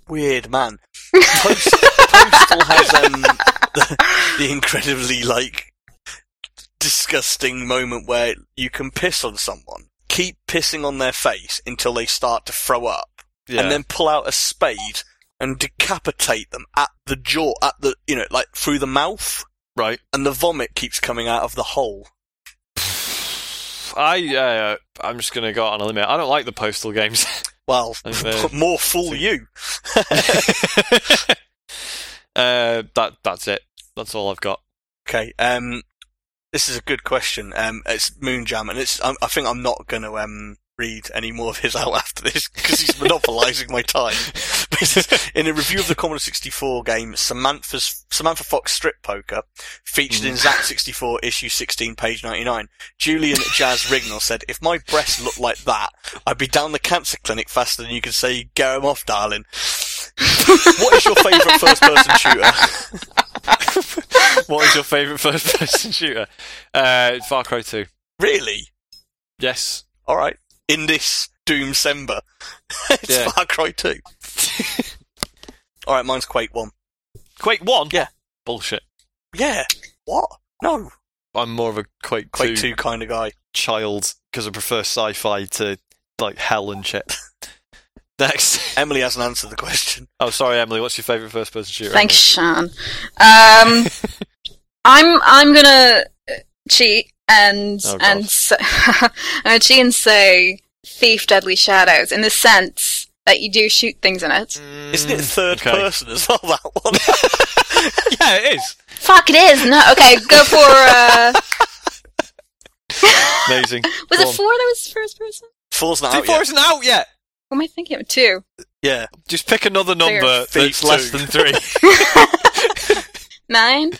Weird man. Post- Postal has um, the, the incredibly, like, disgusting moment where you can piss on someone, keep pissing on their face until they start to throw up, Yeah. and then pull out a spade and decapitate them at the jaw, at the, you know, like through the mouth, right. and the vomit keeps coming out of the hole. I uh, I'm just gonna go out on a limit. I don't like the postal games. Well, I think they're- more fool you. uh, that that's it. That's all I've got. Okay. Um, this is a good question. Um, it's Moonjam, and it's. I, I think I'm not going to um read any more of his out after this because he's monopolising my time. in a review of the Commodore 64 game Samantha's Samantha Fox Strip Poker, featured in Mm. Zack 64 issue 16, page 99, Julian Jazz Rignall said, "If my breasts looked like that, I'd be down the cancer clinic faster than you could say go 'em off, darling." what is your favourite first-person shooter? what is your favourite first person shooter? Uh, Far Cry 2. Really? Yes. All right. In this Doomsember, it's Yeah. Far Cry 2. All right, mine's Quake 1. Quake 1? Yeah. Bullshit. Yeah. What? No. I'm more of a Quake, Quake 2, 2 kind of guy. child because I prefer sci fi to like hell and shit. Next. Emily hasn't answered the question. Oh, sorry, Emily. What's your favourite first person shooter? Thanks, Sean. Um, I'm I'm gonna uh, cheat and Oh, God. and s I'm gonna cheat and say Thief Deadly Shadows in the sense that you do shoot things in it. Emily? Isn't it third Mm, okay. person as well, that one? Yeah, it is. Fuck, it is no. Okay, go for. Uh, Amazing. was Go it on. four that was first person? Four's not Two out yet. isn't out yet. What am I thinking of? Two. Yeah. Just pick another There. number Thief that's uh, less two. than three. Nine.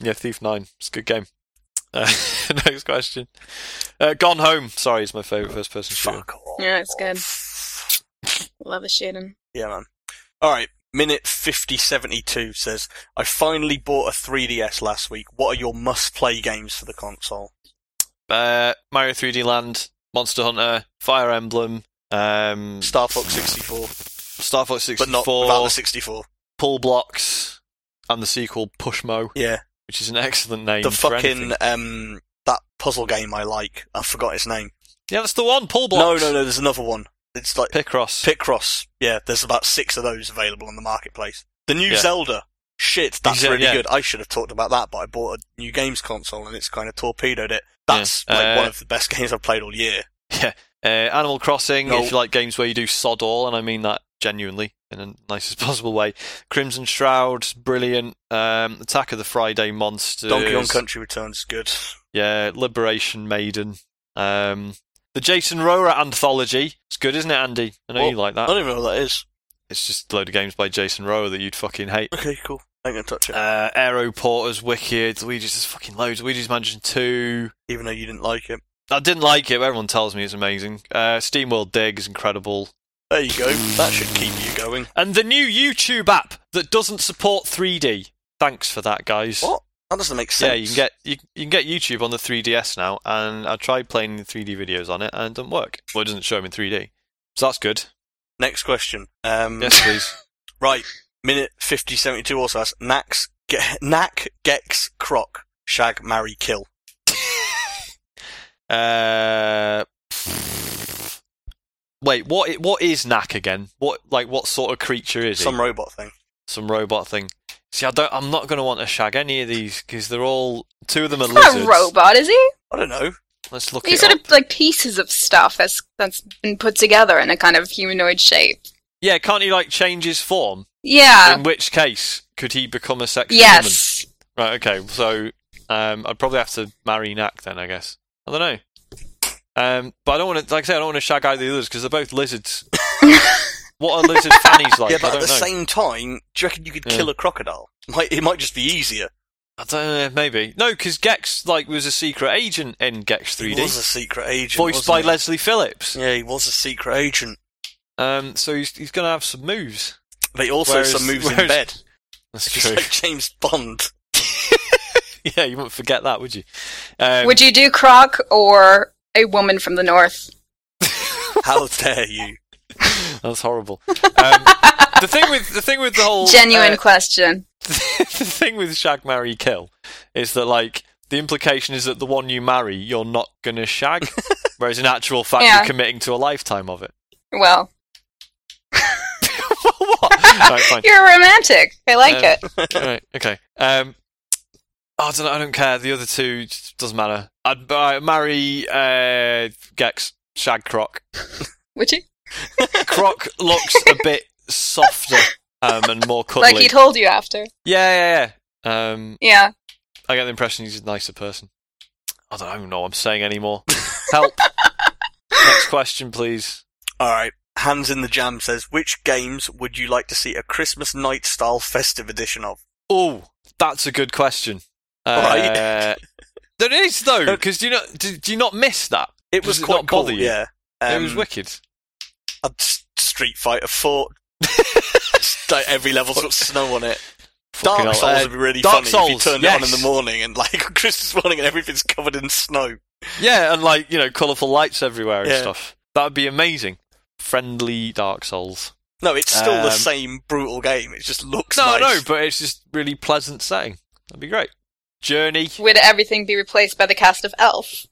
yeah, Thief 9. It's a good game. Uh, next question. Uh, Gone Home. Sorry, is my favourite first person shooter. Fuck off. Yeah, it's good. Love the shading. Yeah, man. All right. Minute 5072 says, I finally bought a 3DS last week. What are your must play games for the console? Uh, Mario 3D Land, Monster Hunter, Fire Emblem, um, Star Fox 64, Star Fox 64, but not without the 64. Pull Blocks, and the sequel Pushmo, Yeah. which is an excellent name. The for fucking, anything. um, that puzzle game I like. I forgot its name. yeah, that's the one. Pull No, Blocks. no, no, there's another one. It's like Picross. Picross. Yeah, there's about six of those available on the marketplace. The new Yeah. Zelda. Shit, that's Exa- really yeah. good. I should have talked about that, but I bought a new games console and it's kind of torpedoed it. That's Yeah. like Uh, one of the best games I've played all year. uh, Animal Crossing. No. If you like games where you do sod all, and I mean that genuinely in the nicest possible way. Crimson Shroud, brilliant. Um, Attack of the Friday Monsters. Donkey Kong Country Returns is good. Yeah, Liberation Maiden. Um, the Jason Rohrer anthology. It's good, isn't it, Andy? I know Well, you like I that. don't even know what that is. It's just a load of games by Jason Rohrer that you'd fucking hate. Okay, cool. I ain't gonna touch it. Uh, Aero Porters, Wicked, Luigi's, there's fucking loads. Luigi's Mansion 2. even though you didn't like it. I didn't like it, but everyone tells me it's amazing. Uh, SteamWorld Dig is incredible. There you go. That should keep you going. And the new YouTube app that doesn't support 3D. Thanks for that, guys. What? That doesn't make sense. Yeah, you can get you, you can get YouTube on the 3DS now, and I tried playing the 3D videos on it, and it doesn't work. Well, it doesn't show them in 3D, so that's good. Next question. Um, Yes, please. Right, minute fifty seventy two also has Nax Ge- Knack Gex Croc Shag Marry Kill. uh, wait, what? i- What is Knack again? What like what sort of creature is Some it? robot thing. Some robot thing. See, I don't. I'm not going to want to shag any of these because they're all two of them are He's not lizards. a robot, is he? I don't know. Let's look. He's it sort up. of like pieces of stuff that's that's been put together in a kind of humanoid shape. Yeah, can't he like change his form? Yeah. In which case, could he become a sexual woman? Uh, Yes. Right, okay. So um, I'd probably have to marry Knack then, I guess. I don't know. Um, but I don't want to, like I said, I don't want to shag either of the others because they're both lizards. what are lizard fannies like? yeah, I but don't at the know. same time, do you reckon you could Yeah. kill a crocodile? Might, it might just be easier. I don't know, maybe. No, because Gex like was a secret agent in Gex He was a 3D, secret agent. voiced by wasn't Leslie Phillips. he? Yeah, he was a secret agent. Um, so he's, he's going to have some moves. But he also Whereas- some moves in whereas- bed. That's Just like James Bond. yeah, you wouldn't forget that, would you? Um, Would you do Croc or a woman from the north? How dare you? That's horrible. Um, the thing with the thing with the whole Genuine uh, question. the thing with shag marry kill is that like the implication is that the one you marry you're not gonna shag whereas in actual fact Yeah. you're committing to a lifetime of it Well, what right, fine. you're a romantic. I like Um, it. right okay um oh, I don't know, I don't care the other two just doesn't matter I'd, I'd marry uh Gex shag croc Would you? croc looks a bit softer um and more cuddly Like he'd hold you after. yeah yeah yeah um Yeah. I get the impression he's a nicer person. I don't even know what I'm saying anymore. Help. Next question, please. All right. Hands in the Jam says, which games would you like to see a Christmas night style festive edition of? Oh, that's a good question. Uh, Right. there is though, because do you not do, do you not miss that? It was Does it quite not bother cool, you? yeah. it was Um, wicked. a s- Street Fighter 4. Just, like, every level's got snow on it. Dark Fucking hell, Souls uh, would be really Dark funny Souls, if you turned it on in yes. the morning and like Christmas morning and everything's covered in snow. Yeah, and like you know, colourful lights everywhere and Yeah. stuff. That would be amazing. Friendly Dark Souls. No, it's still the Um, same brutal game. It just looks No, nice. no, but it's just really pleasant setting. That'd be great. Journey. Would everything be replaced by the cast of Elf?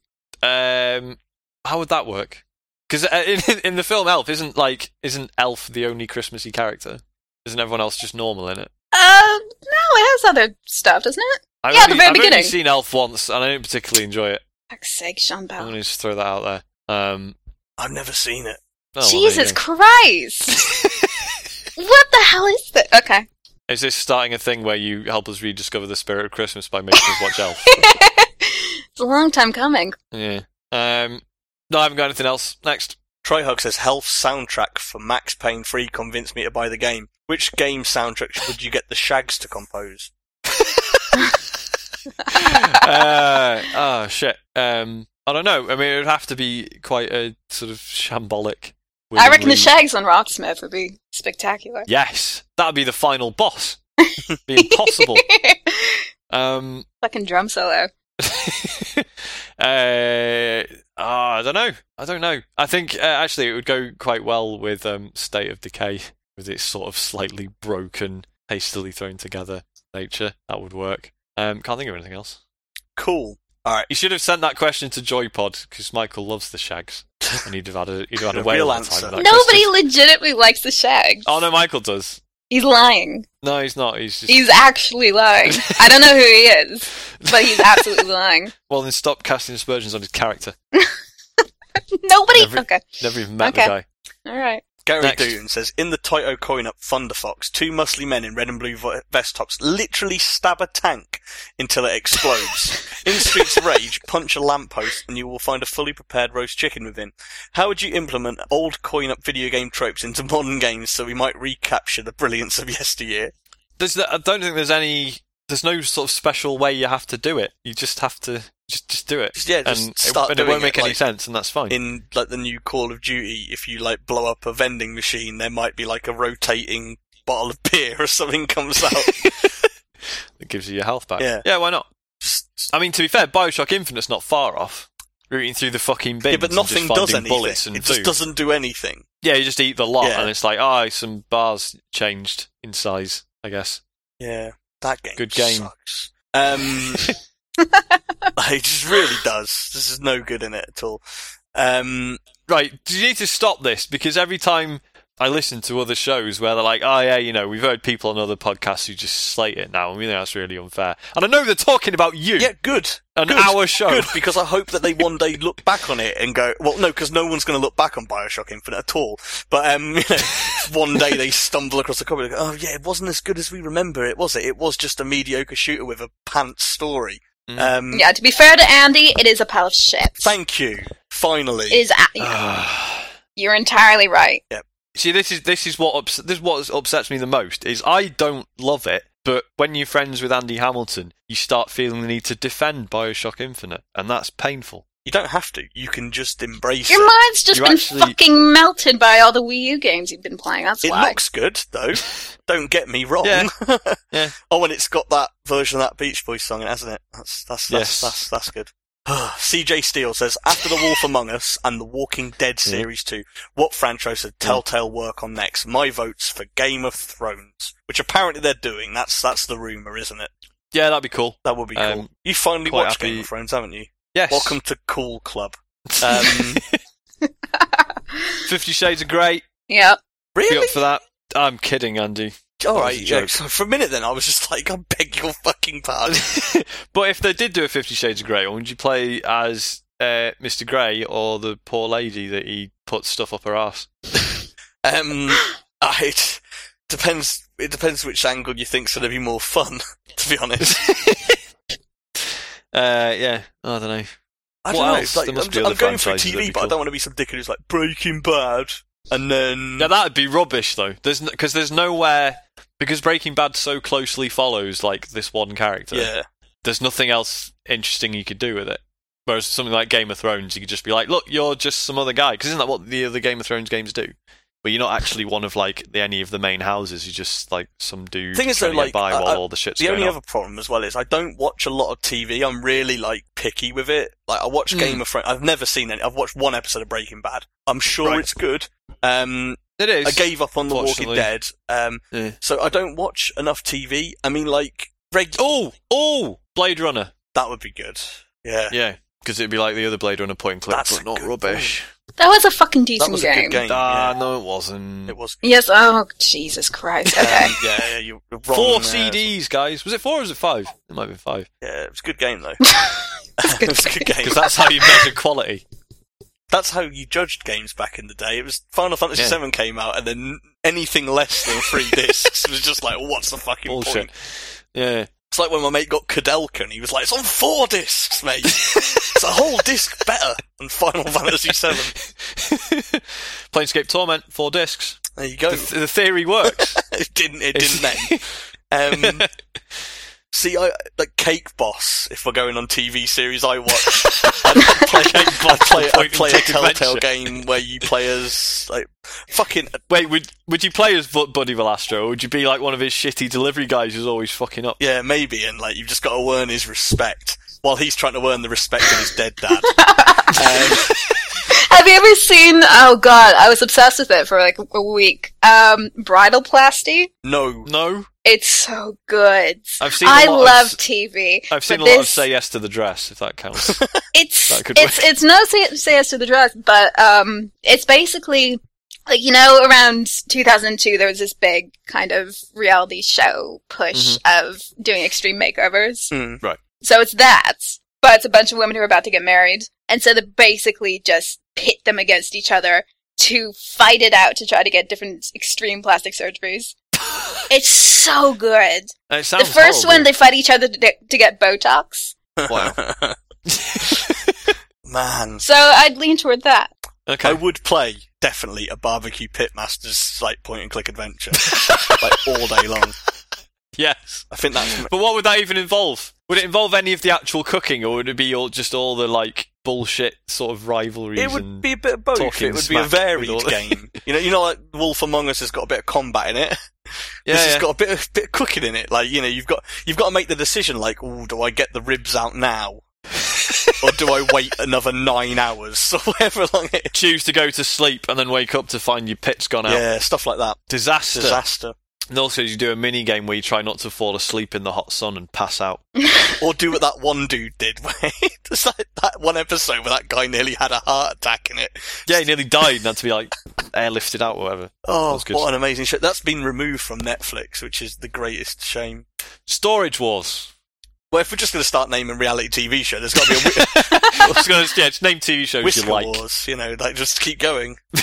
Um, how would that work? Because in in the film Elf isn't like isn't Elf the only Christmassy character? Isn't everyone else just normal in it? Um, no, it has other stuff, doesn't it? I've Yeah, at the only, very I've beginning. only seen Elf once, and I didn't particularly enjoy it. Fuck's sake, Sean I'm Bell. gonna just throw that out there. Um, I've never seen it. oh, well, there you Jesus go. Christ! what the hell is that? Okay. Is this starting a thing where you help us rediscover the spirit of Christmas by making us watch Elf? it's a long time coming. Yeah. Um, no, I haven't got anything else. Next. Tryhug says health soundtrack for Max Payne 3 convinced me to buy the game. Which game soundtrack would you get the Shags to compose? uh, oh shit. Um, I don't know. I mean, it would have to be quite a sort of shambolic. I reckon the willingly- shags on Rocksmith would be spectacular. Yes, that'd be the final boss. be impossible. Um, Fucking drum solo. uh, ah, I don't know. I don't know. I think uh, actually it would go quite well with um, State of Decay, with its sort of slightly broken, hastily thrown together nature. That would work. Um, can't think of anything else. Cool. Alright. You should have sent that question to JoyPod because Michael loves the shags, and he'd have had a he'd have had a The whale real of a time. answer. with that Nobody question. legitimately likes the shags. Oh no, Michael does. He's lying. No, he's not. He's just. He's actually lying. I don't know who he is, but he's absolutely lying. well, then stop casting aspersions on his character. Nobody. Every- Okay. Never even met Okay. the guy. All right. Gary Next. Doon says, in the Taito coin up Thunder Fox, two muscly men in red and blue vo- vest tops literally stab a tank until it explodes. in Streets of Rage, punch a lamppost and you will find a fully prepared roast chicken within. How would you implement old coin up video game tropes into modern games so we might recapture the brilliance of yesteryear? There's. no- I don't think there's any. There's no sort of special way you have to do it. You just have to just just do it. Just- yeah, just and it- start and it won't doing it, make any like- sense, and that's fine. In like the new Call of Duty, if you like blow up a vending machine, there might be like a rotating bottle of beer or something comes out. It gives you your health back. Yeah. yeah, why not? Just- I mean, to be fair, Bioshock Infinite's not far off. Rooting through the fucking bins, yeah, but and just nothing does finding anything. bullets and it just food. doesn't do anything. Yeah, you just eat the lot, Yeah. and it's like, ah, some bars changed in size, I guess. Yeah, that game. Good game. Sucks. Um, it just really does. This is no good in it at all. Um, Right, do you need to stop this? Because every time I listen to other shows where they're like, oh, yeah, you know, we've heard people on other podcasts who just slate it now, and we think that's really unfair. And I know they're talking about you, yeah, good. an good, hour show. Good, because I hope that they one day look back on it and go, well, no, because no one's going to look back on Bioshock Infinite at all. But um, you know, one day they stumble across a copy and go, oh, yeah, it wasn't as good as we remember it, was it? It was just a mediocre shooter with a pants story. Mm. Um, Yeah. To be fair to Andy, it is a pile of shit. Thank you. Finally. It is. A- Ah. you're entirely right. See, this is this is what ups- this is what upsets me the most is I don't love it, but when you're friends with Andy Hamilton, you start feeling the need to defend Bioshock Infinite, and that's painful. you don't have to. You can just embrace Your it. mind's just You been actually- fucking melted by all the Wii U games you've been playing. That's It why. looks good, though. Don't get me wrong. Yeah. Yeah. Oh, and it's got that version of that Beach Boys song, in it, hasn't it? That's that's that's Yes. that's, that's good. CJ Steele says, after The Wolf Among Us and The Walking Dead series two, what franchise did Telltale work on next? My votes for Game of Thrones, which apparently they're doing. That's that's the rumor, isn't it? Yeah, that'd be cool. That would be cool. Um, you finally quite watched Game happy- of Thrones, haven't you? Yes. Welcome to Cool Club. Um, Fifty Shades of Grey. Yep. Be really? up for that? I'm kidding, Andy. That All was right. a Yeah, joke. so for a minute, then I was just like, I beg your fucking pardon. but if they did do a Fifty Shades of Grey, one, would you play as uh, Mr. Grey or the poor lady that he puts stuff up her ass? Um, uh, it depends. It depends which angle you think's going to be more fun. To be honest, Uh, yeah, I don't know. I What else? don't know. There Like, must I'm, be I'm other going for franchises that'd TV, be but I cool. don't want to be some dickhead who's like Breaking Bad. And then Now that'd be rubbish though. There's because there's nowhere because Breaking Bad so closely follows like this one character. yeah, There's nothing else interesting you could do with it. Whereas something like Game of Thrones, you could just be like, look, you're just some other guy. Because isn't that what the other Game of Thrones games do? But you're not actually one of like the, any of the main houses. You're just like some dude Thing is, trying though, to get like, by I- while I- all the shit's the going only on. other problem as well is I don't watch a lot of TV. I'm really like picky with it. Like I watch Hmm. Game of Thrones. I've never seen any. I've watched one episode of Breaking Bad. I'm sure Right. it's good. Um, It is. I gave up on The Walking Fortunately. Dead. Um, Yeah. so I don't watch enough TV. I mean, like reg- Oh, oh, Blade Runner. that would be good. Yeah, Yeah, because it'd be like the other Blade Runner point and click, That's but a not good rubbish. That was a fucking that decent was a game. good game. Ah, yeah. no, it wasn't. It was. Yes. Oh, Jesus Christ. Okay. Um, yeah, yeah, you're wrong Four there. CDs, guys. Was it four or was it five? It might have been five. Yeah, it was a good game though. good it was a good game. Because that's how you measure quality. That's how you judged games back in the day. It was Final Fantasy Yeah. VII came out, and then anything less than three discs was just like, what's the fucking Bullshit. point? Yeah. It's like when my mate got Cadelcan, he was like, it's on four discs, mate. it's a whole disc better than Final Fantasy VII. Planescape Torment, four discs. There you go. The, th- the theory works. it didn't. It It's- didn't then. Um, see, I like Cake Boss. If we're going on TV series, I watch. I play, I play, I Point and play a click Telltale adventure. game where you play as like fucking Wait, would would you play as Bu- Buddy Velastro, or would you be like one of his shitty delivery guys who's always fucking up? Yeah, maybe, and like you've just got to earn his respect while he's trying to earn the respect of his dead dad. um, Have you ever seen? Oh God, I was obsessed with it for like a week. Um, bridal plasty. no, No, It's so good. I've seen. a I lot love Of, TV. I've seen but a lot of this- say yes to the dress, if that counts. It's That could it's it's no say, say yes to the dress, but um, it's basically like you know around 2002 there was this big kind of reality show push Mm-hmm. of doing extreme makeovers. Hmm. So it's that, but it's a bunch of women who are about to get married, and so they basically just pit them against each other to fight it out to try to get different extreme plastic surgeries. it's so good. And it The sounds first horrible. one they fight each other to, to get Botox. Wow. man, So I'd lean toward that. okay. I would play definitely a barbecue pitmasters like point and click adventure like all day long. yes. I think that's But what would that even involve? Would it involve any of the actual cooking, or would it be all just all the like bullshit sort of rivalries? it would and- be a bit of both. talking Oh, It would be a smack with varied all- game. You know, you know, like Wolf Among Us has got a bit of combat in it. yeah, this yeah. has got a bit of, bit of cooking in it. Like you know, you've got you've got to make the decision. Like, oh, do I get the ribs out now, or do I wait another nine hours or whatever long it is? choose to go to sleep and then wake up to find your pit's gone out. Yeah, stuff like that. Disaster. Disaster, And also, you do a mini game where you try not to fall asleep in the hot sun and pass out. or do what that one dude did. It's like that one episode where that guy nearly had a heart attack in it. Yeah, he nearly died and had to be like airlifted out or whatever. Oh, That's good. what an amazing show! That's been removed from Netflix, which is the greatest shame. Storage Wars. Well, if we're just going to start naming reality TV show, there's got to be a whi- I was gonna, yeah, just name TV shows Whisker you like. Wars. You know, like just keep going.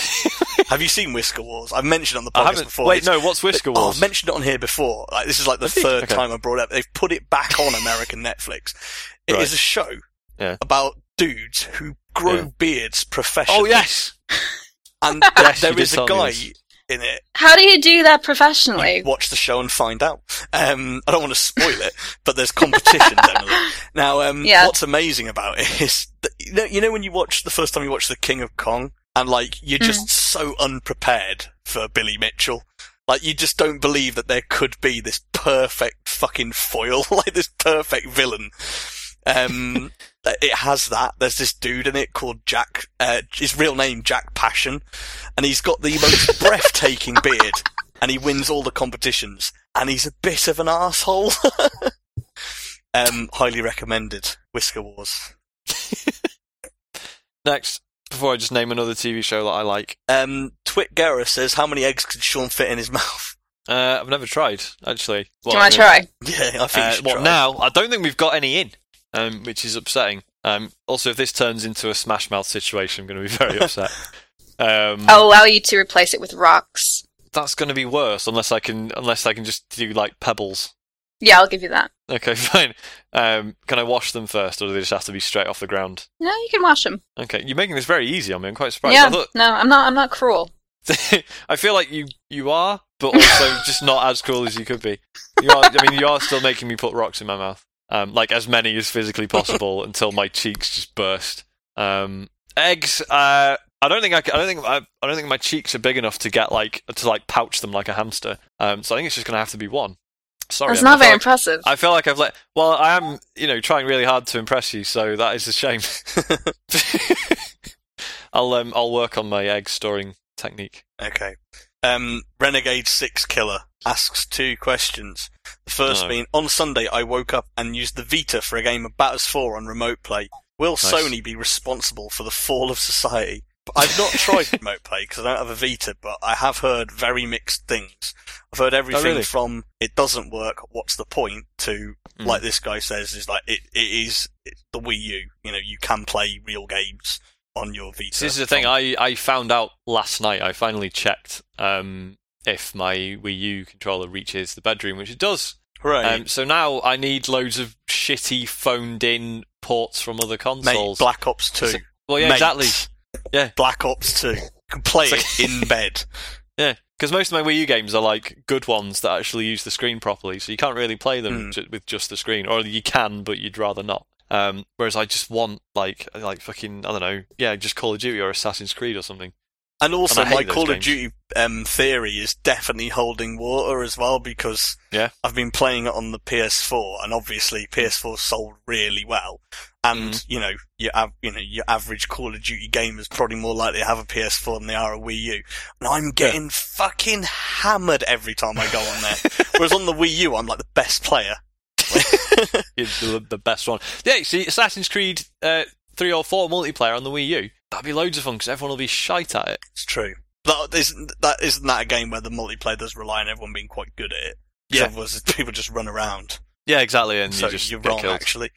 Have you seen Whisker Wars? I've mentioned on the I podcast haven't. before. Wait, It's- no. What's Whisker Oh, Wars? I've mentioned it on here before. Like this is like the Have you? third Okay. time I brought it up. They've put it back on American Netflix. It is Right. a show Yeah. about dudes who grow Yeah. beards professionally. oh yes. and Yes, you there did is a tell me guy this. in it. How do you do that You professionally? watch the show and find out. Um, I don't want to spoil it, but there's competition. definitely. Now, um, Yeah. what's amazing about it is, that, you, know, you know, when you watch the first time you watch The King of Kong, and like you're just so unprepared for Billy Mitchell, like you just don't believe that there could be this perfect fucking foil, like this perfect villain. Um, it has that. There's this dude in it called Jack. Uh, his real name Jack Passion, and he's got the most breathtaking beard, and he wins all the competitions. And he's a bit of an asshole. um, highly recommended. Whisker Wars. Next, before I just name another TV show that I like. Um, Twit Guerra says, "How many eggs could Sean fit in his mouth?" Uh, I've never tried actually. do Well, you want to I mean, try? Yeah, I think you Uh, should what try. now? I don't think we've got any in, um, which is upsetting. Um, also, if this turns into a Smash Mouth situation, I'm going to be very upset. Um, I'll allow you to replace it with rocks. that's going to be worse unless I can unless I can just do like pebbles. Yeah, I'll give you that. Okay, fine. Um, can I wash them first, or do they just have to be straight off the ground? No, you can wash them. Okay, you're making this very easy on me. I'm quite surprised. I yeah, thought- no, I'm not. I'm not cruel. I feel like you you are, but also just not as cool as you could be. You are, I mean, you are still making me put rocks in my mouth, um, like as many as physically possible until my cheeks just burst. Um, eggs. Uh, I don't think I, c- I don't think I, I don't think my cheeks are big enough to get like to like pouch them like a hamster. Um, so I think it's just gonna have to be one. Sorry, That's Em, I not feel very like- impressive. I feel like I've let. Well, I am, you know, trying really hard to impress you, so that is a shame. I'll um, I'll work on my egg storing technique. Okay. Um, Renegade Six Killer asks two questions. The first Oh. being, on Sunday I woke up and used the Vita for a game of Batters 4 on remote play. Will Nice. Sony be responsible for the fall of society? I've not tried remote play because I don't have a Vita, but I have heard very mixed things. I've heard everything Oh, really? from it doesn't work, what's the point, to Mm. like this guy says is like it, it is it's the Wii U. You know, you can play real games on your Vita. this is the thing. I I found out last night. I finally checked um if my Wii U controller reaches the bedroom, which it does. Hooray. Um, so now I need loads of shitty phoned-in ports from other Mate, consoles. Black Ops 2. So- well, Oh, yeah, Mate. exactly. Yeah. Black Ops 2. You can play It's it in bed. Yeah, because most of my Wii U games are like good ones that actually use the screen properly, so you can't really play them Mm. ju- with just the screen, or you can, but you'd rather not. Um, whereas I just want like like fucking I don't know, yeah, just Call of Duty or Assassin's Creed or something. And also, And I hate my those Call of games. Duty um, theory is definitely holding water as well because Yeah. I've been playing it on the PS4, and obviously PS4 sold really well. And Mm. you know, your av- you know your average Call of Duty gamer is probably more likely to have a PS4 than they are a Wii U. And I'm getting fucking hammered every time I go on there. Whereas on the Wii U, I'm like the best player. It's the, the best one. Yeah, see, Assassin's Creed uh, three or four multiplayer on the Wii U. That'd be loads of fun because everyone will be shite at it. It's true. That isn't that isn't that a game where the multiplayer does rely on everyone being quite good at it. 'Cause Yeah. otherwise people just run around. Yeah, exactly. And so you just you're get wrong, killed. actually.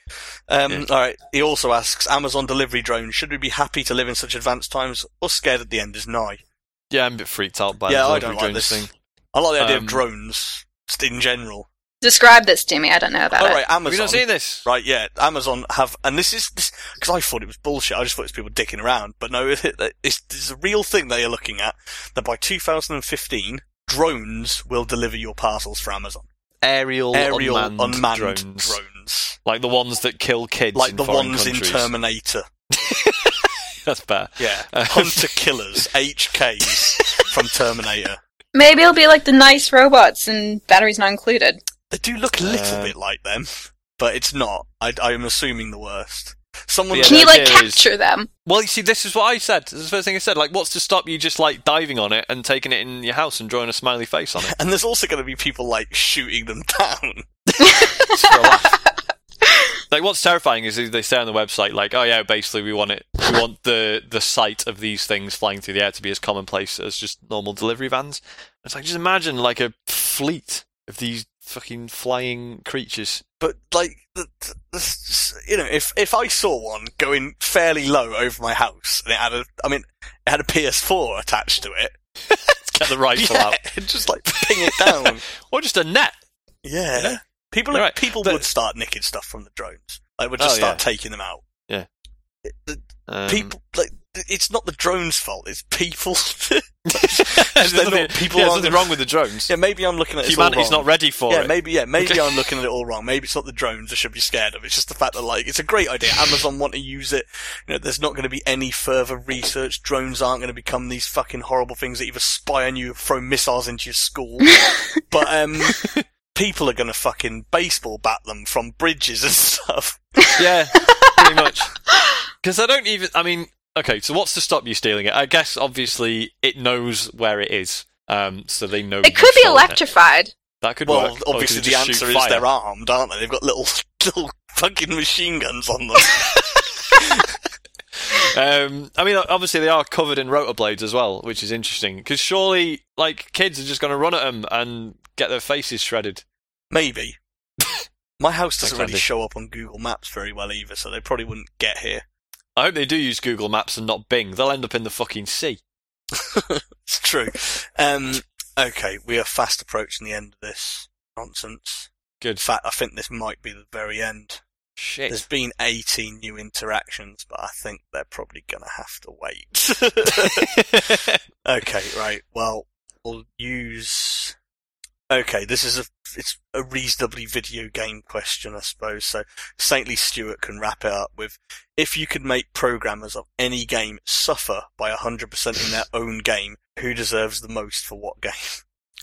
Um, Yeah. All right. He also asks, Amazon delivery drone. Should we be happy to live in such advanced times, or scared at the end is nigh? Yeah, I'm a bit freaked out by Yeah, the I don't delivery like drones this. thing. I like the idea Um, of drones just in general. Describe this to me. I don't know uh, about All it. right, Have you not Amazon. seen this? Right, yeah, Amazon have, and this is because I thought it was bullshit. I just thought it was people dicking around, but no, it, it's, it's a real thing they are looking at. That by 2015, drones will deliver your parcels for Amazon. Aerial, Aerial unmanned, drones. drones. like the ones that kill kids, like in the foreign ones countries. in Terminator. That's better. Yeah, Um, hunter killers, HKs from Terminator. Maybe it'll be like the nice robots and batteries not included. They do look a little Um, bit like them, but it's not. I, I'm assuming the worst. Someone, Yeah, Can you the like idea is- capture them? Well, you see, this is what I said. This is the first thing I said. Like, what's to stop you just like diving on it and taking it in your house and drawing a smiley face on it? and there's also going to be people like shooting them down. Just for a laugh. Like, what's terrifying is they say on the website, like, oh yeah, basically we want it, we want the the sight of these things flying through the air to be as commonplace as just normal delivery vans. It's like just imagine like a fleet of these fucking flying creatures. But like, the, the, the- you know, if if I saw one going fairly low over my house and it had a, I mean, it had a PS4 attached to it, Get the rifle yeah, out, it'd just like ping it down. or just a net. yeah. Yeah. people Right, people but- would start nicking stuff from the drones. They would just Oh, start yeah. taking them out. Yeah. It- the- Um, people like it's not the drones' fault. It's people. there's they're nothing, not- people yeah, there's aren't- nothing wrong with the drones. yeah, maybe I'm looking at it all Humanity's wrong. not ready for yeah, it. maybe yeah, maybe Okay. I'm looking at it all wrong. Maybe it's not the drones I should be scared of. It's just the fact that like it's a great idea. Amazon want to use it. You know, there's not going to be any further research. Drones aren't going to become these fucking horrible things that either spy on you, or throw missiles into your school. but um, people are going to fucking baseball bat them from bridges and stuff. Yeah, pretty much. Because I don't even. I mean, okay. So what's to stop you stealing it? I guess obviously it knows where it is, um, so they know. It you've could be stolen it. electrified. That could Well, work. Or you obviously could the just shoot answer is fire. they're armed, aren't they? They've got little little fucking machine guns on them. Um, I mean, obviously they are covered in rotor blades as well, which is interesting. Because surely, like, kids are just going to run at them and get their faces shredded. Maybe. My house doesn't Thanks, really Andy. show up on Google Maps very well either, so they probably wouldn't get here. I hope they do use Google Maps and not Bing. They'll end up in the fucking sea. It's true. Um, okay, we are fast approaching the end of this nonsense. Good. In fact, I think this might be the very end. Shit. There's been 18 new interactions, but I think they're probably going to have to wait. Okay, right. Well, we'll use. Okay, this is a it's a reasonably video game question, I suppose. So Saintly Stewart can wrap it up with: if you could make programmers of any game suffer by hundred percent in their own game, who deserves the most for what game?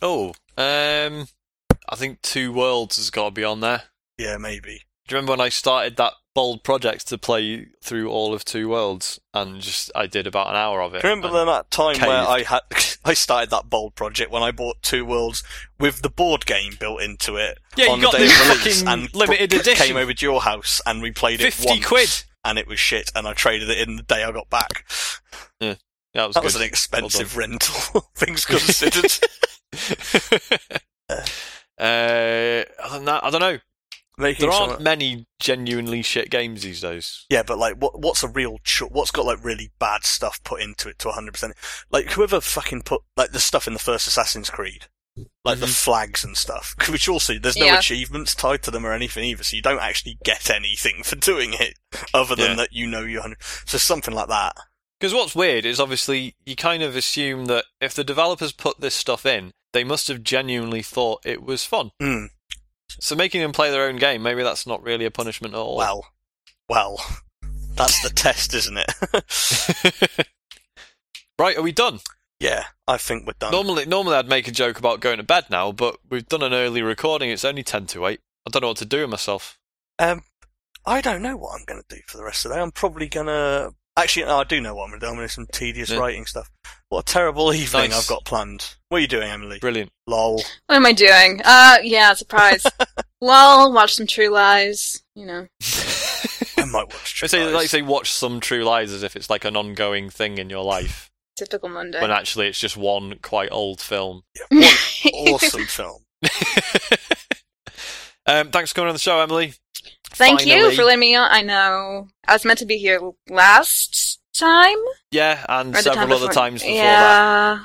oh, um, I think Two Worlds has got to be on there. yeah, maybe. Do you remember when I started that bold project to play through all of Two Worlds and just I did about an hour of it? Can you remember and- that time caved. where I had I started that bold project when I bought Two Worlds with the board game built into it Yeah, you on got the the day of release fucking and limited br- edition. came over to your house and we played it 50 once. quid. and it was shit, and I traded it in the day I got back. That was, That was an good. expensive rental, things considered. uh, other than that, I don't know. Making There sure- aren't many genuinely shit games these days. Yeah, but like, what what's a real cho- what's got like really bad stuff put into it to 100? percent Like, whoever fucking put like the stuff in the first Assassin's Creed, like the Mhm. flags and stuff, which also there's no Yeah. achievements tied to them or anything either, so you don't actually get anything for doing it other than Yeah. that you know you're 100. So something like that. Because what's weird is obviously you kind of assume that if the developers put this stuff in, they must have genuinely thought it was fun. Mm, So making them play their own game, maybe that's not really a punishment at all. well, well, that's the test, isn't it? right, are we done? yeah, I think we're done. Uh, Normally, normally I'd make a joke about going to bed now, but we've done an early recording. It's only ten to eight. I don't know what to do with myself. Um, I don't know what I'm going to do for the rest of the day. I'm probably going to. Actually, no, I do know what I'm going to do. I'm going to do some tedious Yeah. writing stuff. What a terrible evening Nice. I've got planned. What are you doing, Emily? Brilliant. Lol. What am I doing? Uh, yeah, surprise. Lol, watch some True Lies. You know, I might I watch. True say, Lies. like, say, watch some True Lies as if it's like an ongoing thing in your life, typical Monday. when actually it's just one quite old film. awesome film. um, thanks for coming on the show, Emily. Thank you Finally. for letting me on. I know I was meant to be here last time Yeah, and or the several time other before. times before that.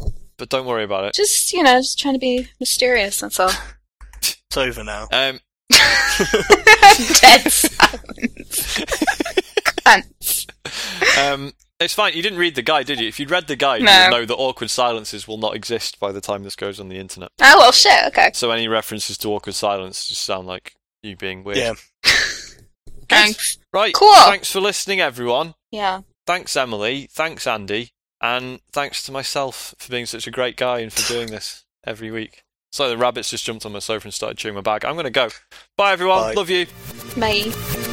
yeah, But don't worry about it. just you know, just trying to be mysterious. That's all. It's over now. Um, Dead silence. Cunts. um, it's fine. You didn't read the guide, did you? If you'd read the guide, No. you'd know that awkward silences will not exist by the time this goes on the internet. Oh well, shit. Okay. So any references to awkward silence just sound like you being weird. Yeah. Thanks. Right. Cool. Thanks for listening, everyone. Yeah. Thanks, Emily. Thanks, Andy. And thanks to myself for being such a great guy and for doing this every week. So the rabbits just jumped on my sofa and started chewing my bag. I'm going to go. Bye, everyone. Bye. Love you. Bye.